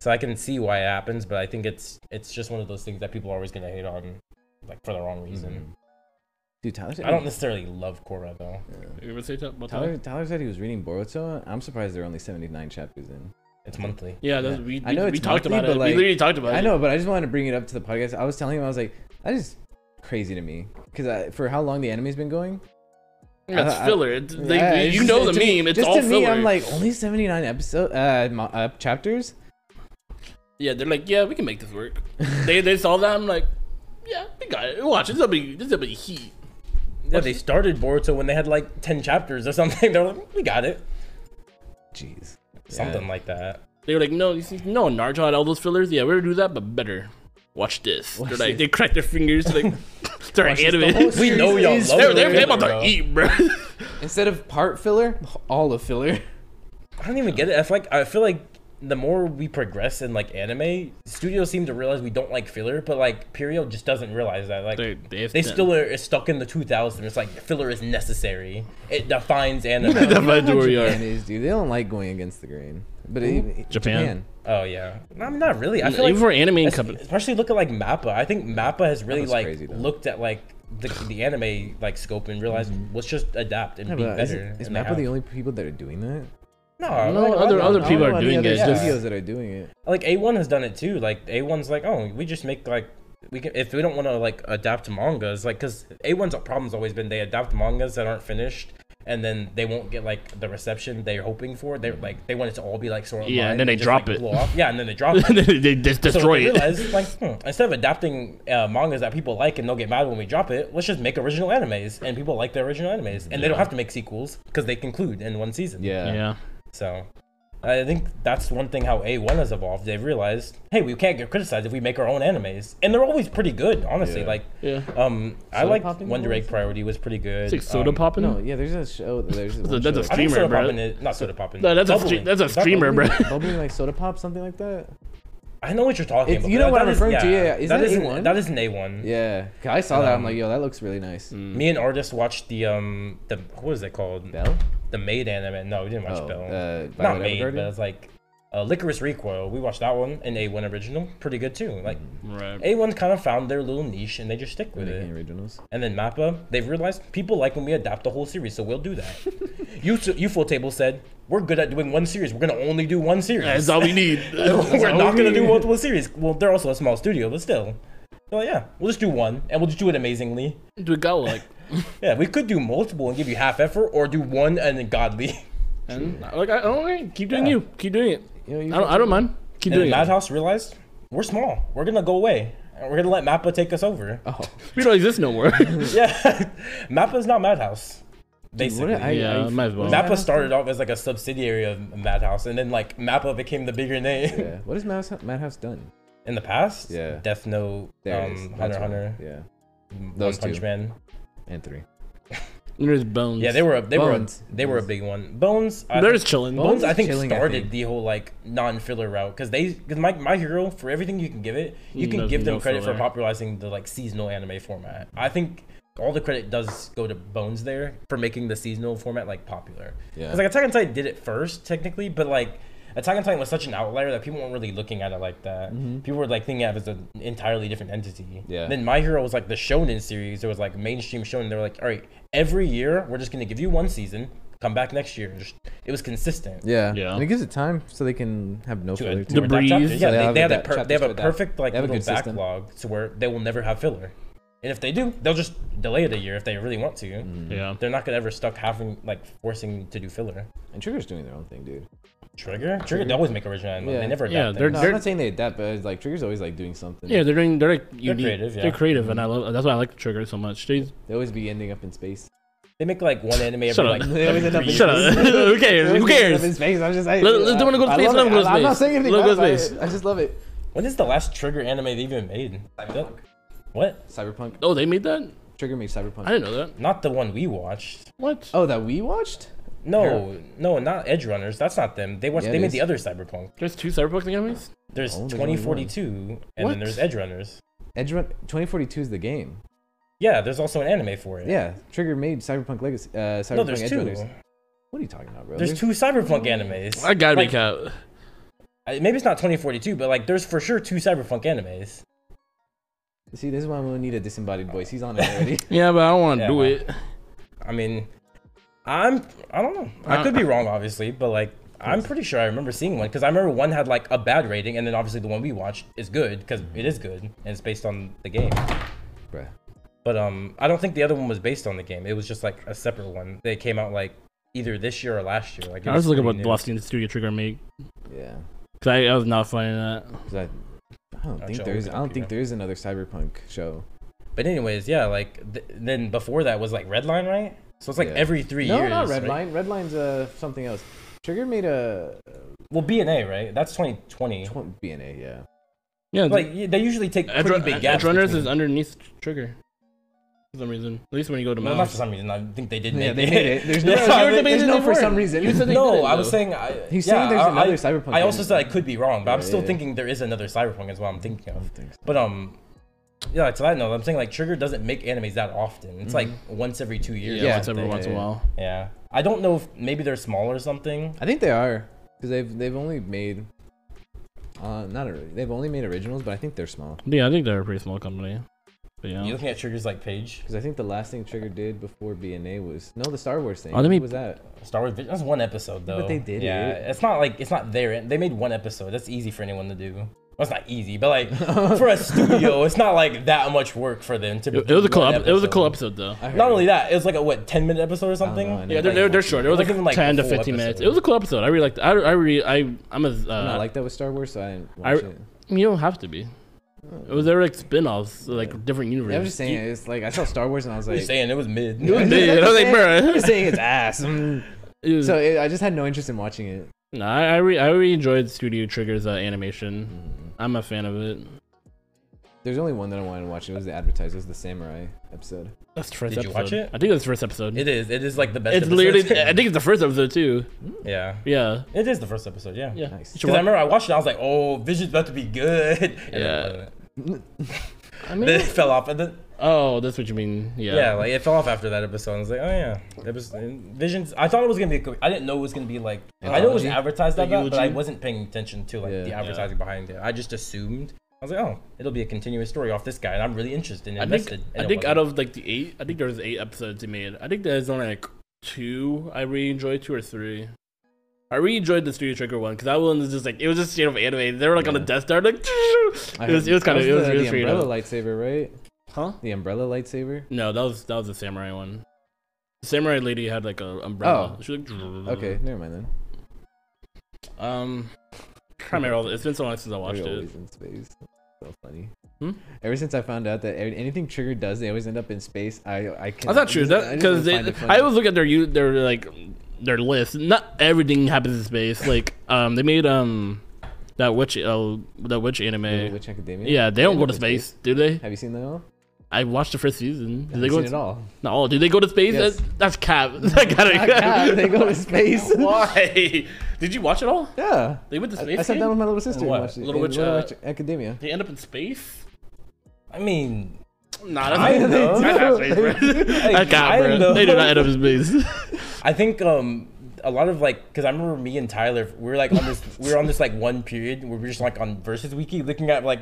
Speaker 3: So I can see why it happens, but I think it's it's just one of those things that people are always gonna hate on, like for the wrong
Speaker 1: Mm-hmm.
Speaker 3: reason.
Speaker 2: Dude, Tyler said
Speaker 3: I don't necessarily love Korra though.
Speaker 1: You ever say that about
Speaker 2: Tyler,
Speaker 1: that?
Speaker 2: Tyler said he was reading Boruto. I'm surprised there are only 79 chapters in.
Speaker 3: It's monthly.
Speaker 1: Yeah, that's,
Speaker 2: Yeah.
Speaker 1: we, we,
Speaker 2: I know
Speaker 1: we
Speaker 2: it's
Speaker 1: talked
Speaker 2: monthly,
Speaker 1: about
Speaker 2: but,
Speaker 1: it.
Speaker 2: like,
Speaker 1: we literally talked about it.
Speaker 2: I know, but I just wanted to bring it up to the podcast. I was telling him, I was like, that is crazy to me. Because for how long the anime's been going?
Speaker 1: That's
Speaker 2: I- I-
Speaker 1: filler. It's, they,
Speaker 2: Yeah,
Speaker 1: they-
Speaker 2: it's
Speaker 1: you
Speaker 2: just-
Speaker 1: know the
Speaker 2: to me-
Speaker 1: meme. It's
Speaker 2: just
Speaker 1: all
Speaker 2: to me,
Speaker 1: filler.
Speaker 2: I'm like, only 79 episode, uh, mo- uh, chapters?
Speaker 1: yeah, they're like, yeah, we can make this work. they they saw that. I'm like, yeah, we got it. Watch, this'll be this'll be heat.
Speaker 3: Yeah, they started Boruto when they had like ten chapters or something. They're like, we got it,
Speaker 2: Jeez.
Speaker 3: something
Speaker 2: Yeah.
Speaker 3: like that.
Speaker 1: They were like, no, you see, no, Naruto had all those fillers. Yeah, we're gonna do that, but better. Watch this.
Speaker 2: Watch
Speaker 1: they're like,
Speaker 2: this.
Speaker 1: they cracked their fingers. Like, they're
Speaker 2: Watch this, the
Speaker 1: animated.
Speaker 2: whole
Speaker 1: They're,
Speaker 3: We know
Speaker 2: series
Speaker 3: y'all
Speaker 2: is
Speaker 3: love
Speaker 1: they're,
Speaker 3: it.
Speaker 2: filler.
Speaker 1: they're about to
Speaker 3: Bro.
Speaker 1: eat, bro.
Speaker 2: Instead of part filler, all of filler.
Speaker 3: I don't even get it. I feel like I feel like the more we progress in like anime, studios seem to realize we don't like filler, but like Perio just doesn't realize that. Like
Speaker 1: They-
Speaker 3: they,
Speaker 1: they have to-
Speaker 3: still are stuck in the 2000s. It's like filler is necessary. It defines anime.
Speaker 1: That's my jewelry are.
Speaker 2: Japan is, dude. They don't like going against the grain. But it,
Speaker 4: Japan.
Speaker 3: oh yeah, I'm not really. I feel
Speaker 1: Even
Speaker 3: like
Speaker 1: for anime
Speaker 3: Es-
Speaker 1: company.
Speaker 3: Especially look at like Mappa. I think Mappa has really
Speaker 2: Mappa's
Speaker 3: like
Speaker 2: crazy, though.
Speaker 3: looked at like the, the anime like scope and realized let's just adapt and
Speaker 2: Yeah,
Speaker 3: be
Speaker 2: but is,
Speaker 3: better.
Speaker 2: it, is
Speaker 3: and they
Speaker 2: Mappa
Speaker 3: have.
Speaker 2: the only people that are doing that?
Speaker 1: No,
Speaker 3: No, like, why
Speaker 1: other-
Speaker 3: not?
Speaker 1: other
Speaker 2: I don't
Speaker 1: people
Speaker 2: know
Speaker 1: are
Speaker 2: any
Speaker 1: doing
Speaker 2: other
Speaker 1: it. It's just-
Speaker 2: Studios that are doing it.
Speaker 3: like A1 has done it too. Like A1's like, oh, we just make like we can if we don't want to like adapt mangas, like because A1's problem's always been they adapt mangas that aren't finished. And then they won't get like the reception they're hoping for. They are like they want it to all be like sort of
Speaker 1: Yeah, and then they drop it.
Speaker 3: Yeah, and then they drop it.
Speaker 1: they, they just
Speaker 3: So
Speaker 1: destroy
Speaker 3: they
Speaker 1: it.
Speaker 3: realized, like, hmm, instead of adapting uh, mangas that people like and they'll get mad when we drop it, let's just make original animes and people like the original animes and they don't have to make sequels because they conclude in one season.
Speaker 2: Yeah.
Speaker 4: Yeah.
Speaker 3: So I think that's one thing how A1 has evolved. They've realized, hey, we can't get criticized if we make our own animes. And they're always pretty good, honestly.
Speaker 2: Yeah.
Speaker 3: Like,
Speaker 1: Yeah.
Speaker 3: um, I
Speaker 2: Soda
Speaker 3: like
Speaker 2: Popping
Speaker 3: Wonder
Speaker 2: Boys?
Speaker 3: Egg Priority was pretty good.
Speaker 4: It's like soda
Speaker 3: um,
Speaker 4: popping.
Speaker 2: No, yeah. There's a show. There's one
Speaker 1: that's a
Speaker 2: show.
Speaker 3: I think
Speaker 1: Streamer,
Speaker 3: soda
Speaker 1: bro.
Speaker 3: popping is, not soda popping.
Speaker 1: No, that's a stre-
Speaker 3: Bubbling.
Speaker 1: that's a
Speaker 3: Is that
Speaker 1: streamer,
Speaker 3: bubbling?
Speaker 1: bro.
Speaker 2: bubbling like soda pop, something like that.
Speaker 3: I know what you're talking
Speaker 2: It's-
Speaker 3: about.
Speaker 2: you know
Speaker 3: That-
Speaker 2: what
Speaker 3: that
Speaker 2: I'm
Speaker 3: is-
Speaker 2: referring to, yeah, is that
Speaker 3: isn't-
Speaker 2: A1?
Speaker 3: That is an A1.
Speaker 2: Yeah, 'Cause I saw that. I'm like, yo, that looks really nice.
Speaker 3: Me and artists watched the um the what was it called?
Speaker 2: Bell.
Speaker 3: The Maid anime. No, we didn't watch
Speaker 2: Oh,
Speaker 3: Bell.
Speaker 2: uh,
Speaker 3: Not
Speaker 2: Violet
Speaker 3: Maid,
Speaker 2: Evergarden?
Speaker 3: but it's like uh, Licorice Recoil. We watched that one in A1 original. Pretty good too. Like
Speaker 2: Mm.
Speaker 1: Right.
Speaker 3: A1 kind of found their little niche and they just stick with
Speaker 2: Making
Speaker 3: it.
Speaker 2: originals.
Speaker 3: And then Mappa, they've realized people like when we adapt the whole series, so we'll do that. you Ufo Table said, "We're good at doing one series. We're gonna only do one series.
Speaker 1: That's all we need.
Speaker 3: We're
Speaker 2: all
Speaker 3: not
Speaker 2: we
Speaker 3: gonna do
Speaker 2: need."
Speaker 3: multiple series. Well, they're also a small studio, but still. So yeah, we'll just do one, and we'll just do it amazingly.
Speaker 1: Do it go like.
Speaker 3: Yeah, we could do multiple and give you half effort, or do one and then godly.
Speaker 1: And like I don't know, keep doing
Speaker 3: Yeah.
Speaker 1: you, keep doing it.
Speaker 2: You know, you
Speaker 1: I don't, I don't mind. Keep
Speaker 3: And then
Speaker 1: doing it.
Speaker 3: Madhouse realized we're small. We're gonna go away. And we're gonna let Mappa take us over.
Speaker 2: Oh,
Speaker 1: We don't exist no more.
Speaker 3: Yeah, Mappa's not Madhouse.
Speaker 2: Dude,
Speaker 3: Basically,
Speaker 2: what did I-
Speaker 4: Yeah,
Speaker 2: I-
Speaker 4: might as well.
Speaker 2: what is
Speaker 3: Mappa
Speaker 2: Madhouse
Speaker 3: started off as like a subsidiary of Madhouse, and then like Mappa became the bigger name
Speaker 2: done? Yeah. What has Madhouse, Madhouse done?
Speaker 3: in the past.
Speaker 2: Yeah.
Speaker 3: Death Note,
Speaker 2: There it is.
Speaker 3: um,
Speaker 2: That's
Speaker 3: Hunter
Speaker 2: one.
Speaker 3: Hunter,
Speaker 2: Yeah.
Speaker 3: One
Speaker 2: Those
Speaker 3: Punch
Speaker 2: two.
Speaker 3: Man.
Speaker 2: And three.
Speaker 1: There's bones.
Speaker 3: Yeah, they were a, they
Speaker 2: Bones.
Speaker 3: were a, they were a big one. Bones. I
Speaker 1: There's chilling.
Speaker 2: Bones
Speaker 3: Bones,
Speaker 2: is
Speaker 3: I think
Speaker 2: chilling, I
Speaker 3: started
Speaker 2: think.
Speaker 3: the whole like non-filler route because they because my, my hero for everything you can give it, you
Speaker 4: Mm,
Speaker 3: can
Speaker 4: there's
Speaker 3: give them
Speaker 4: no
Speaker 3: credit for
Speaker 4: filler.
Speaker 3: popularizing the like seasonal anime format. I think all the credit does go to Bones there for making the seasonal format like popular.
Speaker 2: Yeah.
Speaker 3: Because like Attack on Titan did it first technically, but like Attack on Titan was such an outlier that people weren't really looking at it like that.
Speaker 4: Mm-hmm.
Speaker 3: People were like thinking of it as an entirely different entity.
Speaker 2: Yeah.
Speaker 3: Then My Hero was like the Shonen series. It was like mainstream Shonen. They were like, all right, every year we're just gonna give you one season. Come back next year. Just, it was consistent.
Speaker 2: Yeah.
Speaker 4: Yeah.
Speaker 2: And it gives it time so they can have no filler.
Speaker 3: to
Speaker 2: to it.
Speaker 3: adapt chapters.
Speaker 1: breeze.
Speaker 3: Yeah,
Speaker 2: So they
Speaker 3: they,
Speaker 2: have
Speaker 3: they have,
Speaker 2: adapt-
Speaker 3: a per- they
Speaker 2: chapters
Speaker 3: have
Speaker 2: to
Speaker 3: a
Speaker 2: adapt.
Speaker 3: perfect like
Speaker 2: They have a
Speaker 3: little
Speaker 2: good system.
Speaker 3: backlog to where they will never have filler. And if they do, they'll just delay it a year if they really want to.
Speaker 2: Mm.
Speaker 4: Yeah.
Speaker 3: They're not gonna ever stuck having like forcing to do filler.
Speaker 2: And Trigger's doing their own thing, dude.
Speaker 3: Trigger, Trigger, they always make original anime.
Speaker 2: Yeah.
Speaker 3: They never
Speaker 4: Yeah,
Speaker 3: adapt.
Speaker 4: they're-
Speaker 3: things.
Speaker 2: No,
Speaker 4: They're-
Speaker 2: I'm not saying they adapt, but it's like Trigger's always like doing something.
Speaker 4: Yeah, they're doing. They're like unique.
Speaker 3: creative, yeah.
Speaker 4: They're creative, and I love. That's why I like the trigger so much. They,
Speaker 2: They always be ending up in space.
Speaker 3: they make like one anime every
Speaker 4: Shut up.
Speaker 3: like.
Speaker 2: They always end up in
Speaker 4: shut up.
Speaker 2: space.
Speaker 4: Who cares? Who cares?
Speaker 2: In space. I'm just like,
Speaker 1: Let- let's- they wanna go to
Speaker 2: I
Speaker 1: space,
Speaker 2: love
Speaker 1: let them
Speaker 2: it.
Speaker 1: go to
Speaker 2: I'm not
Speaker 1: space.
Speaker 2: saying anything.
Speaker 1: Let them go to
Speaker 2: about
Speaker 1: space.
Speaker 2: it. I just love it.
Speaker 3: When is the last Trigger anime they even made? What?
Speaker 2: Cyberpunk.
Speaker 1: Oh, they made that?
Speaker 2: Trigger made
Speaker 1: I
Speaker 2: Cyberpunk.
Speaker 1: didn't know that.
Speaker 3: Not the one we watched.
Speaker 1: What?
Speaker 2: Oh, that we watched?
Speaker 3: No, no, not Edge Runners. That's not them. They watched.
Speaker 2: Yeah, it
Speaker 3: they made
Speaker 2: is.
Speaker 3: the other Cyberpunk.
Speaker 1: There's two cyberpunk enemies?
Speaker 3: There's
Speaker 2: Oh, there's only one.
Speaker 3: 2042, and
Speaker 1: What?
Speaker 3: then there's Edge Runners.
Speaker 2: Edge Run 2042 is the game.
Speaker 3: Yeah, there's also an anime for it.
Speaker 2: Yeah, Trigger made Cyberpunk Legacy. Uh, Cyberpunk
Speaker 3: no, there's
Speaker 2: Edge
Speaker 3: two.
Speaker 2: Runners. What are you talking about, bro?
Speaker 3: There's two cyberpunk animes.
Speaker 1: I gotta
Speaker 3: like,
Speaker 1: be out.
Speaker 3: I- Maybe it's not 2042, but like there's for sure two cyberpunk animes.
Speaker 2: See, this is why I'm gonna need a disembodied voice. He's on it already.
Speaker 1: Yeah, but I don't want to
Speaker 3: Yeah.
Speaker 1: do it.
Speaker 3: I mean, I'm I don't know. I could be
Speaker 1: Uh,
Speaker 3: wrong, obviously, but like I'm pretty sure I remember seeing one because I remember one had like a bad rating, and then obviously the one we watched is good because it is good and it's based on the game.
Speaker 2: Bruh.
Speaker 3: But um, I don't think the other one was based on the game. It was just like a separate one. They came out like either this year or last year. Like it
Speaker 4: I was looking
Speaker 3: pretty
Speaker 4: about
Speaker 3: new.
Speaker 4: last thing the studio trigger make
Speaker 2: Yeah.
Speaker 4: because I, I was not finding that.
Speaker 2: 'Cause I, I don't
Speaker 3: Actually,
Speaker 2: think
Speaker 3: I'll
Speaker 2: there's.
Speaker 3: look it
Speaker 2: I don't
Speaker 3: up,
Speaker 2: think
Speaker 3: you
Speaker 2: there's another Cyberpunk show.
Speaker 3: But anyways, yeah, like th- then before that was like Redline, right? So it's like
Speaker 2: Yeah.
Speaker 3: every three
Speaker 2: no,
Speaker 3: years.
Speaker 2: not
Speaker 3: right?
Speaker 2: Redline. Redline's uh something else. Trigger made a uh,
Speaker 3: Well, B and A, right? That's 2020.
Speaker 2: tw- BNA. Yeah.
Speaker 4: Yeah,
Speaker 3: Like y- they usually take
Speaker 1: Edge,
Speaker 3: pretty big gaps.
Speaker 1: Runners
Speaker 3: between-
Speaker 1: is underneath Trigger. For some reason. At least when you go to
Speaker 3: Well, not for
Speaker 1: Mouse.
Speaker 3: some reason. I think they did.
Speaker 2: Yeah,
Speaker 3: make
Speaker 2: they made it. There's no.
Speaker 3: Yeah,
Speaker 2: there's
Speaker 3: you were
Speaker 2: there's
Speaker 1: debating
Speaker 2: no
Speaker 1: they
Speaker 2: for some
Speaker 1: weren't.
Speaker 2: reason.
Speaker 1: You said they
Speaker 3: No,
Speaker 1: didn't,
Speaker 3: I was
Speaker 1: though.
Speaker 3: saying. I,
Speaker 2: He's
Speaker 3: yeah,
Speaker 2: saying there's
Speaker 3: I-
Speaker 2: another
Speaker 3: I-
Speaker 2: Cyberpunk
Speaker 3: I also
Speaker 2: game.
Speaker 3: said I could be wrong, but I'm
Speaker 2: Yeah,
Speaker 3: still
Speaker 2: yeah,
Speaker 3: thinking there is another Cyberpunk. Is what I'm thinking
Speaker 2: I
Speaker 3: of.
Speaker 2: don't think so.
Speaker 3: But um, yeah. To that note, I'm saying like Trigger doesn't make animes that often. It's like
Speaker 1: Mm-hmm.
Speaker 3: once every two
Speaker 4: yeah,
Speaker 3: years. or
Speaker 2: yeah,
Speaker 4: once every
Speaker 3: something.
Speaker 4: once in a
Speaker 2: yeah.
Speaker 4: while.
Speaker 3: Yeah. I don't know if maybe they're small or something.
Speaker 2: I think they are because they've they've only made. Uh, not a, they've only made originals, but I think they're small.
Speaker 4: Yeah, I think they're a pretty small company.
Speaker 1: But yeah.
Speaker 3: You looking at triggers like Paige?
Speaker 2: Because I think the last thing Trigger did before BNA was no the Star Wars thing.
Speaker 1: Oh, let me-
Speaker 2: what was that?
Speaker 3: Star Wars. Vision- That's one episode though.
Speaker 2: but they did
Speaker 3: Yeah,
Speaker 2: it.
Speaker 3: it's not like it's not there. They made one episode. That's easy for anyone to do. Well, it's not easy, but like for a studio, it's not like that much work for them to.
Speaker 1: It, it
Speaker 3: do
Speaker 1: was a cool.
Speaker 3: one
Speaker 1: ep- It was a
Speaker 3: episode.
Speaker 1: cool episode though.
Speaker 2: I heard
Speaker 3: Not
Speaker 2: it.
Speaker 3: only that, it was like a what ten minute episode or something.
Speaker 2: I know.
Speaker 5: Yeah, they're, they're, they're short. It was like
Speaker 3: Wasn't, like,
Speaker 1: Ten
Speaker 3: the
Speaker 1: to
Speaker 3: full
Speaker 1: fifteen minutes.
Speaker 3: episode.
Speaker 1: It was a cool episode. I really liked. It. I I really I I'm a.
Speaker 2: I'm
Speaker 1: Uh,
Speaker 2: not like that with Star Wars, so I didn't
Speaker 1: I-
Speaker 2: watch it.
Speaker 1: you don't have to be. It was there were, like spin-offs, like different
Speaker 2: Yeah, I was
Speaker 1: universes.
Speaker 2: just saying, it's like I saw Star Wars and I was
Speaker 3: What
Speaker 2: like,
Speaker 3: you saying? It was mid.
Speaker 2: was
Speaker 1: Yeah, I was like,
Speaker 2: I was
Speaker 1: bruh.
Speaker 2: saying it's ass. Mm.
Speaker 1: It was-
Speaker 2: So it, I just had no interest in watching it.
Speaker 1: No, I I, re- I really enjoyed Studio Trigger's uh, animation.
Speaker 2: Mm-hmm.
Speaker 1: I'm a fan of it.
Speaker 2: There's only one that I wanted to watch. It was the advertiser. It was the samurai episode.
Speaker 1: That's the first
Speaker 3: Did you
Speaker 1: episode.
Speaker 3: watch it?
Speaker 1: I think that's the first episode.
Speaker 3: It is. It is like the best.
Speaker 1: it's
Speaker 3: episode.
Speaker 1: literally. I think it's the first episode too.
Speaker 3: yeah.
Speaker 1: Yeah.
Speaker 3: It is the first episode. Yeah.
Speaker 1: Yeah.
Speaker 2: Nice.
Speaker 1: You should
Speaker 3: Because I
Speaker 1: watch-
Speaker 3: remember I watched it, I was like, "Oh, Vision's about to be good." And then-
Speaker 1: Yeah. I
Speaker 3: Then
Speaker 1: mean,
Speaker 3: it fell off, and then
Speaker 1: oh, that's what you mean. Yeah.
Speaker 3: yeah. like it fell off after that episode. I was like, "Oh yeah, it was Vision's." I thought it was gonna be. a co- I didn't know it was gonna be like. I know it was
Speaker 2: Anthology?
Speaker 3: advertised that, that, but I
Speaker 1: Eulogy?
Speaker 3: wasn't paying attention to like
Speaker 2: Yeah.
Speaker 3: the
Speaker 2: Yeah.
Speaker 3: advertising behind it. I just assumed. I was like, "Oh, it'll be a continuous story off this guy," and I'm really interested. And
Speaker 1: I think
Speaker 3: invested.
Speaker 1: I think out of like the eight, I think there was eight episodes he made. I think there's only like two I really enjoyed, two or three. I really enjoyed the Studio Trigger one because that one was just like it was just straight of anime. They were like on the
Speaker 2: Yeah.
Speaker 1: Death Star, like
Speaker 2: I
Speaker 1: it was
Speaker 2: heard-
Speaker 1: it was kind of
Speaker 2: that
Speaker 1: it was,
Speaker 2: the,
Speaker 1: it was
Speaker 2: the
Speaker 1: straight
Speaker 2: umbrella
Speaker 1: up.
Speaker 2: lightsaber, right?
Speaker 1: Huh?
Speaker 2: The umbrella lightsaber.
Speaker 1: No, that was that was the samurai one. The samurai lady had like a umbrella.
Speaker 2: Oh.
Speaker 1: She was like,
Speaker 2: Okay, never mind then.
Speaker 1: Um, can't remember all the- It's been so long since I watched
Speaker 2: They're
Speaker 1: it.
Speaker 2: always in space. So funny.
Speaker 1: Hmm?
Speaker 2: Ever since I found out that every- anything Trigger does, they always end up in space. I I can't.
Speaker 1: That's not true. That because I always look at their you their like their list. Not everything happens in space. Like um, they made um that witch uh, that witch anime.
Speaker 2: Witch Academia.
Speaker 1: Yeah, they don't
Speaker 2: end
Speaker 1: go
Speaker 2: up
Speaker 1: to
Speaker 2: in
Speaker 1: space, do they?
Speaker 2: Have you seen that all?
Speaker 1: I watched the first season. Did
Speaker 2: Have
Speaker 1: they
Speaker 2: you
Speaker 1: go?
Speaker 2: seen
Speaker 1: to-
Speaker 2: it all?
Speaker 1: No, do they go to space?
Speaker 2: Yes.
Speaker 1: That's, that's cap. I gotta,
Speaker 2: Ah, God, they go to space.
Speaker 1: Why? Did you watch it all?
Speaker 2: Yeah.
Speaker 1: They went to
Speaker 2: I,
Speaker 1: space.
Speaker 2: I sat
Speaker 1: game?
Speaker 2: down with my little sister and
Speaker 3: What?
Speaker 2: watched it.
Speaker 1: Little
Speaker 2: in
Speaker 1: Witch, uh,
Speaker 2: Academia.
Speaker 1: They end up in space.
Speaker 3: I mean,
Speaker 1: Nah, that's
Speaker 3: I
Speaker 1: not-
Speaker 3: know.
Speaker 1: that's not space, bro. That's cap,
Speaker 3: I know.
Speaker 1: bro. They did not end up in space.
Speaker 3: I think um a lot of like because I remember me and Tyler we were like on this we were on this like one period where we were just like on versus wiki looking at like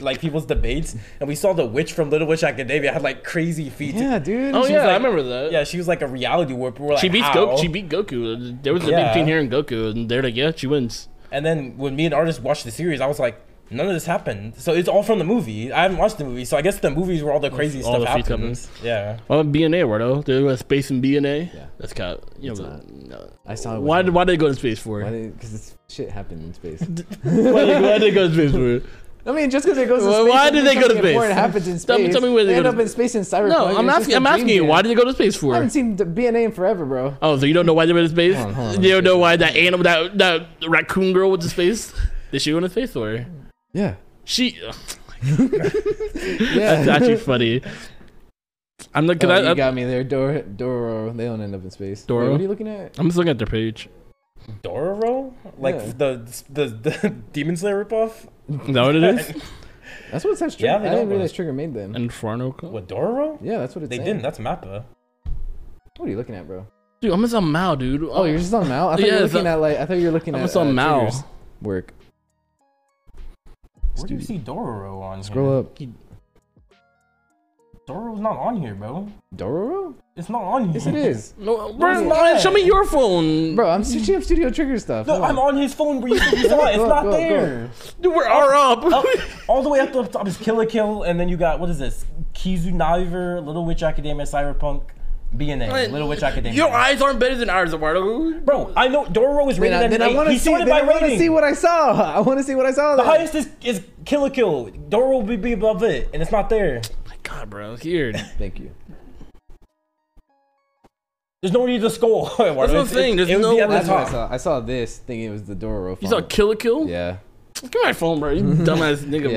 Speaker 3: like people's debates and we saw the witch from Little Witch Academia had like crazy feats.
Speaker 2: Yeah, dude.
Speaker 1: oh
Speaker 3: She
Speaker 1: yeah,
Speaker 3: was
Speaker 1: I
Speaker 3: like-
Speaker 1: remember that.
Speaker 3: Yeah, she was like a reality warp. We were like,
Speaker 1: She beats
Speaker 3: How?
Speaker 1: Goku. She beat Goku. There was a big
Speaker 3: Yeah.
Speaker 1: between here and Goku, and they're like, yeah, she wins.
Speaker 3: and then when me and artist watched the series, I was like, none of this happened. So it's all from the movie. I haven't watched the movie, so I guess the movies where all the crazy
Speaker 1: all
Speaker 3: stuff
Speaker 1: the feats
Speaker 3: happens. Yeah.
Speaker 1: Well, I'm BNA, Wardo. They went to space and BNA.
Speaker 2: Yeah.
Speaker 1: That's kind of you know.
Speaker 2: not.
Speaker 1: no.
Speaker 2: I saw it.
Speaker 1: Why did why did they go to space for? Why
Speaker 2: Because shit happened in space.
Speaker 1: did, why did they go to space for?
Speaker 2: I mean, just because it goes to
Speaker 1: Well,
Speaker 2: space.
Speaker 1: why did
Speaker 2: doesn't mean
Speaker 1: they go to
Speaker 2: something important
Speaker 1: space?
Speaker 2: happens in
Speaker 1: Tell me-
Speaker 2: space.
Speaker 1: tell me where they
Speaker 2: end
Speaker 1: go
Speaker 2: up
Speaker 1: to-
Speaker 2: in space in Cyberpunk.
Speaker 1: No, I'm
Speaker 2: It's
Speaker 1: asking.
Speaker 2: just a
Speaker 1: I'm asking
Speaker 2: dream
Speaker 1: you.
Speaker 2: game.
Speaker 1: Why did they go to space
Speaker 2: I
Speaker 1: for?
Speaker 2: haven't seen the BNA in forever, bro.
Speaker 1: Oh, so you don't know why they went to space?
Speaker 2: Hold on, hold on,
Speaker 1: you don't
Speaker 2: let me
Speaker 1: know
Speaker 2: see.
Speaker 1: why that animal, that that raccoon girl went to space? Did she went to space for?
Speaker 2: Yeah.
Speaker 1: She.
Speaker 2: Yeah.
Speaker 1: That's actually funny. I'm looking
Speaker 2: Oh,
Speaker 1: at.
Speaker 2: you
Speaker 1: I'm-
Speaker 2: got me there, Dor- Doro. They don't end up in space. Wait,
Speaker 1: uh, Doro?
Speaker 2: what are you looking at?
Speaker 1: I'm just looking at their page.
Speaker 3: Dororo? Like
Speaker 2: Yeah.
Speaker 3: the, the the Demon Slayer ripoff?
Speaker 1: Is that what it is?
Speaker 2: That's what it says. Trigger.
Speaker 3: Yeah,
Speaker 2: Yeah,
Speaker 3: they
Speaker 2: I
Speaker 3: don't
Speaker 2: didn't
Speaker 3: go.
Speaker 2: realize Trigger made them.
Speaker 1: Inferno. Co-
Speaker 3: What Dororo?
Speaker 2: yeah, that's what it's
Speaker 3: They didn't. That's Mappa.
Speaker 2: What are you looking at, bro?
Speaker 1: Dude, I'm just on Mao, dude.
Speaker 2: Oh, you're just on Mal. I thought you
Speaker 1: Yeah,
Speaker 2: were
Speaker 1: it's
Speaker 2: looking
Speaker 1: a-
Speaker 2: at like I thought you were looking
Speaker 1: I'm
Speaker 2: at
Speaker 1: just on
Speaker 2: uh,
Speaker 1: Mao.
Speaker 2: Trigger's work.
Speaker 3: Where do you
Speaker 2: Stupid.
Speaker 3: see Dororo on
Speaker 2: Scroll
Speaker 3: here?
Speaker 2: up.
Speaker 3: Dororo's not on here, bro.
Speaker 2: Dororo?
Speaker 3: It's not on here.
Speaker 2: Yes, it is.
Speaker 1: No,
Speaker 3: is
Speaker 1: bro,
Speaker 3: it?
Speaker 1: Maya, show me your phone.
Speaker 2: Bro, I'm searching up Studio Trigger stuff.
Speaker 3: No,
Speaker 2: Hold on.
Speaker 3: I'm on his phone where you said you saw it. It's
Speaker 2: Go,
Speaker 3: not
Speaker 2: go, go.
Speaker 3: there.
Speaker 1: Dude, we're all up.
Speaker 3: Up, all the way up to the top is Kill a Kill, and then you got, what is this? Kizunaiver, Little Witch Academia, Cyberpunk, BNA, Little Witch Academia.
Speaker 1: Your eyes aren't better than ours, Eduardo. Oh
Speaker 3: Bro, I know Dororo is
Speaker 2: Then
Speaker 3: rated
Speaker 2: I,
Speaker 3: at
Speaker 2: then
Speaker 3: an
Speaker 2: I
Speaker 3: eight.
Speaker 2: want to
Speaker 3: He
Speaker 2: see.
Speaker 3: saw it
Speaker 2: Then
Speaker 3: by
Speaker 2: I want to
Speaker 3: rating.
Speaker 2: see what I saw. I want to see what I saw.
Speaker 3: The
Speaker 2: then.
Speaker 3: highest is, is Kill a Kill. Dororo will be above it, and it's not there.
Speaker 1: My God, bro, here.
Speaker 2: Thank you.
Speaker 3: There's no need to scroll. Eduardo.
Speaker 1: the
Speaker 3: It's- it's-
Speaker 1: thing, there's
Speaker 3: it would
Speaker 1: no-
Speaker 3: be at the
Speaker 2: That's what I
Speaker 3: top.
Speaker 2: saw. I saw this thinking it was the Dororo.
Speaker 1: You saw
Speaker 2: font.
Speaker 1: Kill a Kill?
Speaker 2: Yeah.
Speaker 1: Give me my phone, bro. You dumbass nigga,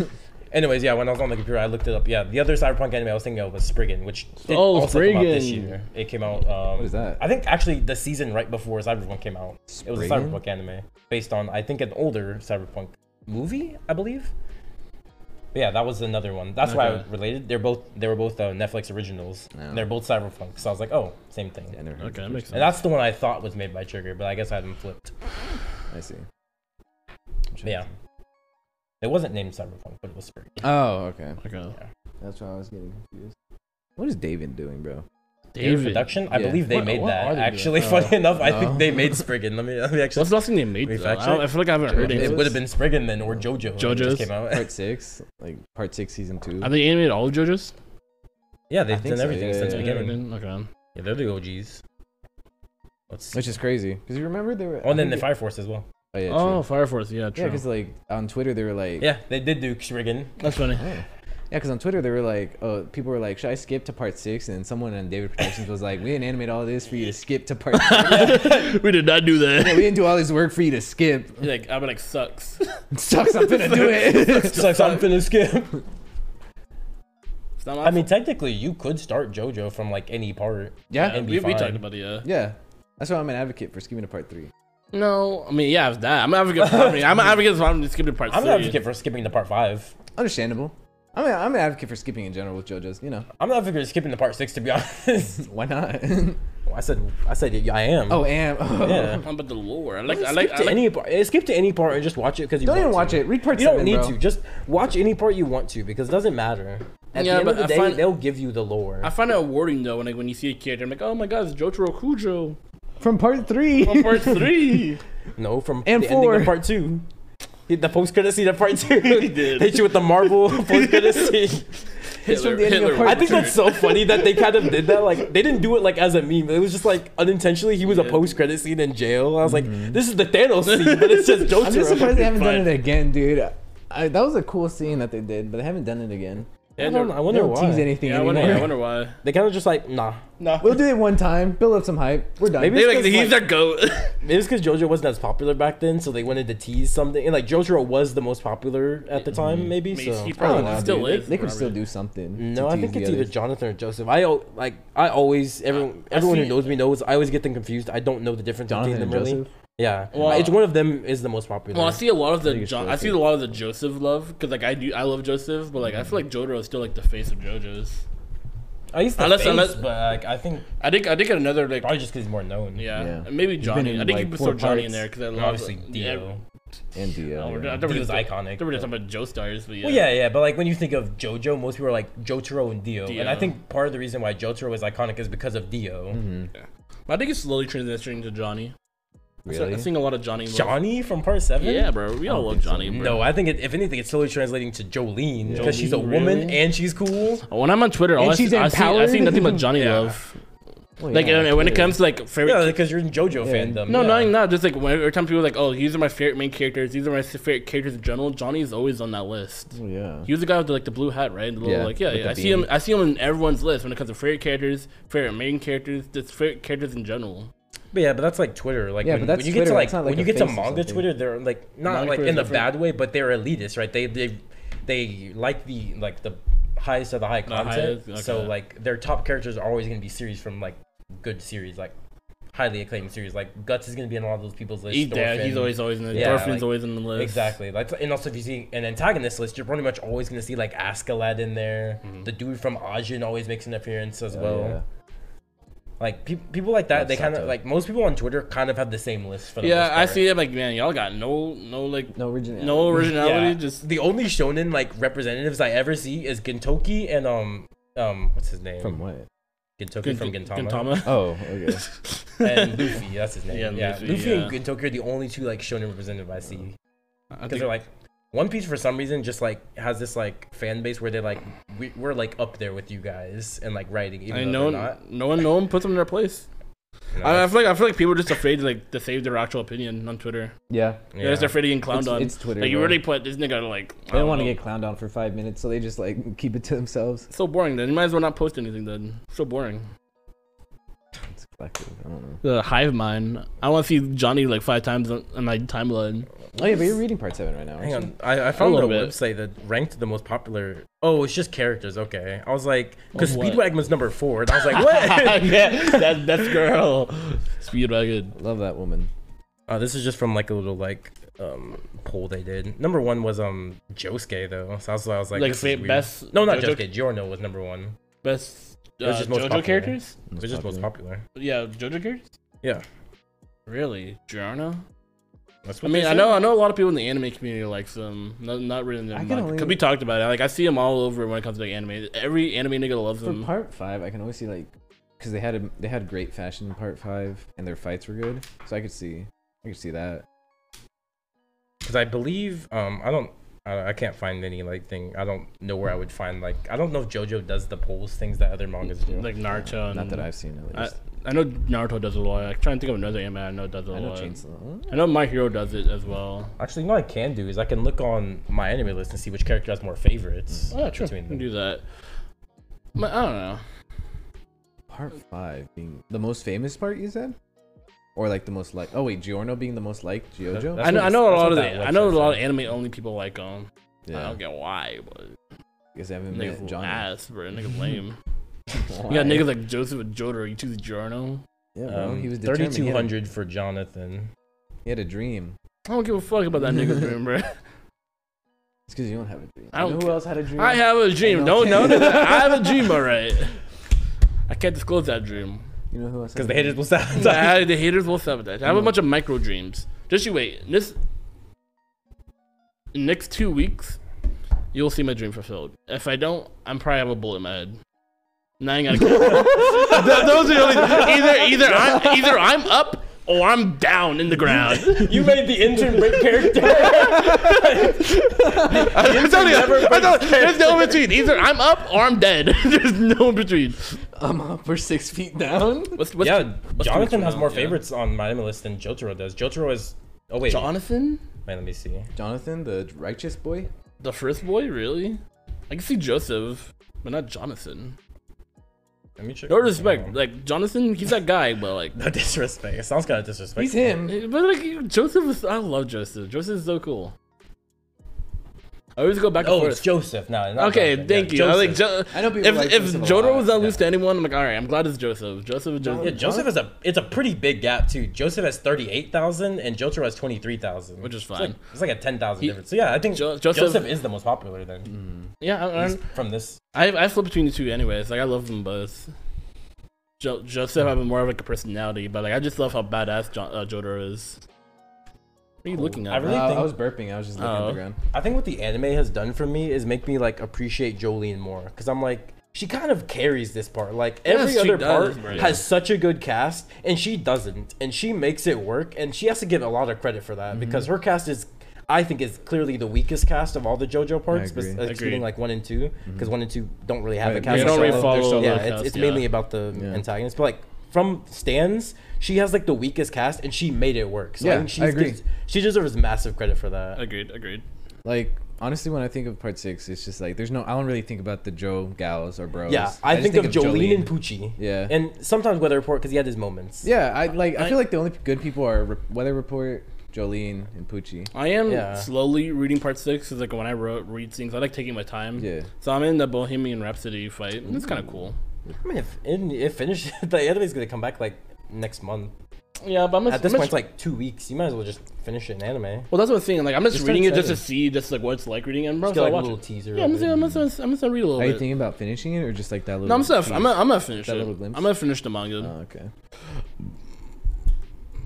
Speaker 2: Yeah.
Speaker 3: Anyways, yeah, when I was on the computer, I looked it up. Yeah, the other cyberpunk anime I was thinking of was Spriggan, which did
Speaker 1: Oh,
Speaker 3: also come out this
Speaker 1: Spriggan.
Speaker 3: year. It came out. Um,
Speaker 2: What is that?
Speaker 3: I think actually the season right before Cyberpunk came out. It was a
Speaker 2: Spriggan?
Speaker 3: cyberpunk anime based on I think an older cyberpunk movie, I believe. But yeah, that was another one. That's why I
Speaker 1: Okay.
Speaker 3: related. They're both they were both uh, Netflix originals.
Speaker 2: Yeah.
Speaker 3: They're both cyberpunk, so I was like, oh, same thing.
Speaker 2: I never heard
Speaker 1: bro.
Speaker 2: of
Speaker 1: Okay, that
Speaker 2: it.
Speaker 1: makes
Speaker 3: And
Speaker 1: sense.
Speaker 3: that's the one I thought was made by Trigger, but I guess I had them flipped.
Speaker 2: I see.
Speaker 3: But yeah, it wasn't named Cyberpunk, but it was Spriggan.
Speaker 2: Oh, okay.
Speaker 1: Okay.
Speaker 2: That's why I was getting confused. What is David doing, bro?
Speaker 3: David.
Speaker 1: David.
Speaker 3: Production? I
Speaker 2: Yeah.
Speaker 3: believe they
Speaker 1: What-
Speaker 3: made
Speaker 1: what are
Speaker 3: that.
Speaker 1: they
Speaker 3: Actually,
Speaker 2: doing?
Speaker 3: funny
Speaker 2: Oh,
Speaker 3: enough, I
Speaker 2: no.
Speaker 3: think they made Spriggan. Let me, let me actually.
Speaker 1: What's the last thing they made?
Speaker 3: Wait,
Speaker 1: though? I,
Speaker 3: fact
Speaker 1: don't-
Speaker 3: check?
Speaker 1: I feel like I haven't heard
Speaker 2: Jordan.
Speaker 1: it.
Speaker 3: It
Speaker 2: was-
Speaker 3: would have been Spriggan then, or JoJo. when it
Speaker 1: JoJo's?
Speaker 3: just came out.
Speaker 2: Part six, like part six, season two.
Speaker 1: Are they animated all of JoJo's?
Speaker 3: Yeah,
Speaker 2: I
Speaker 3: they've
Speaker 2: think
Speaker 3: done
Speaker 2: so,
Speaker 3: everything
Speaker 2: yeah,
Speaker 3: since
Speaker 2: yeah,
Speaker 3: the
Speaker 2: yeah.
Speaker 3: beginning.
Speaker 1: Okay.
Speaker 3: Yeah, they're the OGs. What's
Speaker 2: Which is crazy because you remember they were.
Speaker 3: oh, and then
Speaker 2: I
Speaker 3: the
Speaker 2: think
Speaker 3: Fire Force as well.
Speaker 2: they- Oh yeah, true.
Speaker 1: Oh, Fire Force. Yeah,
Speaker 2: yeah,
Speaker 1: true.
Speaker 2: because like on Twitter they were like,
Speaker 3: Yeah, they did do Spriggan.
Speaker 1: That's funny.
Speaker 2: Oh. Yeah, because on Twitter they were like, oh, people were like, should I skip to part six? And someone on David Productions was like, we didn't animate all this for you to skip to part. six.
Speaker 1: we did not do
Speaker 2: Yeah,
Speaker 1: that.
Speaker 2: we didn't do all this work for you to skip.
Speaker 1: You're like I'm like sucks.
Speaker 2: Sucks, I'm gonna do it.
Speaker 3: It's like something to skip.
Speaker 1: It's not my
Speaker 3: I mean,
Speaker 1: fault.
Speaker 3: technically, you could start JoJo from like any part.
Speaker 2: yeah,
Speaker 3: it'd be
Speaker 1: we, we talked
Speaker 3: fine.
Speaker 1: about it. Yeah.
Speaker 2: yeah. That's why I'm an advocate for skipping to part three.
Speaker 1: No, I mean yeah, it's that. I'm an advocate. For, I mean, I'm an advocate for I'm just skipping part
Speaker 3: I'm
Speaker 1: three.
Speaker 3: not advocate for skipping to part five.
Speaker 2: Understandable. I'm, a, I'm an advocate for skipping in general with JoJo's. You know,
Speaker 3: I'm not advocate for skipping to part six, to be honest.
Speaker 2: why not?
Speaker 3: Well, I said, I said, yeah, I am.
Speaker 2: oh, am.
Speaker 3: yeah.
Speaker 1: I'm about the lore. I like.
Speaker 3: Skip
Speaker 1: I like. I
Speaker 3: to
Speaker 1: like
Speaker 3: any part. eh, Skip to any part and just watch it because you
Speaker 2: Don't
Speaker 3: want
Speaker 2: even
Speaker 3: to.
Speaker 2: watch it. Read part
Speaker 3: You
Speaker 2: seven,
Speaker 3: don't need
Speaker 2: bro.
Speaker 3: to. Just watch any part you want to because it doesn't matter. At
Speaker 1: Yeah,
Speaker 3: the end
Speaker 1: but
Speaker 3: of the
Speaker 1: I
Speaker 3: day,
Speaker 1: find-
Speaker 3: they'll give you the lore.
Speaker 1: I find it rewarding though when like when you see a character, I'm like, oh my god, it's Jotaro Kujo
Speaker 2: From part three.
Speaker 1: on part three.
Speaker 3: no, from
Speaker 2: And
Speaker 3: the ending
Speaker 2: four.
Speaker 3: of part two. The post credit scene of part two. They
Speaker 1: did.
Speaker 3: Hit you with the marble post credit scene.
Speaker 2: It's from the ending
Speaker 1: Hitler-
Speaker 2: of
Speaker 1: Hitler.
Speaker 3: I
Speaker 2: part
Speaker 3: think that's so funny that they kind of did that. Like they didn't do it like as a meme. It was just like unintentionally. He was a post credit scene in jail. I was like, this is the Thanos scene, but it's just
Speaker 2: Mm-hmm. I'm just
Speaker 3: Jotaro.
Speaker 2: surprised they haven't done
Speaker 1: Fine.
Speaker 2: it again, dude. I, that was a cool scene that they did, but they haven't done it again.
Speaker 3: I, don't know, I
Speaker 2: They
Speaker 3: wonder
Speaker 2: don't tease
Speaker 3: why.
Speaker 2: anything
Speaker 1: yeah, I
Speaker 2: anymore.
Speaker 1: wonder, yeah, I wonder why.
Speaker 3: They kind of just like nah.
Speaker 2: We'll do it one time, build up some hype. We're done.
Speaker 3: Maybe
Speaker 1: They
Speaker 3: it's
Speaker 1: like
Speaker 3: 'cause,
Speaker 1: he's
Speaker 3: like,
Speaker 1: their goat.
Speaker 3: Maybe it's because JoJo wasn't as popular back then, so they wanted to tease something. And like JoJo was the most popular at the time, maybe.
Speaker 1: Maybe
Speaker 3: So
Speaker 1: Mm-hmm. he
Speaker 2: I don't
Speaker 1: probably
Speaker 2: know,
Speaker 1: still
Speaker 2: dude.
Speaker 1: is.
Speaker 2: They, they could
Speaker 1: probably.
Speaker 2: still do something.
Speaker 3: no,
Speaker 2: to
Speaker 3: I
Speaker 2: tease
Speaker 3: think
Speaker 2: the
Speaker 3: it's either
Speaker 2: others.
Speaker 3: Jonathan or Joseph. I al- like I always everyone
Speaker 1: I
Speaker 3: everyone who
Speaker 1: see-
Speaker 3: knows me knows I always get them confused. I don't know the difference
Speaker 2: Jonathan and
Speaker 3: between them really.
Speaker 2: Joseph.
Speaker 3: Yeah,
Speaker 1: Well,
Speaker 3: each one of them is the most popular.
Speaker 1: Well, I see a lot of
Speaker 2: I think
Speaker 1: the
Speaker 2: it's
Speaker 1: jo-
Speaker 2: really
Speaker 1: I see a
Speaker 2: cool.
Speaker 1: lot of the Joseph love because like I do I love Joseph, but like I feel like Jotaro is still like the face of JoJo's.
Speaker 3: I used to
Speaker 1: Unless-
Speaker 3: face,
Speaker 1: unless-
Speaker 3: but like I think
Speaker 1: I think I think another like
Speaker 3: probably just because he's more known.
Speaker 1: yeah,
Speaker 2: Yeah.
Speaker 1: and maybe
Speaker 2: been
Speaker 1: Johnny.
Speaker 2: in,
Speaker 1: I think
Speaker 2: like,
Speaker 1: you
Speaker 2: four
Speaker 1: put Johnny in
Speaker 2: parts.
Speaker 1: there because I
Speaker 3: And
Speaker 1: love
Speaker 3: obviously
Speaker 1: the-
Speaker 3: Dio.
Speaker 2: And Dio.
Speaker 1: Oh, we're
Speaker 2: yeah.
Speaker 1: not- I thought we were
Speaker 3: Dio's
Speaker 1: just- I
Speaker 3: iconic.
Speaker 1: thought we were just
Speaker 3: but-
Speaker 1: talking about Joe stars, but yeah.
Speaker 3: Well, yeah, yeah, but like when you think of JoJo, most people are like Jotaro and Dio, and I
Speaker 1: Dio. Mm-hmm.
Speaker 3: think part of the reason why Jotaro is iconic is because of Dio.
Speaker 1: But I think it's slowly transitioning to Johnny. I'm start-
Speaker 2: Really?
Speaker 1: I'm seeing a lot of Johnny. love.
Speaker 3: Johnny from part seven.
Speaker 1: Yeah, bro. We all love Johnny, bro.
Speaker 3: No, I think it, if anything, it's slowly translating to Jolene because she's a
Speaker 1: Jolene,
Speaker 3: woman
Speaker 1: really?
Speaker 3: and she's cool.
Speaker 1: When I'm on Twitter, all I
Speaker 2: she's
Speaker 1: see, I, see, I
Speaker 2: empowered?
Speaker 1: see nothing but Johnny
Speaker 3: Yeah.
Speaker 1: love.
Speaker 2: Well,
Speaker 1: Like
Speaker 2: yeah,
Speaker 1: and when it
Speaker 2: clearly.
Speaker 1: comes to like favorite
Speaker 3: Yeah, because you're in JoJo fandom.
Speaker 1: No,
Speaker 3: yeah.
Speaker 1: not even that. Just like when, every time people are like, oh, these are my favorite main characters. These are my favorite characters in general. Johnny's always on that list.
Speaker 2: Oh, yeah.
Speaker 1: He was the guy with the, like the blue hat, right? The little,
Speaker 2: Yeah,
Speaker 1: like yeah,
Speaker 2: with
Speaker 1: yeah.
Speaker 2: the
Speaker 1: I see him.
Speaker 2: beanie.
Speaker 1: I see him in everyone's list when it comes to favorite characters, favorite main characters, just favorite characters in general.
Speaker 3: But yeah, but that's like Twitter. Like
Speaker 2: Yeah,
Speaker 3: when,
Speaker 2: but that's
Speaker 3: when you get
Speaker 2: Twitter,
Speaker 3: to like,
Speaker 2: it's not like
Speaker 3: when
Speaker 2: a
Speaker 3: you get to
Speaker 2: face or
Speaker 3: manga
Speaker 2: something.
Speaker 3: Twitter, they're like not
Speaker 1: Manga
Speaker 3: like
Speaker 1: Twitter's
Speaker 3: in a
Speaker 1: different.
Speaker 3: bad way, but they're elitist, right? They they they like the like the highest of the high content.
Speaker 1: highest,
Speaker 3: So
Speaker 1: okay.
Speaker 3: like their top characters are always gonna be series from like good series, like highly acclaimed series. Like Guts is gonna be in a lot of those people's lists.
Speaker 1: He's there. He's
Speaker 3: Thorfinn.
Speaker 1: always always in the.
Speaker 3: Yeah,
Speaker 1: Dorfin's
Speaker 3: like-
Speaker 1: always in the list.
Speaker 3: Exactly. Like, and also if you see an antagonist list, you're pretty much always gonna see like Askeladd in there. The dude from Ajin always makes an appearance as well.
Speaker 2: Oh, yeah.
Speaker 3: Like pe- people like that,
Speaker 2: That's
Speaker 3: they kind
Speaker 2: Sato.
Speaker 3: of like most people on Twitter kind of have the same list for the most
Speaker 1: Yeah, I
Speaker 3: part.
Speaker 1: see him like man, y'all got no no like
Speaker 2: No original.
Speaker 1: no originality.
Speaker 3: Yeah.
Speaker 1: Just
Speaker 3: the only shonen like representatives I ever see is Gintoki and um um what's his name
Speaker 2: From what?
Speaker 3: Gintoki from
Speaker 1: Gint-
Speaker 3: Gintama,
Speaker 2: Oh, okay.
Speaker 3: and Luffy that's his name
Speaker 1: Yeah,
Speaker 3: yeah,
Speaker 1: Luffy,
Speaker 3: Luffy,
Speaker 1: yeah.
Speaker 3: and Gintoki are the only two like shonen representative I see
Speaker 1: I
Speaker 3: because
Speaker 1: think-
Speaker 3: they're like One Piece for some reason just like has this like fan base where they like we, we're like up there with you guys and like writing even
Speaker 1: I
Speaker 3: though
Speaker 1: know
Speaker 3: they're not.
Speaker 1: no one no one puts them in their place.
Speaker 3: No,
Speaker 1: I, I feel like I feel like people are just afraid to like to save their actual opinion on Twitter.
Speaker 2: Yeah.
Speaker 1: They're just afraid of getting clowned
Speaker 2: It's-
Speaker 1: on.
Speaker 2: it's Twitter,
Speaker 1: Like you
Speaker 2: bro.
Speaker 1: already put this nigga like
Speaker 2: They don't
Speaker 1: don't
Speaker 2: want to
Speaker 1: know.
Speaker 2: get clowned on for five minutes, so they just like keep it to themselves.
Speaker 1: so boring. Then you might as well not post anything. Then so boring.
Speaker 2: It's collective. I don't know.
Speaker 1: The hive mind. I want to see Johnny like five times on on my timeline.
Speaker 2: Oh yeah, but you're reading part seven right now.
Speaker 3: Hang
Speaker 2: aren't
Speaker 3: on, I, I found a,
Speaker 1: little bit.
Speaker 3: website that ranked the most popular. Oh, it's just characters. Okay, I was like, because
Speaker 1: Of Oh, what?
Speaker 3: Speedwagon was number four, and I was like, what?
Speaker 1: yeah, that that's girl. Speedwagon.
Speaker 2: you? Love that woman.
Speaker 3: uh, this is just from like a little like um poll they did. Number one was um Josuke though, so that's why I was like,
Speaker 1: Like,
Speaker 3: this is
Speaker 1: fa-
Speaker 3: weird.
Speaker 1: best-
Speaker 3: No, not
Speaker 1: JoJo-
Speaker 3: Josuke. Giorno was number one.
Speaker 1: Best uh,
Speaker 3: It was just
Speaker 1: JoJo
Speaker 3: most popular.
Speaker 1: characters.
Speaker 3: It was just most popular.
Speaker 1: Yeah, JoJo characters.
Speaker 3: Yeah.
Speaker 1: Really, Giorno. I
Speaker 3: That's what
Speaker 1: mean,
Speaker 3: they
Speaker 1: I
Speaker 3: said.
Speaker 1: know, I know a lot of people in the anime community likes them. Not, not really in the
Speaker 2: I can
Speaker 1: manga.
Speaker 2: only-
Speaker 1: Cause we talked about it. Like I see them all over when it comes to like, anime. Every anime nigga loves
Speaker 2: For
Speaker 1: them.
Speaker 2: part five, I can always see like, because they had a, they had great fashion in part five, and their fights were good, so I could see, I could see that.
Speaker 3: because I believe um I don't I, I can't find any like thing I don't know where I would find like I don't know if JoJo does the polls things that other mangas do.
Speaker 1: Like Naruto. And,
Speaker 2: Not that I've seen at
Speaker 1: I,
Speaker 2: least.
Speaker 1: I know Naruto does it a lot. I'm trying to think of another anime I know does it a
Speaker 2: I
Speaker 3: uh,
Speaker 2: know
Speaker 1: lot.
Speaker 2: Chainsaw.
Speaker 1: I know My Hero does it as well.
Speaker 3: Actually, you know what I can do is I can look on my anime list and see which character has more favorites.
Speaker 1: Oh, true. We
Speaker 3: between
Speaker 1: can
Speaker 3: them.
Speaker 1: do that. But I don't know.
Speaker 2: Part five being the most famous part, you said, or like the most like. Oh wait, Giorno being the most liked Jojo.
Speaker 3: That's
Speaker 1: I know,
Speaker 3: what
Speaker 1: I know a
Speaker 3: it's-
Speaker 1: lot of
Speaker 3: that's what
Speaker 1: the,
Speaker 3: that
Speaker 1: I know a
Speaker 3: website
Speaker 1: lot of
Speaker 3: said.
Speaker 1: anime only people like them. I
Speaker 2: yeah,
Speaker 1: don't get why, but
Speaker 2: because they haven't met
Speaker 1: niggas
Speaker 2: John.
Speaker 1: ass, bro. Niggas lame. You got niggas like Joseph and Jotaro. You choose Jorno.
Speaker 2: Yeah, bro,
Speaker 3: Um,
Speaker 2: he was determined. He had, a,
Speaker 3: 3200 for Jonathan.
Speaker 2: he had a dream.
Speaker 1: I don't give a fuck about that nigga's dream, bro.
Speaker 2: It's because you don't have a dream.
Speaker 1: I
Speaker 2: You know
Speaker 1: don't
Speaker 2: who else had a dream?
Speaker 1: I have a dream.
Speaker 2: know.
Speaker 1: Don't know that I have a dream, alright. I can't disclose that dream.
Speaker 2: You know who else?
Speaker 3: Because
Speaker 2: had
Speaker 3: the
Speaker 2: a
Speaker 3: haters
Speaker 2: dream?
Speaker 3: will sound
Speaker 1: I, the haters will sabotage. I have a bunch of micro dreams. Just you wait. In this in next two weeks, you'll see my dream fulfilled. If I don't, I'm probably have a bullet in my head. Now I gotta Th- Those are the only either either I'm either I'm up or I'm down in the ground.
Speaker 3: You made the intern break character.
Speaker 1: I'm telling you, I thought- there's no in between. Either I'm up or I'm dead. there's no in between.
Speaker 2: I'm up for six feet down.
Speaker 1: What's, what's
Speaker 3: yeah,
Speaker 1: what's the
Speaker 3: Jonathan
Speaker 1: next
Speaker 3: has
Speaker 1: one?
Speaker 3: more
Speaker 1: Yeah.
Speaker 3: favorites on my anime list than Jotaro does. Jotaro is. Oh wait,
Speaker 1: Jonathan,
Speaker 3: wait, let me see.
Speaker 2: Jonathan, the righteous boy.
Speaker 1: the first boy, really? I can see Joseph, but not Jonathan.
Speaker 3: Let me check.
Speaker 1: No
Speaker 3: Oh.
Speaker 1: respect. Like Jonathan, he's that guy, but like,
Speaker 3: No disrespect. It sounds kind of disrespectful.
Speaker 2: He's him.
Speaker 1: but like Joseph is. I love Joseph. Joseph is so cool. I always go back and
Speaker 3: Oh, it's
Speaker 1: forth.
Speaker 3: Joseph. No, not
Speaker 1: okay,
Speaker 3: Jonathan.
Speaker 1: thank
Speaker 3: Yeah,
Speaker 1: you. I
Speaker 3: Joseph.
Speaker 1: like. Jo-
Speaker 2: I know people
Speaker 1: if
Speaker 2: like
Speaker 1: if
Speaker 2: Joseph a
Speaker 1: Jotaro
Speaker 2: lot,
Speaker 1: was not
Speaker 2: yeah.
Speaker 1: loose to anyone, I'm like, all right, I'm glad it's Joseph. Joseph, is Joseph,
Speaker 3: Yeah, Joseph is a it's a pretty big gap too. Joseph has thirty eight thousand and Jotaro has twenty three thousand,
Speaker 1: which is
Speaker 3: it's like,
Speaker 1: fine.
Speaker 3: it's like a ten thousand difference. So yeah, I think
Speaker 1: Jo-
Speaker 3: Joseph,
Speaker 1: Joseph-
Speaker 3: is the most popular then
Speaker 1: yeah, I, I,
Speaker 3: from this.
Speaker 1: I I flip between the two anyways. Like I love them both. Jo- Joseph having more of like a personality, but like I just love how badass jo- uh, Jotaro is. What are you looking at?
Speaker 3: I
Speaker 1: bro?
Speaker 3: really
Speaker 2: Uh,
Speaker 3: think-
Speaker 2: I was burping. I was just looking at
Speaker 1: Oh.
Speaker 2: the ground.
Speaker 3: I think what the anime has done for me is make me like appreciate Jolene more because I'm like she kind of carries this part. Like every
Speaker 1: Yes, she
Speaker 3: other
Speaker 1: does,
Speaker 3: part
Speaker 1: right.
Speaker 3: has such a good cast and she doesn't, and she makes it work, and she has to give a lot of credit for that
Speaker 2: Mm-hmm.
Speaker 3: because her cast is. I think is clearly the weakest cast of all the JoJo parts,
Speaker 2: agree. Mm-hmm.
Speaker 3: bes- excluding
Speaker 1: Agreed.
Speaker 3: like one and two, because one and two don't really have
Speaker 2: Right,
Speaker 3: a cast.
Speaker 2: they
Speaker 3: of
Speaker 2: don't really
Speaker 3: solo-
Speaker 2: follow
Speaker 3: they're solo
Speaker 1: the
Speaker 3: Yeah,
Speaker 1: cast,
Speaker 3: it's, it's
Speaker 1: yeah.
Speaker 3: mainly about the antagonist, but like from stands, she has like the weakest cast, and she made it work. So
Speaker 2: Yeah,
Speaker 3: I think she's
Speaker 2: I agree.
Speaker 3: des- she deserves massive credit for that.
Speaker 1: agreed, agreed.
Speaker 2: Like honestly, when I think of part six, it's just like there's no. I don't really think about the Joe gals or bros.
Speaker 3: Yeah, I,
Speaker 2: just
Speaker 3: think, of Jolene, and Poochie.
Speaker 2: Yeah.
Speaker 3: and sometimes Weather Report because he had his moments.
Speaker 2: Yeah, I like. I,
Speaker 1: I-
Speaker 2: feel like the only good people are Re- Weather Report, Jolene, and Poochie.
Speaker 1: I am
Speaker 3: Yeah.
Speaker 1: slowly reading part six. Cause like when I wrote, read things, I like taking my time.
Speaker 2: Yeah.
Speaker 1: So I'm in the Bohemian Rhapsody fight. and It's kind of cool.
Speaker 3: I mean, if in, if finished, the anime's gonna come back like next month.
Speaker 1: Yeah, but I'm
Speaker 3: At this point, it's like two weeks. You might as well just finish it in anime.
Speaker 1: well, that's what I'm saying. Like I'm just
Speaker 3: Just
Speaker 1: reading it
Speaker 3: start
Speaker 1: just to see just like what it's like reading it. And bro,
Speaker 3: Just get
Speaker 1: so I
Speaker 3: like a
Speaker 1: watch
Speaker 3: little
Speaker 1: it.
Speaker 3: teaser.
Speaker 1: Yeah, I'm
Speaker 3: of
Speaker 1: just,
Speaker 3: it.
Speaker 1: I'm, just, I'm, just, I'm just gonna read a little
Speaker 2: Are you
Speaker 1: bit.
Speaker 2: thinking about finishing it or just like that little?
Speaker 1: no, I'm stuff.
Speaker 2: tease?
Speaker 1: I'm gonna, I'm gonna finish
Speaker 2: That
Speaker 1: it.
Speaker 2: little glimpse?
Speaker 1: I'm gonna finish the manga.
Speaker 2: Oh, okay.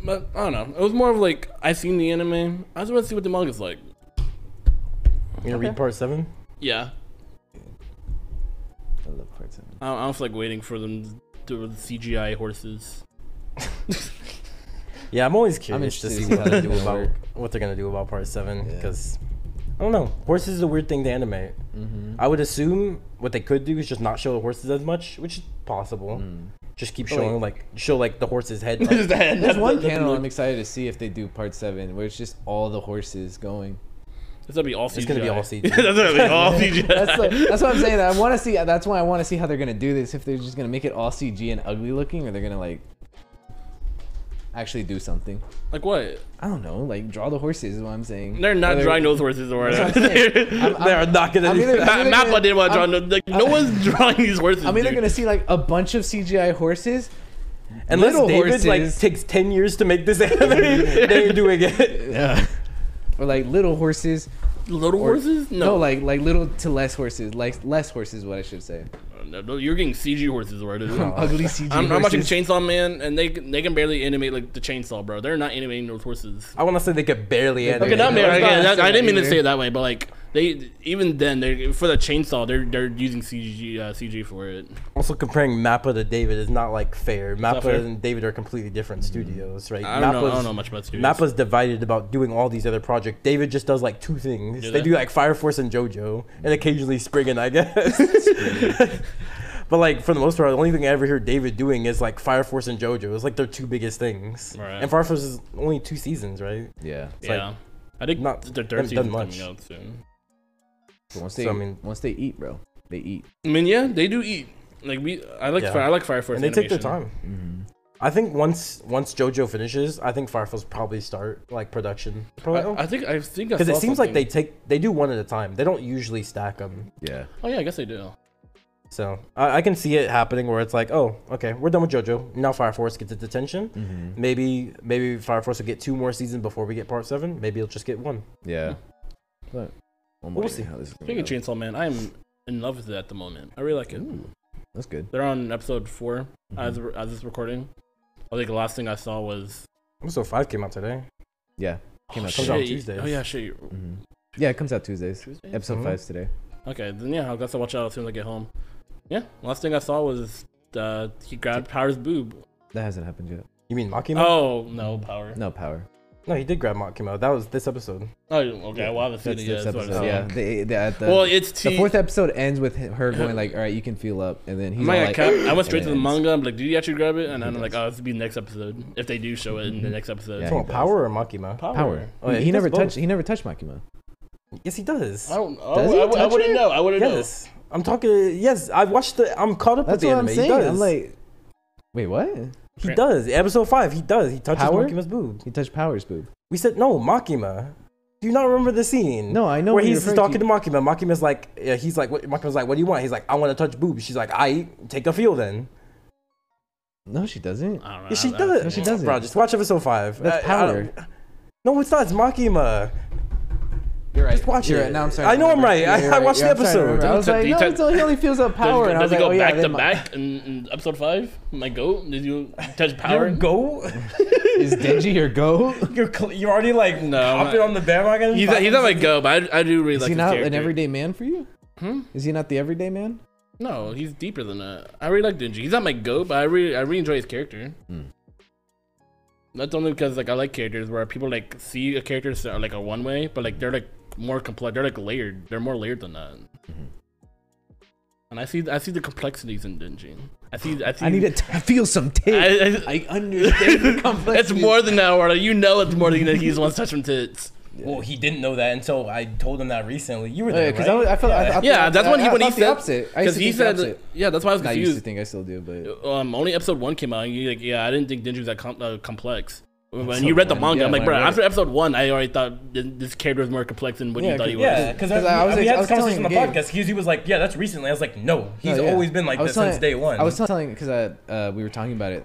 Speaker 1: But I don't know. It was more of like I seen the anime. I just want to see what the manga's like.
Speaker 3: You gonna read part seven?
Speaker 1: Yeah,
Speaker 2: I love part seven.
Speaker 1: I don't, I don't feel like waiting for them to do the CGI horses.
Speaker 3: Yeah, I'm always curious to
Speaker 2: interested to see
Speaker 3: see what
Speaker 2: how
Speaker 3: they
Speaker 2: they
Speaker 3: do
Speaker 2: do
Speaker 3: about
Speaker 2: it.
Speaker 3: what they're gonna do about part seven
Speaker 2: Yeah.
Speaker 3: because. I don't know. Horses is a weird thing to animate. I would assume what they could do is just not show the horses as much, which is possible. Just keep
Speaker 2: Oh, wait.
Speaker 3: showing like show like Mm. the horse's head. up.
Speaker 2: There's
Speaker 1: There's
Speaker 2: one panel I'm excited to see if they do part seven, where it's just all the horses going.
Speaker 1: It's gonna be all CGI.
Speaker 3: It's gonna be all CGI.
Speaker 1: That's gonna be all CGI.
Speaker 2: That's like, that's what I'm saying. I want to see. That's why I want to see how they're gonna do this. If they're just gonna make it all CG and ugly looking, or they're gonna like actually do something.
Speaker 1: like what?
Speaker 2: I don't know. Like draw the horses is what I'm saying.
Speaker 1: They're not
Speaker 2: Or
Speaker 1: drawing those horses or whatever.
Speaker 2: That's what I'm saying. I'm-
Speaker 3: they are not gonna.
Speaker 2: I'm
Speaker 3: do
Speaker 2: either-
Speaker 3: that.
Speaker 2: I'm either
Speaker 1: Mappa
Speaker 2: gonna-
Speaker 1: didn't want to draw.
Speaker 2: I'm-
Speaker 1: No, like, no one's drawing these horses.
Speaker 2: I'm either
Speaker 1: dude.
Speaker 2: gonna see like a bunch of CGI horses.
Speaker 3: Unless
Speaker 2: Little
Speaker 3: David like
Speaker 2: horses.
Speaker 3: takes ten years to make this anime, they're doing it.
Speaker 2: Yeah. Or like little horses.
Speaker 1: little
Speaker 2: Or-
Speaker 1: horses.
Speaker 2: No. like like little to less horses. Like less horses, what I should say.
Speaker 1: no, no, you're getting CG horses, right?
Speaker 2: Ugly CG.
Speaker 1: I'm, I'm watching
Speaker 2: horses.
Speaker 1: Chainsaw Man, and they they can barely animate like the chainsaw, bro. They're not animating those horses.
Speaker 3: I want to say they could barely animate.
Speaker 1: Okay, not
Speaker 3: it.
Speaker 1: man.
Speaker 2: it's
Speaker 1: I,
Speaker 2: not-
Speaker 1: I-
Speaker 2: it's
Speaker 1: I didn't mean to
Speaker 2: not
Speaker 1: say it that way, but like they even then they for the chainsaw they're they're using CG uh, CG for it.
Speaker 3: Also, comparing Mappa to David is not like fair. Mappa
Speaker 1: fair. Mm.
Speaker 3: and David are completely different studios, right?
Speaker 1: I don't know. I
Speaker 3: Mappa's-
Speaker 1: don't know much about studios.
Speaker 3: Mappa's divided about doing all these other projects. David just does like two things.
Speaker 1: Do they?
Speaker 3: they?
Speaker 1: Mm.
Speaker 3: do like Fire Force and JoJo, and occasionally Spriggan, I guess. but like for the most part, the only thing I ever hear David doing is like Fire Force and JoJo. It's like their two biggest things.
Speaker 1: Right.
Speaker 3: And Fire Force is only two seasons, right?
Speaker 2: Yeah.
Speaker 3: It's
Speaker 1: yeah, I think
Speaker 3: not-
Speaker 1: the
Speaker 3: haven't
Speaker 1: third
Speaker 3: done
Speaker 1: season's
Speaker 3: much.
Speaker 1: coming out soon.
Speaker 2: But once they
Speaker 3: So, I mean-
Speaker 2: once they eat, bro, they eat.
Speaker 1: I mean, yeah, they do eat. Like we, I like
Speaker 3: Yeah.
Speaker 1: fire, I like Fire Force.
Speaker 3: and they take their
Speaker 1: animation.
Speaker 3: time.
Speaker 2: Mm-hmm.
Speaker 3: I think once once JoJo finishes, I think Fire Force probably start like production.
Speaker 1: I, I think I think
Speaker 3: because it seems like they take they do one at a time. They don't usually stack them.
Speaker 2: Yeah.
Speaker 1: Oh yeah, I guess they do.
Speaker 3: So I, I can see it happening where it's like, oh, okay, we're done with JoJo. Now Fire Force gets its attention.
Speaker 2: Mm-hmm.
Speaker 3: Maybe maybe Fire Force will get two more seasons before we get part seven. Maybe it'll just get one.
Speaker 2: Yeah. But one more
Speaker 3: We'll
Speaker 2: day,
Speaker 3: see.
Speaker 2: How this is gonna
Speaker 1: Speaking of
Speaker 2: go.
Speaker 1: Chainsaw Man, I'm in love with it at the moment. I really like it.
Speaker 2: Ooh, that's good.
Speaker 1: They're on episode 4 as
Speaker 2: Mhm.
Speaker 1: as this recording. I think the last thing I saw was
Speaker 3: Episode five came out today.
Speaker 2: Yeah. Came
Speaker 1: oh,
Speaker 2: out
Speaker 1: shit.
Speaker 3: comes out Tuesdays.
Speaker 1: Oh yeah, shit.
Speaker 2: Mhm. Yeah, it comes out Tuesdays.
Speaker 1: Tuesday.
Speaker 2: Episode
Speaker 3: Mhm.
Speaker 2: five's today.
Speaker 1: Okay, then yeah, I guess I'll watch out as soon as I get home. Yeah, last thing I saw was uh, he grabbed Power's boob.
Speaker 2: That hasn't happened yet.
Speaker 3: You mean Makima?
Speaker 1: Oh no, Power.
Speaker 2: No power.
Speaker 3: No, he did grab Makima. That was this episode.
Speaker 1: Oh okay, well I haven't seen
Speaker 2: That's
Speaker 1: it yet.
Speaker 2: this
Speaker 1: that's what I
Speaker 2: episode.
Speaker 1: saw.
Speaker 2: Yeah. They, they, at the,
Speaker 1: Well, it's T.
Speaker 2: the fourth episode ends with h- her going like, "All right, you can feel up," and then he's
Speaker 1: I'm not
Speaker 2: all
Speaker 1: gonna
Speaker 2: like,
Speaker 1: cap- I went
Speaker 2: and
Speaker 1: straight to the
Speaker 2: it ends.
Speaker 1: manga. I'm like, did he actually grab it? And
Speaker 2: He
Speaker 1: I'm like,
Speaker 2: does.
Speaker 1: oh, this will be next episode if they do show it in the next episode.
Speaker 2: Mm-hmm. Yeah,
Speaker 3: So,
Speaker 2: he does.
Speaker 3: Power or Makima?
Speaker 2: Power.
Speaker 3: Oh, yeah,
Speaker 2: he,
Speaker 3: he does
Speaker 2: never
Speaker 3: both.
Speaker 2: touched. He never touched Makima.
Speaker 3: Yes, he does.
Speaker 1: I don't. I,
Speaker 2: Does
Speaker 1: would-
Speaker 2: he
Speaker 1: I, would- I
Speaker 2: touch
Speaker 1: wouldn't
Speaker 2: it?
Speaker 1: know. I wouldn't
Speaker 3: Yes, I'm talking. Yes, I've watched the. I'm caught up
Speaker 2: That's
Speaker 3: with
Speaker 2: what
Speaker 3: the
Speaker 2: I'm
Speaker 3: anime.
Speaker 2: saying.
Speaker 3: He does.
Speaker 2: I'm like, wait, what?
Speaker 3: he does. Episode five, he does. He touches
Speaker 2: Power?
Speaker 3: Makima's boob.
Speaker 2: He touched Power's boob.
Speaker 3: We said no, Makima. Do you not remember the scene?
Speaker 2: No, I know
Speaker 3: where
Speaker 2: what you're
Speaker 3: he's
Speaker 2: referring
Speaker 3: talking
Speaker 2: to.
Speaker 3: to Makima. Makima's like, yeah, he's like, what, Makima's like, what do you want? He's like, I want to touch boobs. She's like, I take a feel then.
Speaker 2: No, she doesn't.
Speaker 1: know. I don't know.
Speaker 3: Yeah, she
Speaker 1: I- I-
Speaker 3: does.
Speaker 2: No, she doesn't.
Speaker 3: Bro, just watch episode five.
Speaker 2: That's
Speaker 3: I- I
Speaker 2: Power.
Speaker 3: don't- no, it's not. It's Makima.
Speaker 2: You're right.
Speaker 3: Just watch
Speaker 2: You're
Speaker 3: it.
Speaker 2: right. Now I'm sorry.
Speaker 3: I know I'm
Speaker 2: Remember.
Speaker 3: right. I-
Speaker 2: You're
Speaker 3: I watched
Speaker 2: You're-
Speaker 3: the
Speaker 2: I'm sorry to
Speaker 3: episode.
Speaker 2: remember. I was
Speaker 1: Does it-
Speaker 2: like,
Speaker 1: do you
Speaker 2: no,
Speaker 1: touch-
Speaker 2: until he only feels up
Speaker 1: Does,
Speaker 2: power. And I
Speaker 1: does
Speaker 2: was
Speaker 1: it
Speaker 2: like,
Speaker 1: go
Speaker 2: oh yeah.
Speaker 1: back to
Speaker 2: then my-
Speaker 1: back in, in episode five? My goat? Did you touch
Speaker 3: Your
Speaker 1: power?
Speaker 3: go.
Speaker 2: Is Denji your goat?
Speaker 3: You're cl- you're already like
Speaker 1: No, I'm
Speaker 3: hopping
Speaker 1: not-
Speaker 3: on the bandwagon.
Speaker 1: He's, he's not my goat, but I, I do really
Speaker 2: Is
Speaker 1: like
Speaker 2: he
Speaker 1: his
Speaker 2: not
Speaker 1: character.
Speaker 2: an everyday man for you?
Speaker 1: Hmm?
Speaker 2: Is he not the everyday man?
Speaker 1: No, he's deeper than that. I really like Denji. He's not my goat, but I really I really enjoy his character.
Speaker 2: Hmm.
Speaker 1: That's only because like I like characters where people like see a character s- like a one way, but like they're like more complex. They're like layered. They're more layered than that.
Speaker 2: Mm-hmm.
Speaker 1: And I see I see the complexities in Denji. I see I see.
Speaker 2: I need to t- feel some tape.
Speaker 1: I- I-
Speaker 2: I understand the
Speaker 1: it's
Speaker 2: complexity.
Speaker 1: more than that, Warda. You know it's more than that. He just wants to touch some tits.
Speaker 3: Well, he didn't know that until I told him that recently. You were there,
Speaker 2: Because
Speaker 3: right?
Speaker 2: I, I felt. I, I,
Speaker 1: Yeah,
Speaker 2: I,
Speaker 1: that's when he
Speaker 2: I,
Speaker 1: when
Speaker 2: I
Speaker 1: he
Speaker 2: thought
Speaker 1: said
Speaker 2: the opposite. I
Speaker 1: because
Speaker 2: used to
Speaker 1: he
Speaker 2: think the
Speaker 1: said
Speaker 2: opposite.
Speaker 1: yeah. That's why I was
Speaker 2: I used to
Speaker 1: confused.
Speaker 2: think I still do, but
Speaker 1: Um, only episode one came out. And you like yeah, I didn't think Denji was that com- uh, complex. When you
Speaker 2: Episode
Speaker 1: read the
Speaker 2: one,
Speaker 1: manga,
Speaker 2: yeah,
Speaker 1: I'm like,
Speaker 2: when I
Speaker 1: bro.
Speaker 2: read it.
Speaker 1: After episode one, I already thought th- this character was more complex than what
Speaker 2: Yeah,
Speaker 1: you thought he
Speaker 2: 'cause-
Speaker 1: was.
Speaker 3: Yeah, because
Speaker 2: 'Cause I was-
Speaker 3: we
Speaker 2: I
Speaker 3: had
Speaker 2: was
Speaker 3: this conversation on
Speaker 2: telling
Speaker 3: the
Speaker 2: Gabe.
Speaker 3: podcast. He was, he was like, "Yeah, that's recently." I was like, "No, he's
Speaker 2: No, Oh, yeah.
Speaker 3: always been like
Speaker 2: I was
Speaker 3: this since
Speaker 2: telling-
Speaker 3: day one."
Speaker 2: I was telling because I uh, we were talking about it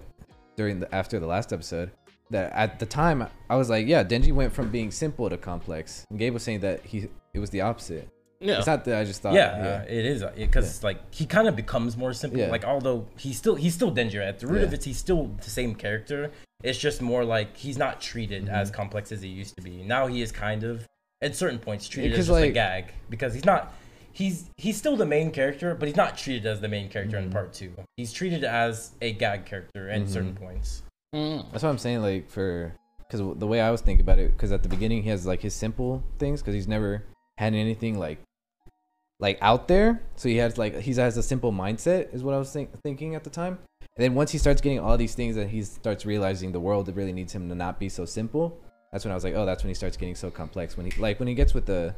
Speaker 2: during the after the last episode that at the time I was like, yeah, Denji went from being simple to complex. And Gabe was saying that he it was the opposite.
Speaker 1: Yeah,
Speaker 2: It's not that I just thought.
Speaker 3: yeah, uh, it is because like he kind of becomes more simple.
Speaker 2: Yeah.
Speaker 3: Like although he's still he's still Denjiro at the root of
Speaker 2: Yeah.
Speaker 3: it, he's still the same character. It's just more like he's not treated
Speaker 2: Mm-hmm.
Speaker 3: as complex as he used to be. Now he is kind of at certain points treated as
Speaker 2: 'cause,
Speaker 3: just a
Speaker 2: like-
Speaker 3: gag because he's not. He's he's still the main character, but he's not treated as the main character
Speaker 2: Mm-hmm.
Speaker 3: in part two. He's treated as a gag character at certain points.
Speaker 1: Mm.
Speaker 2: That's what I'm saying. Like for because the way I was thinking about it, because at the beginning he has like his simple things because he's never had anything like like out there. So he has like he has a simple mindset is what I was think- thinking at the time. And then once he starts getting all these things and he starts realizing the world really needs him to not be so simple. That's when I was like, oh, that's when he starts getting so complex. When he like when he gets with the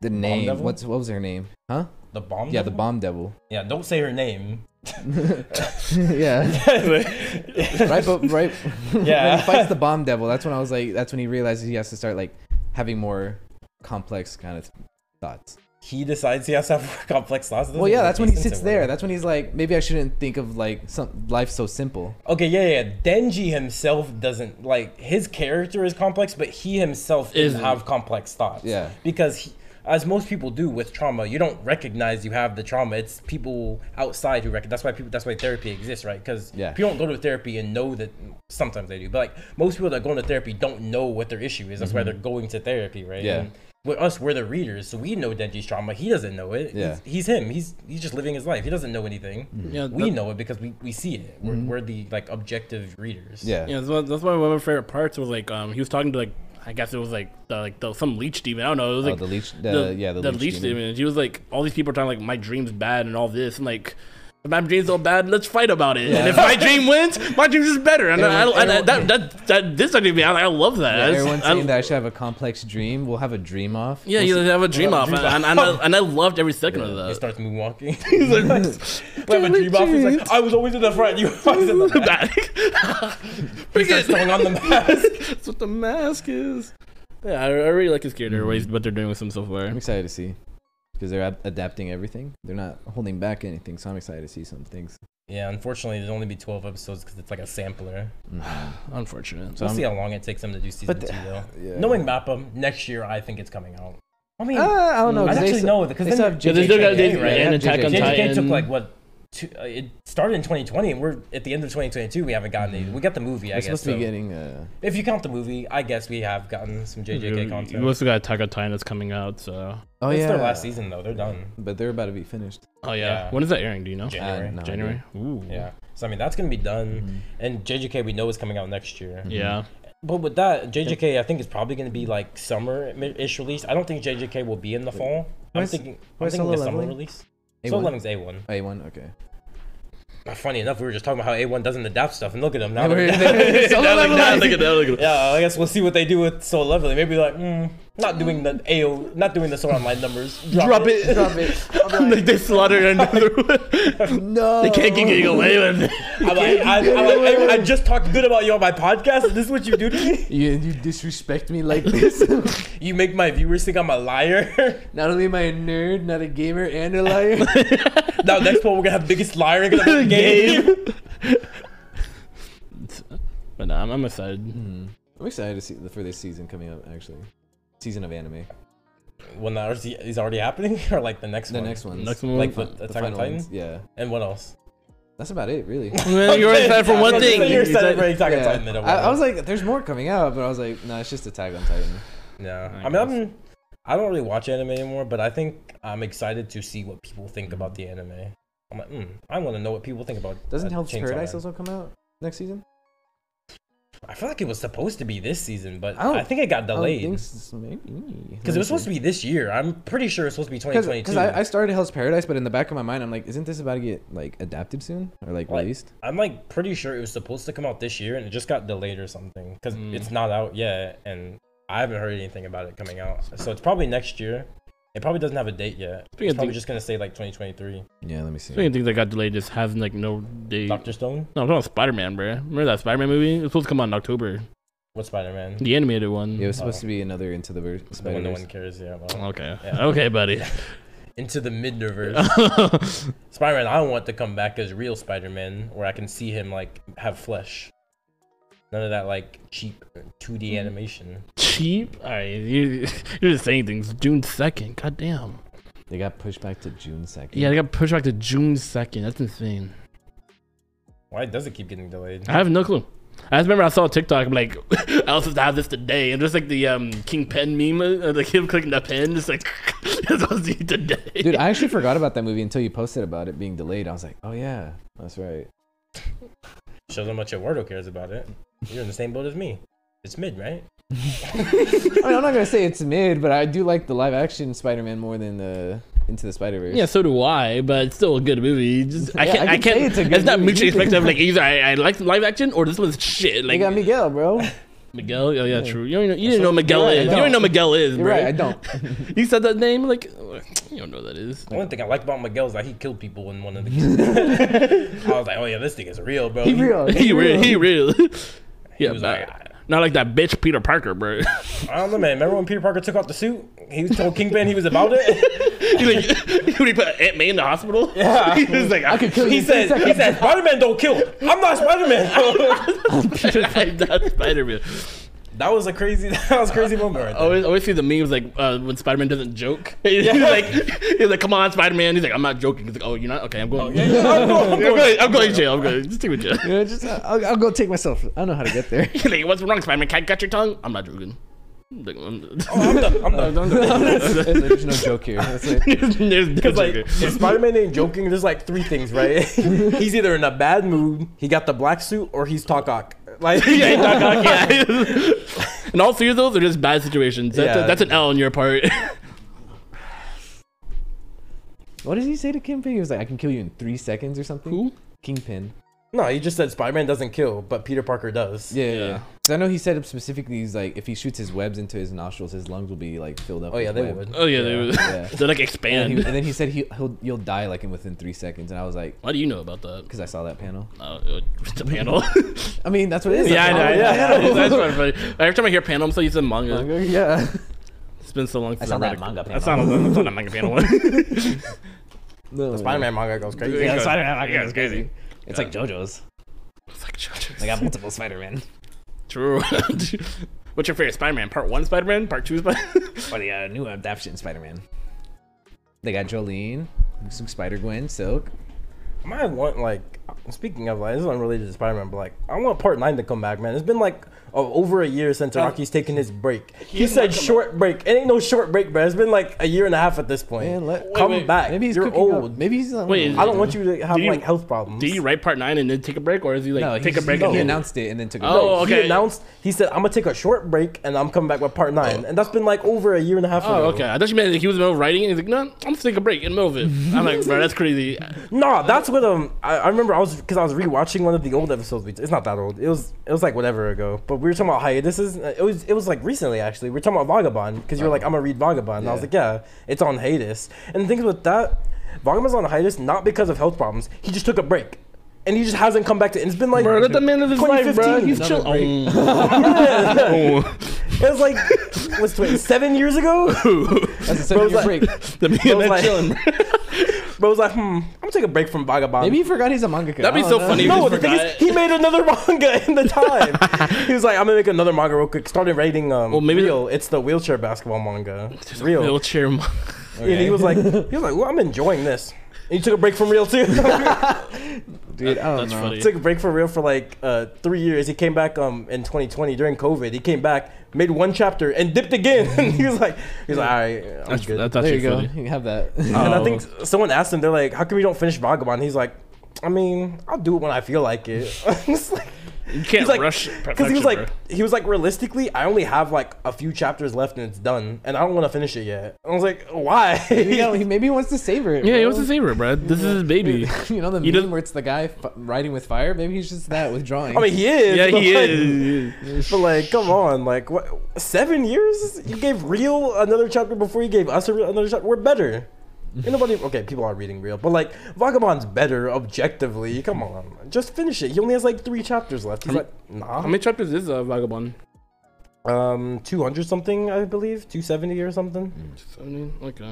Speaker 2: the name.
Speaker 3: devil?
Speaker 2: What's what was her name? Huh?
Speaker 3: The bomb.
Speaker 2: Yeah, the
Speaker 3: Devil?
Speaker 2: bomb devil.
Speaker 3: Yeah, don't say her name.
Speaker 2: yeah. right, but right,
Speaker 3: Yeah.
Speaker 2: when he fights the bomb devil. That's when I was like, that's when he realizes he has to start like having more complex kind of thoughts.
Speaker 3: he decides he has to have more complex thoughts. It
Speaker 2: Well,
Speaker 3: doesn't
Speaker 2: yeah,
Speaker 3: make
Speaker 2: that's when he
Speaker 3: sense
Speaker 2: sits
Speaker 3: in
Speaker 2: there.
Speaker 3: words.
Speaker 2: That's when he's like, maybe I shouldn't think of like some life so simple.
Speaker 3: Okay, yeah, yeah. Denji himself doesn't like his character is complex, but he himself doesn't
Speaker 1: Isn't.
Speaker 3: have complex thoughts.
Speaker 2: Yeah.
Speaker 3: because he, as most people do with trauma, you don't recognize you have the trauma. It's people outside who recognize. That's why people. That's why therapy exists, right? Because
Speaker 2: Yeah.
Speaker 3: people don't go to therapy and know that. Sometimes they do, but like most people that go into therapy don't know what their issue is. That's why they're going to therapy, right?
Speaker 2: Mm-hmm. Yeah.
Speaker 3: And with us, we're the readers, so we know Denji's trauma. He doesn't know it.
Speaker 2: Yeah.
Speaker 3: He's, he's him. He's he's just living his life. He doesn't know anything.
Speaker 1: Yeah,
Speaker 3: we
Speaker 1: that-
Speaker 3: know it because we, we see it. We're, we're the like objective readers.
Speaker 2: Mm-hmm. Yeah.
Speaker 1: Yeah, that's one, that's one of my favorite parts was like um he was talking to like I guess it was like the, like the, some leech demon. I don't know. It was
Speaker 2: Oh,
Speaker 1: like
Speaker 2: the leech- the- yeah, the leech demon.
Speaker 1: demon. He was like all these people are talking like my dream's bad and all this and like. If my dream's so bad, let's fight about it. And if my dream wins, my dream's just better. And I,
Speaker 2: Everyone-
Speaker 1: I, I, that, that, that, this idea, man, I love that. I just-
Speaker 2: Everyone's
Speaker 1: I-
Speaker 2: saying that I should have a complex dream. We'll have a dream off.
Speaker 1: Yeah, you have a dream
Speaker 3: We'll
Speaker 1: off,
Speaker 3: have a
Speaker 1: and,
Speaker 3: dream
Speaker 1: and, and, I, and I loved every second of
Speaker 3: He
Speaker 1: that.
Speaker 3: starts moonwalking. he's like, "We have a dream off." He's like, "I was always in the front. You were always in the back." He starts throwing on the mask.
Speaker 1: That's what the mask is. Yeah, I, I really like his character, ways what they're doing with him so far.
Speaker 2: I'm excited to see because they're ad- adapting everything. They're not holding back anything, so I'm excited to see some things.
Speaker 3: Yeah, unfortunately, there's only be 12 episodes because it's like a sampler.
Speaker 1: Unfortunate.
Speaker 2: So
Speaker 3: We'll
Speaker 2: I'm-
Speaker 3: see how long it takes them to do season
Speaker 2: But
Speaker 3: two,
Speaker 2: the-
Speaker 3: though.
Speaker 2: yeah.
Speaker 3: Knowing Mappa, next year I think it's coming out. I mean,
Speaker 2: Uh, I don't know.
Speaker 3: I
Speaker 2: 'cause they
Speaker 3: actually
Speaker 2: still-
Speaker 3: know because
Speaker 2: they still
Speaker 3: then
Speaker 2: have
Speaker 3: JJK,
Speaker 1: they
Speaker 2: JJK,
Speaker 1: still got- they-
Speaker 3: right?
Speaker 2: yeah,
Speaker 1: and Attack on
Speaker 2: JJK.
Speaker 1: Titan.
Speaker 3: JJK took like what? Two, uh, it started in 2020, and we're at the end of 2022. We haven't gotten any. We got the movie,
Speaker 2: Mm-hmm.
Speaker 3: I
Speaker 2: We're
Speaker 3: guess.
Speaker 2: supposed to be
Speaker 3: so.
Speaker 2: getting. Uh,
Speaker 3: If you count the movie, I guess we have gotten some JJK content.
Speaker 1: You also got Attack on Titan that's coming out. So,
Speaker 2: oh
Speaker 3: it's
Speaker 2: yeah, Mm-hmm.
Speaker 3: their last season though. They're done.
Speaker 2: but they're about to be finished.
Speaker 1: oh yeah.
Speaker 3: Yeah.
Speaker 1: when is that airing? Do you know?
Speaker 2: Uh,
Speaker 3: January.
Speaker 2: no idea.
Speaker 1: January. Ooh.
Speaker 3: Yeah. So I mean, that's gonna be
Speaker 2: Mm-hmm.
Speaker 3: done, and JJK we know is coming out next year.
Speaker 1: Yeah.
Speaker 3: But with that, JJK I think is probably gonna be like summer-ish release. I don't think JJK will be in the fall. I'm
Speaker 2: Where's-
Speaker 3: thinking, I'm
Speaker 2: where's
Speaker 3: thinking
Speaker 2: Solo
Speaker 3: the summer
Speaker 2: Leveling?
Speaker 3: release.
Speaker 2: A1?
Speaker 3: Solo Leveling's A one.
Speaker 2: A one, okay.
Speaker 3: Funny enough, we were just talking about how A one doesn't adapt stuff, and look at them now.
Speaker 2: Solo
Speaker 3: they're-
Speaker 2: Leveling.
Speaker 1: Look at that. Look at that.
Speaker 3: Yeah, I guess we'll see what they do with Soul Leveling. Maybe like, mm, not doing the AO, not doing the Sword Online numbers. Drop,
Speaker 1: Drop
Speaker 3: it.
Speaker 1: it.
Speaker 2: Drop it. I'm
Speaker 1: like they slaughtered another one.
Speaker 2: No.
Speaker 1: they can't keep getting away with it.
Speaker 3: I'm like, I, I'm like, "Hey, I just talked good about you on my podcast. Is this what you do to me?
Speaker 2: You, you disrespect me like this.
Speaker 3: You make my viewers think I'm a liar.
Speaker 2: not only am I a nerd, not a gamer, and a liar.
Speaker 3: now next one we're gonna have biggest liar in the game.
Speaker 1: But nah, I'm, I'm excited.
Speaker 2: Mm-hmm. I'm excited to see for this season coming up. Actually, season of anime.
Speaker 3: One that is- is already happening, or like the next
Speaker 2: The
Speaker 3: one.
Speaker 2: next one.
Speaker 1: Next one.
Speaker 3: Like
Speaker 2: The
Speaker 3: with Attack on
Speaker 2: final
Speaker 3: Titan,
Speaker 2: ones, Yeah,
Speaker 3: and what else?
Speaker 2: that's about it, really.
Speaker 1: Well, you're excited for one
Speaker 3: Yeah,
Speaker 1: thing.
Speaker 3: You're
Speaker 1: Is that-
Speaker 3: excited for Attack on
Speaker 2: Yeah.
Speaker 3: Titan. then
Speaker 2: I, I was like, there's more coming out, but I was like, no, it's just Attack on Titan.
Speaker 3: Yeah,
Speaker 1: I
Speaker 3: I, mean, I'm, I don't really watch anime anymore, but I think I'm excited to see what people think about the anime. I'm like, mm, I want to know what people think about.
Speaker 2: Doesn't
Speaker 3: uh,
Speaker 2: Hell's
Speaker 3: Chainsaw
Speaker 2: Paradise
Speaker 3: Man."
Speaker 2: also come out next season?
Speaker 3: I feel like it was supposed to be this season, but
Speaker 2: I don't-
Speaker 3: I, think it got
Speaker 2: I don't think
Speaker 3: delayed
Speaker 2: so, maybe.
Speaker 3: because it was supposed to be this year. I'm pretty sure it's supposed to be
Speaker 2: Because
Speaker 3: 2022.
Speaker 2: I, I
Speaker 3: I,
Speaker 2: started Hell's Paradise, but in the back of my mind, I'm like, isn't this about to get like adapted soon or like
Speaker 3: What?
Speaker 2: released?
Speaker 3: am like pretty sure it was supposed to come out this year, and it just got delayed or something because
Speaker 2: Mm.
Speaker 3: it's not out yet, and I haven't heard anything about it coming out. So it's probably next year. It probably doesn't have a date yet.
Speaker 1: Speaking
Speaker 3: It's
Speaker 1: of
Speaker 3: probably
Speaker 1: things-
Speaker 3: just gonna say like 2023.
Speaker 2: Yeah, let me see.
Speaker 1: Speaking of things that got delayed, just having like no date. No, I'm
Speaker 3: Doctor Stone.
Speaker 1: talking about Spider Man, bro. Remember that Spider Man movie? It was supposed to come out in October.
Speaker 3: What Spider Man?
Speaker 1: The animated one.
Speaker 2: It was supposed to be another Into the Ver-
Speaker 3: The one
Speaker 2: Spider-Verse. Uh-huh.
Speaker 3: no one cares. Yeah. Well.
Speaker 1: Okay.
Speaker 3: Yeah.
Speaker 1: Okay, buddy.
Speaker 3: Into the Midniverse. Spider Man, I want to come back as real Spider Man, where I can see him like have flesh. None of that like cheap
Speaker 2: Mm.
Speaker 3: 2D animation.
Speaker 1: Cheap? Alright, you, you're just saying things. June 2nd. God damn.
Speaker 2: They got pushed back to June second.
Speaker 1: Yeah, they got pushed back to June 2nd. That's insane.
Speaker 3: Why does it keep getting delayed?
Speaker 1: I have no clue. I just remember I saw a TikTok. I'm like, I was supposed to have this today. And just like the um, King Pen meme, uh, like him clicking the pen, just like, it's supposed to be today.
Speaker 2: Dude, I actually forgot about that movie until you posted about it being delayed. I was like, oh yeah, that's right.
Speaker 3: Shows how much Eduardo cares about it. You're in the same boat as me. It's mid, right?
Speaker 2: I mean, I'm not gonna say it's mid, but I do like the live action Spider-Man more than the Into the Spider-Verse.
Speaker 1: yeah, so do I, but it's still a good movie. Just, I
Speaker 2: Yeah,
Speaker 1: can't,
Speaker 2: I
Speaker 1: I,
Speaker 2: can
Speaker 1: can't,
Speaker 2: say it's
Speaker 1: it's,
Speaker 2: a good
Speaker 1: not
Speaker 2: movie.
Speaker 1: mutually exclusive. Like, either I, I like live action or this one's shit.
Speaker 2: They
Speaker 1: Like,
Speaker 2: got Miguel, bro.
Speaker 1: Miguel? Oh, yeah, true. You don't know, you didn't know Miguel
Speaker 2: right, I
Speaker 1: is. You don't
Speaker 2: don't.
Speaker 1: know Miguel is,
Speaker 2: You're
Speaker 1: bro.
Speaker 2: right, I don't.
Speaker 1: You said that name? Like, you don't know what that is.
Speaker 3: The only thing I like about Miguel is that he killed people in one of the games. I was like, oh yeah, this thing is real, bro.
Speaker 2: He real.
Speaker 1: He real. He real. yeah,
Speaker 3: was
Speaker 1: but-
Speaker 3: like,
Speaker 1: not like that bitch Peter Parker, bro.
Speaker 3: I don't know, man. Remember when Peter Parker took off the suit? He told Kingpin he was about it.
Speaker 1: he like, when he put Aunt May in the hospital, yeah, he was like, I could
Speaker 2: kill
Speaker 3: He said, he said,
Speaker 1: Oh.
Speaker 3: Spider Man don't kill. I'm not Spider Man.
Speaker 1: That's Spider Man.
Speaker 3: That was a crazy. That was a crazy moment right
Speaker 1: I
Speaker 3: there.
Speaker 1: always, always see the memes like uh, when Spider Man doesn't joke. he's like, he's like, come on, Spider Man. He's like, I'm not joking. He's like, oh, you're not? Okay, I'm going.
Speaker 3: Yeah, yeah, I'm going- I'm
Speaker 1: I'm,
Speaker 3: going-
Speaker 1: going, I'm going to jail. I'm going. Just take me to jail.
Speaker 2: Yeah, just uh, I'll, I'll go take myself. I know how to get there.
Speaker 1: He's like, what's wrong, Spider Man? Can't cut your tongue? I'm not joking. Like, I'm-
Speaker 3: Oh, I'm done. I'm done.
Speaker 2: There's no joke here. That's like,
Speaker 1: There's- there's no
Speaker 3: Because like,
Speaker 1: joking.
Speaker 3: if Spider-Man ain't joking, there's like three things, right? he's either in a bad mood, he got the black suit, or he's Takak. Like,
Speaker 1: yeah, Doc Ock, yeah. and all three of those are just bad situations. That's,
Speaker 3: Yeah.
Speaker 1: that's an L on your part.
Speaker 2: what does he say to Kingpin? He was like, "I can kill you in three seconds or something."
Speaker 1: Who?
Speaker 2: Kingpin.
Speaker 3: no, he just said Spider-Man doesn't kill, but Peter Parker does.
Speaker 2: Yeah, yeah.
Speaker 1: Yeah.
Speaker 2: yeah. 'Cause I know he said it specifically. He's like, if he shoots his webs into his nostrils, his lungs will be like filled up.
Speaker 3: Oh yeah,
Speaker 2: with
Speaker 3: they
Speaker 2: web.
Speaker 3: would.
Speaker 1: Oh yeah, they were,
Speaker 2: Yeah.
Speaker 1: they're like
Speaker 2: And,
Speaker 1: expand.
Speaker 2: he, and then he said he he'll you'll die like in within three seconds, and I was like,
Speaker 1: Why do you know about that?
Speaker 2: because I saw that panel.
Speaker 1: Oh, it was the panel.
Speaker 2: I mean, that's what it is.
Speaker 1: yeah, I
Speaker 2: that's
Speaker 1: know.
Speaker 2: all-
Speaker 1: Yeah, that's quite funny. Every time I hear panel, I'm so used to manga.
Speaker 2: Manga, yeah.
Speaker 1: It's been so long since
Speaker 2: saw
Speaker 1: I
Speaker 2: that
Speaker 1: read a-
Speaker 2: manga
Speaker 1: I saw that- I saw that manga panel.
Speaker 2: No, no.
Speaker 3: Spider-Man manga goes crazy.
Speaker 1: Yeah,
Speaker 2: Yeah,
Speaker 1: it's-
Speaker 2: Spider-Man manga
Speaker 1: yeah,
Speaker 2: is
Speaker 1: it's crazy.
Speaker 2: crazy. It's like JoJo's.
Speaker 1: It's like, JoJo's.
Speaker 2: They got multiple Spider-Man.
Speaker 1: True. What's your favorite Spider-Man? Part one Spider-Man? Part two Spider-Man?
Speaker 2: Or the uh, new adaptation Spider-Man. They got Jolene, some Spider-Gwen, Silk.
Speaker 3: I might want like speaking of like this is unrelated to Spider Man, but like I want part nine to come back, man. It's been like oh, over a year since Rocky's taken his break. He said short break. It ain't no short break, bro. It's been like a year and a half at this point.
Speaker 2: Man, let- Wait,
Speaker 3: come
Speaker 1: wait.
Speaker 3: back.
Speaker 2: Maybe he's
Speaker 3: You're
Speaker 2: cooking
Speaker 3: old.
Speaker 2: Up. Maybe he's um, not.
Speaker 1: Wait,
Speaker 3: I don't want you to have
Speaker 1: Do you-
Speaker 3: like health problems.
Speaker 1: Did he write part nine and then take a break, or is he like
Speaker 2: No,
Speaker 1: take a
Speaker 2: he's-
Speaker 1: break?
Speaker 2: He
Speaker 1: and-
Speaker 2: announced it and then took a
Speaker 1: Oh,
Speaker 2: break.
Speaker 1: okay.
Speaker 3: He announced he said I'm gonna take a short break and I'm coming back with part nine, and that's been like over a year and a half.
Speaker 1: Oh,
Speaker 3: ago.
Speaker 1: okay. I thought you meant like, he was in the middle of writing, and he's like, "No, I'm gonna take a break in the middle of it." I'm like, "Bro, that's crazy."
Speaker 3: No, that's what um I, I remember I was because I was rewatching one of the old episodes. We, it's not that old. It was it was like whatever ago. But we were talking about hiatuses. and It was it was like recently actually. We were talking about Vagabond because you were like I'm gonna read Vagabond. And I was
Speaker 2: Yeah.
Speaker 3: like yeah, it's on hiatus. And the thing is with that, Vagabond's on hiatus not because of health problems. He just took a break, and he just hasn't come back to. And it's been like
Speaker 1: Bro, let the man live his life, bro.
Speaker 3: 2015.
Speaker 1: He's chill. Oh. Oh.
Speaker 3: it was like what's twenty seven years ago.
Speaker 2: That's a
Speaker 3: Bro's
Speaker 2: seven-year
Speaker 3: like-
Speaker 2: break.
Speaker 1: The man
Speaker 3: was
Speaker 1: that's
Speaker 3: like-
Speaker 1: chilling. bro.
Speaker 3: But I was like hmm, I'm gonna take a break from Vagabond.
Speaker 2: Maybe he forgot he's a manga.
Speaker 1: That'd be so funny.
Speaker 3: No,
Speaker 1: just
Speaker 3: the thing is,
Speaker 1: forgot.
Speaker 3: he made another manga in the time. he was like, I'm gonna make another manga real quick. Started writing um,
Speaker 1: Well, maybe the-
Speaker 3: real. it's the wheelchair basketball manga. Real.
Speaker 1: Wheelchair. mo-
Speaker 3: And he was like, he was like, well, I'm enjoying this. And he took a break from real too.
Speaker 2: Dude, I don't
Speaker 1: That's
Speaker 2: know.
Speaker 1: funny.
Speaker 3: took a break from real for like uh, three years. He came back um in 2020 during COVID. He came back, made one chapter, and dipped again. and he was like, he's like, all right, I'm
Speaker 1: That's,
Speaker 3: good.
Speaker 1: that's
Speaker 2: There
Speaker 1: actually
Speaker 2: you go.
Speaker 1: funny.
Speaker 2: You have that.
Speaker 3: and I
Speaker 1: Oh.
Speaker 3: think someone asked him, they're like, how come you don't finish Vagabond? He's like, I mean, I'll do it when I feel like it. It's like-
Speaker 1: You can't
Speaker 3: He's like,
Speaker 1: rush
Speaker 3: because he was like,
Speaker 1: perfection,
Speaker 3: he was like, realistically, I only have like a few chapters left and it's done, and I don't want to finish it yet. I was like, why?
Speaker 2: Maybe, he don't- he- maybe he wants to savor it.
Speaker 1: bro. yeah, he
Speaker 2: bro.
Speaker 1: wants to save her, bro. This is his baby.
Speaker 2: You know the
Speaker 1: He
Speaker 2: meme
Speaker 1: doesn't-
Speaker 2: where it's the guy f- riding with fire. Maybe he's just that with drawing.
Speaker 3: I mean, he is.
Speaker 1: Yeah,
Speaker 3: but
Speaker 1: he
Speaker 3: like-
Speaker 1: is.
Speaker 3: But like, come on, like, what? Seven years? You gave real another chapter before you gave us a real, another chapter. We're better. Ain't nobody. Okay, people are reading real, but like, Vagabond's better objectively. Come on, just finish it. He only has like three chapters left. He's
Speaker 1: How
Speaker 3: like, nah.
Speaker 1: How many chapters is uh, Vagabond?
Speaker 3: Um, two hundred something, I believe, two seventy or something.
Speaker 1: 70? Okay.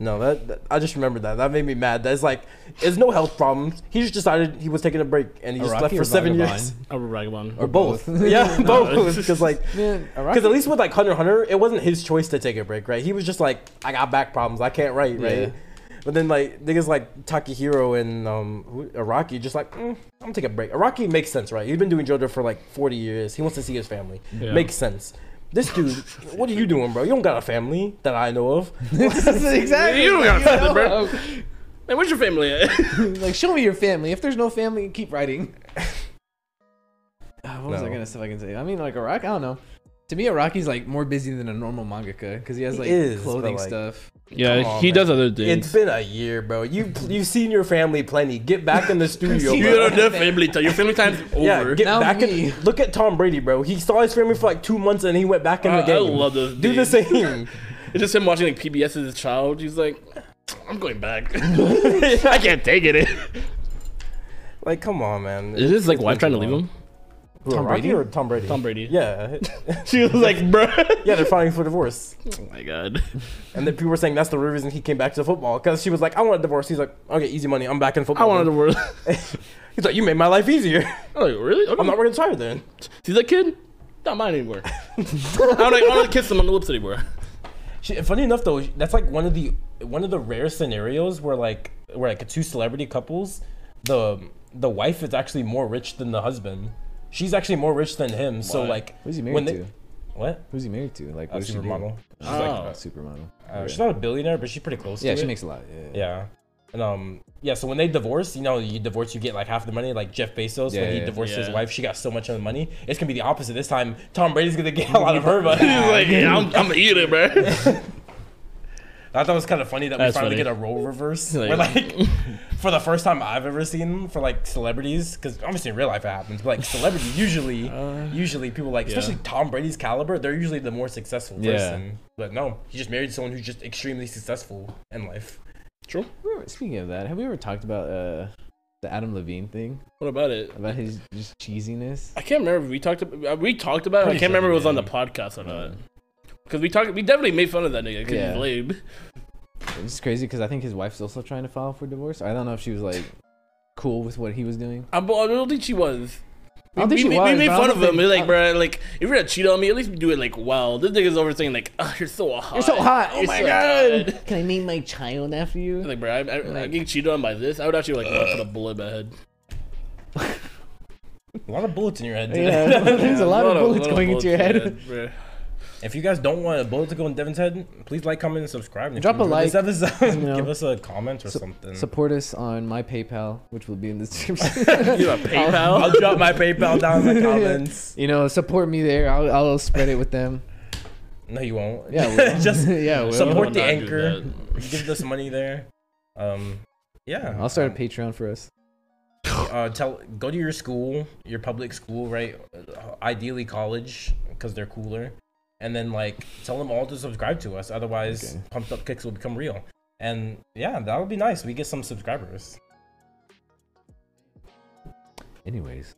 Speaker 3: No, that, that- I just remembered that. That made me mad. That's like, there's no health problems. He just decided he was taking a break and he just
Speaker 2: Araki
Speaker 3: left
Speaker 2: or
Speaker 3: for seven
Speaker 2: Vagabond?
Speaker 3: years.
Speaker 1: I'll Vagabond.
Speaker 3: Or both.
Speaker 2: both.
Speaker 3: yeah, both. Because like,
Speaker 2: Man,
Speaker 3: because at
Speaker 2: Araki,
Speaker 3: least with like Hunter x Hunter, it wasn't his choice to take a break, right? He was just like, I got back problems. I can't write, right? But then like niggas like Takahiro and um who- Araki just like mm, I'm gonna take a break. Araki makes sense, right? He's been doing JoJo for like 40 years. He wants to see his family.
Speaker 1: Yeah.
Speaker 3: Makes sense. This dude, what are you doing, bro? You don't got a family that I know of.
Speaker 2: exactly.
Speaker 1: You don't got family, bro.
Speaker 2: know.
Speaker 1: Hey, where's your family at?
Speaker 2: like, show me your family. If there's no family, keep writing. Ah, what was I
Speaker 3: No.
Speaker 2: gonna say? I can say. I mean, like Araki. I don't know. To me, Araki's like more busy than a normal mangaka because he has
Speaker 3: He
Speaker 2: like
Speaker 3: is, but,
Speaker 2: clothing
Speaker 3: like-
Speaker 2: stuff.
Speaker 1: yeah,
Speaker 3: Come on,
Speaker 1: he
Speaker 3: man.
Speaker 1: does other things.
Speaker 3: It's been a year, bro. You you've seen your family plenty. Get back in the studio.
Speaker 1: you
Speaker 3: bro.
Speaker 1: don't have family time. Your family time's over.
Speaker 3: Yeah, get
Speaker 2: Now
Speaker 3: back
Speaker 2: me.
Speaker 3: in. Look at Tom Brady, bro. He saw his family for like two months and he went back in
Speaker 1: I-
Speaker 3: the
Speaker 1: I
Speaker 3: game.
Speaker 1: love this
Speaker 3: Do the
Speaker 1: dude.
Speaker 3: same.
Speaker 1: It's just him watching like PBS as a child. He's like, I'm going back. I can't take it. It
Speaker 3: like, come on, man.
Speaker 1: is like
Speaker 3: It's
Speaker 1: wife
Speaker 3: been
Speaker 1: trying to
Speaker 3: too
Speaker 1: leave
Speaker 3: long.
Speaker 1: him.
Speaker 3: Who,
Speaker 2: Tom
Speaker 3: Rocky
Speaker 2: Brady?
Speaker 3: or Tom Brady?
Speaker 1: Tom Brady.
Speaker 3: Yeah,
Speaker 1: She was like, bro.
Speaker 3: yeah, they're filing for divorce,
Speaker 1: Oh my god.
Speaker 3: and then people were saying that's the real reason he came back to football because she was like, "I want a divorce." He's like, "Okay, easy money. I'm back in
Speaker 1: I
Speaker 3: football."
Speaker 1: wanted to work.
Speaker 3: He's like, "You made my life easier. Oh,
Speaker 1: I'm like, really? Okay.
Speaker 3: I'm not working tired then."
Speaker 1: See that kid? not mine anymore. I don't, like, I don't like kiss them on the lips anymore.
Speaker 3: She, funny enough though, that's like one of the one of the rare scenarios where like where like two celebrity couples, the the wife is actually more rich than the husband. She's actually more rich than him. So
Speaker 1: Why?
Speaker 3: like,
Speaker 2: Who's he
Speaker 3: when
Speaker 2: married
Speaker 3: they-
Speaker 2: to?
Speaker 3: What?
Speaker 2: Who's he married to? Like,
Speaker 3: A
Speaker 2: what does she do?
Speaker 3: supermodel. She's
Speaker 1: Oh.
Speaker 3: like,
Speaker 2: Supermodel.
Speaker 3: uh, she's not a billionaire, but she's pretty close.
Speaker 2: Yeah,
Speaker 3: to
Speaker 2: she
Speaker 3: it.
Speaker 2: makes a lot. Yeah.
Speaker 3: Yeah. And um yeah, so when they divorce, you know, you divorce, you get like half the money. Like Jeff Bezos,
Speaker 2: Yeah,
Speaker 3: when he
Speaker 2: yeah,
Speaker 3: divorced his
Speaker 1: yeah.
Speaker 3: wife, she got so much of the money. It's gonna be the opposite this time. Tom Brady's gonna get a lot of her money.
Speaker 1: He's like, yeah, I'm, I'm gonna eat it, bro.
Speaker 3: I thought it was kind of funny that
Speaker 1: That's
Speaker 3: we finally
Speaker 1: funny.
Speaker 3: get a role reverse.
Speaker 1: Like-
Speaker 3: We're like, for the first time I've ever seen for like celebrities, because obviously in real life it happens, but like celebrities usually, usually people like, especially Tom Brady's caliber, they're usually the more successful
Speaker 2: Yeah.
Speaker 3: person. But no, he just married someone who's just extremely successful in life.
Speaker 2: We were- Speaking of that, have we ever talked about uh, the Adam Levine thing
Speaker 1: What about it?
Speaker 2: about his just cheesiness?
Speaker 1: I can't remember if we talked about we talked about it. I
Speaker 3: Pretty
Speaker 1: can't
Speaker 3: sure
Speaker 1: remember if
Speaker 3: we
Speaker 1: it was on the
Speaker 3: did.
Speaker 1: podcast or not. Because we talked, we definitely made fun of that nigga. Cause
Speaker 2: Yeah.
Speaker 1: he's lame.
Speaker 2: It's crazy because I think his wife's also trying to file for divorce. I don't know if she was like cool with what he was doing.
Speaker 1: I, but I don't think she was.
Speaker 2: I don't think
Speaker 1: we,
Speaker 2: she
Speaker 1: we-
Speaker 2: was,
Speaker 1: we made
Speaker 2: but I
Speaker 1: fun
Speaker 2: don't
Speaker 1: of him.
Speaker 2: think-
Speaker 1: We're like,
Speaker 2: I-
Speaker 1: bro, like if you're gonna cheat on me, at least do it like well. This nigga's over saying like, oh, you're so hot.
Speaker 2: You're so hot.
Speaker 1: Oh
Speaker 2: You're
Speaker 1: my
Speaker 2: so
Speaker 1: god.
Speaker 2: hot. Can I name my child after you?
Speaker 1: Like, bro, I, I, I get cheated on by this. I would actually like put a bullet in my head.
Speaker 3: A lot of bullets in your head. Dude.
Speaker 2: Yeah, there's a lot of bullets
Speaker 1: lot
Speaker 2: going into your
Speaker 1: bullets in
Speaker 2: head.
Speaker 1: your head,
Speaker 3: If you guys don't want a bullet to go in Devin's head, please like, comment, and subscribe. And if
Speaker 2: Drop
Speaker 3: you
Speaker 2: a
Speaker 3: enjoyed
Speaker 2: like,
Speaker 3: This episode,
Speaker 2: you know.
Speaker 3: give us a comment or something.
Speaker 2: Support us on my PayPal, which will be in the description.
Speaker 1: bro. You have PayPal.
Speaker 3: I'll drop my PayPal down in the comments.
Speaker 2: you know, support me there. I'll, I'll spread it with them.
Speaker 3: No, you won't.
Speaker 2: Yeah, we'll.
Speaker 3: just
Speaker 2: yeah. We'll.
Speaker 1: Someone
Speaker 3: support
Speaker 1: will
Speaker 3: the
Speaker 1: not do
Speaker 3: anchor.
Speaker 1: that.
Speaker 3: Give us money there. Um, yeah.
Speaker 2: I'll start a
Speaker 3: Um,
Speaker 2: Patreon for us.
Speaker 3: uh, tell go to your school, your public school, right? Uh, Ideally college, because they're cooler. And then like tell them all to subscribe to us. Otherwise,
Speaker 2: Okay.
Speaker 3: pumped up kicks will become real. And yeah, that would be nice. We get some subscribers.
Speaker 2: Anyways,